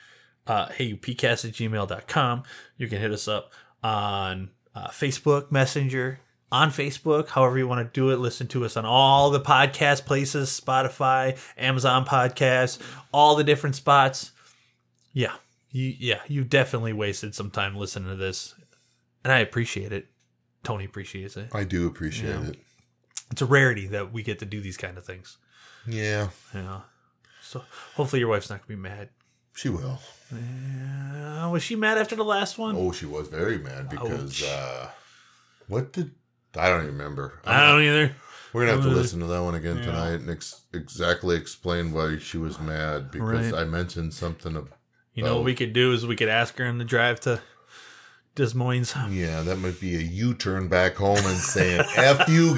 Speaker 1: uh, heyupcast at gmail.com. You can hit us up on uh, Facebook, Messenger, on Facebook, however you want to do it. Listen to us on all the podcast places Spotify, Amazon Podcasts, all the different spots. Yeah. You, yeah, you definitely wasted some time listening to this, and I appreciate it. Tony appreciates it.
Speaker 2: I do appreciate
Speaker 1: Yeah.
Speaker 2: it.
Speaker 1: It's a rarity that we get to do these kind of things.
Speaker 2: Yeah,
Speaker 1: Yeah. So hopefully your wife's not gonna be mad.
Speaker 2: she will.
Speaker 1: Uh, was she mad after the last one?
Speaker 2: Oh, she was very mad because
Speaker 1: Ouch.
Speaker 2: uh, what did I don't even remember.
Speaker 1: I don't either.
Speaker 2: We're gonna have to
Speaker 1: Uh,
Speaker 2: listen to that one again tonight and ex- exactly explain why she was mad because
Speaker 1: Right.
Speaker 2: I mentioned something of
Speaker 1: You
Speaker 2: Oh.
Speaker 1: know what we could do is we could ask her on the drive to Des Moines.
Speaker 2: yeah that might be a U turn back home and saying f you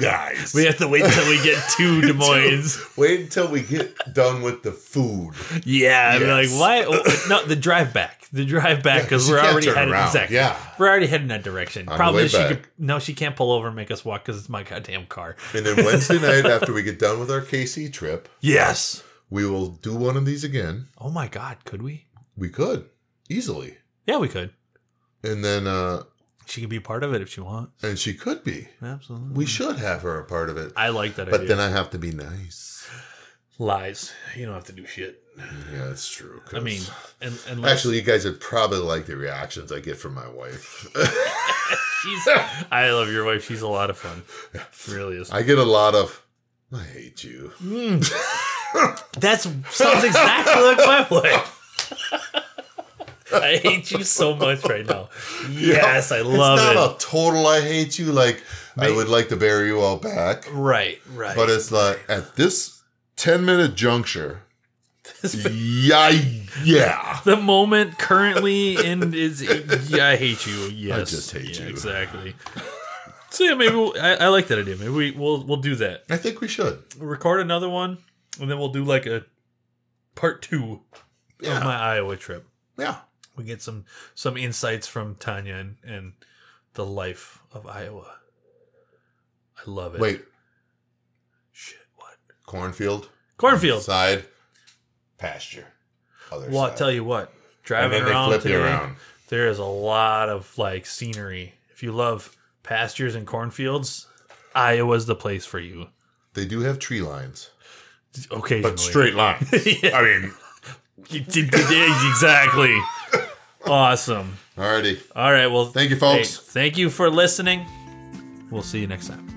Speaker 2: guys.
Speaker 1: We have to wait till we get to Des Moines.
Speaker 2: Wait until we get done with the food.
Speaker 1: Yeah, I'd be
Speaker 2: Yes.
Speaker 1: like why? oh, no, the drive back. The drive back because
Speaker 2: she
Speaker 1: we're
Speaker 2: can't
Speaker 1: already
Speaker 2: turn
Speaker 1: headed
Speaker 2: around.
Speaker 1: exactly.
Speaker 2: Yeah.
Speaker 1: we're already heading that direction.
Speaker 2: the
Speaker 1: Probably
Speaker 2: way
Speaker 1: she
Speaker 2: back.
Speaker 1: could. No, she can't pull over and make us walk because it's my goddamn car.
Speaker 2: And then Wednesday night after we get done with our KC trip,
Speaker 1: Yes.
Speaker 2: we will do one of these again.
Speaker 1: Oh my god, could we?
Speaker 2: We could easily,
Speaker 1: Yeah, we could.
Speaker 2: and then uh,
Speaker 1: She could be part of it if she wants.
Speaker 2: and she could be.
Speaker 1: Absolutely.
Speaker 2: We should have her a part of it,
Speaker 1: Hmm. I like that
Speaker 2: but
Speaker 1: idea.
Speaker 2: then I have to be nice.
Speaker 1: Lies. You don't have to do shit.
Speaker 2: Yeah, that's true.
Speaker 1: I
Speaker 2: 'cause-
Speaker 1: mean, and, unless
Speaker 2: Actually, you guys would probably like the reactions I get from my wife.
Speaker 1: she's. I love your wife. She's a lot of fun. She really is.
Speaker 2: I get a lot of, I hate you.
Speaker 1: That sounds exactly like my wife. I hate you so much right now. Yes, I
Speaker 2: it's
Speaker 1: love
Speaker 2: not a total I hate you, like, I would like to bury you all back.
Speaker 1: it. Right, right.
Speaker 2: But it's like, at this 10 minute juncture, yeah, yeah.
Speaker 1: the moment currently in is yeah, I hate you. Yes,
Speaker 2: just hate
Speaker 1: Yeah,
Speaker 2: you.
Speaker 1: exactly. So yeah, maybe we'll, I, I like that idea. Maybe we, we'll we'll do that.
Speaker 2: I think we should.
Speaker 1: record another one, and then we'll do like a part two
Speaker 2: Yeah.
Speaker 1: of my Iowa trip.
Speaker 2: yeah.
Speaker 1: we get some some insights from Tanya and, and the life of Iowa. I love it.
Speaker 2: Wait,
Speaker 1: shit, what?
Speaker 2: cornfield,
Speaker 1: Cornfield.
Speaker 2: side, pasture, other
Speaker 1: Well, I'll
Speaker 2: side.
Speaker 1: tell you what,
Speaker 2: and
Speaker 1: driving
Speaker 2: then they
Speaker 1: around
Speaker 2: flip
Speaker 1: today,
Speaker 2: you around.
Speaker 1: there is a lot of like scenery. If you love pastures and cornfields, Iowa's the place for you.
Speaker 2: They do have tree lines,
Speaker 1: Occasionally,
Speaker 2: but straight lines.
Speaker 1: Yeah.
Speaker 2: I mean,
Speaker 1: exactly. awesome.
Speaker 2: alrighty.
Speaker 1: All right. Well,
Speaker 2: Thank you,
Speaker 1: hey,
Speaker 2: folks.
Speaker 1: thank you for listening. We'll see you next time.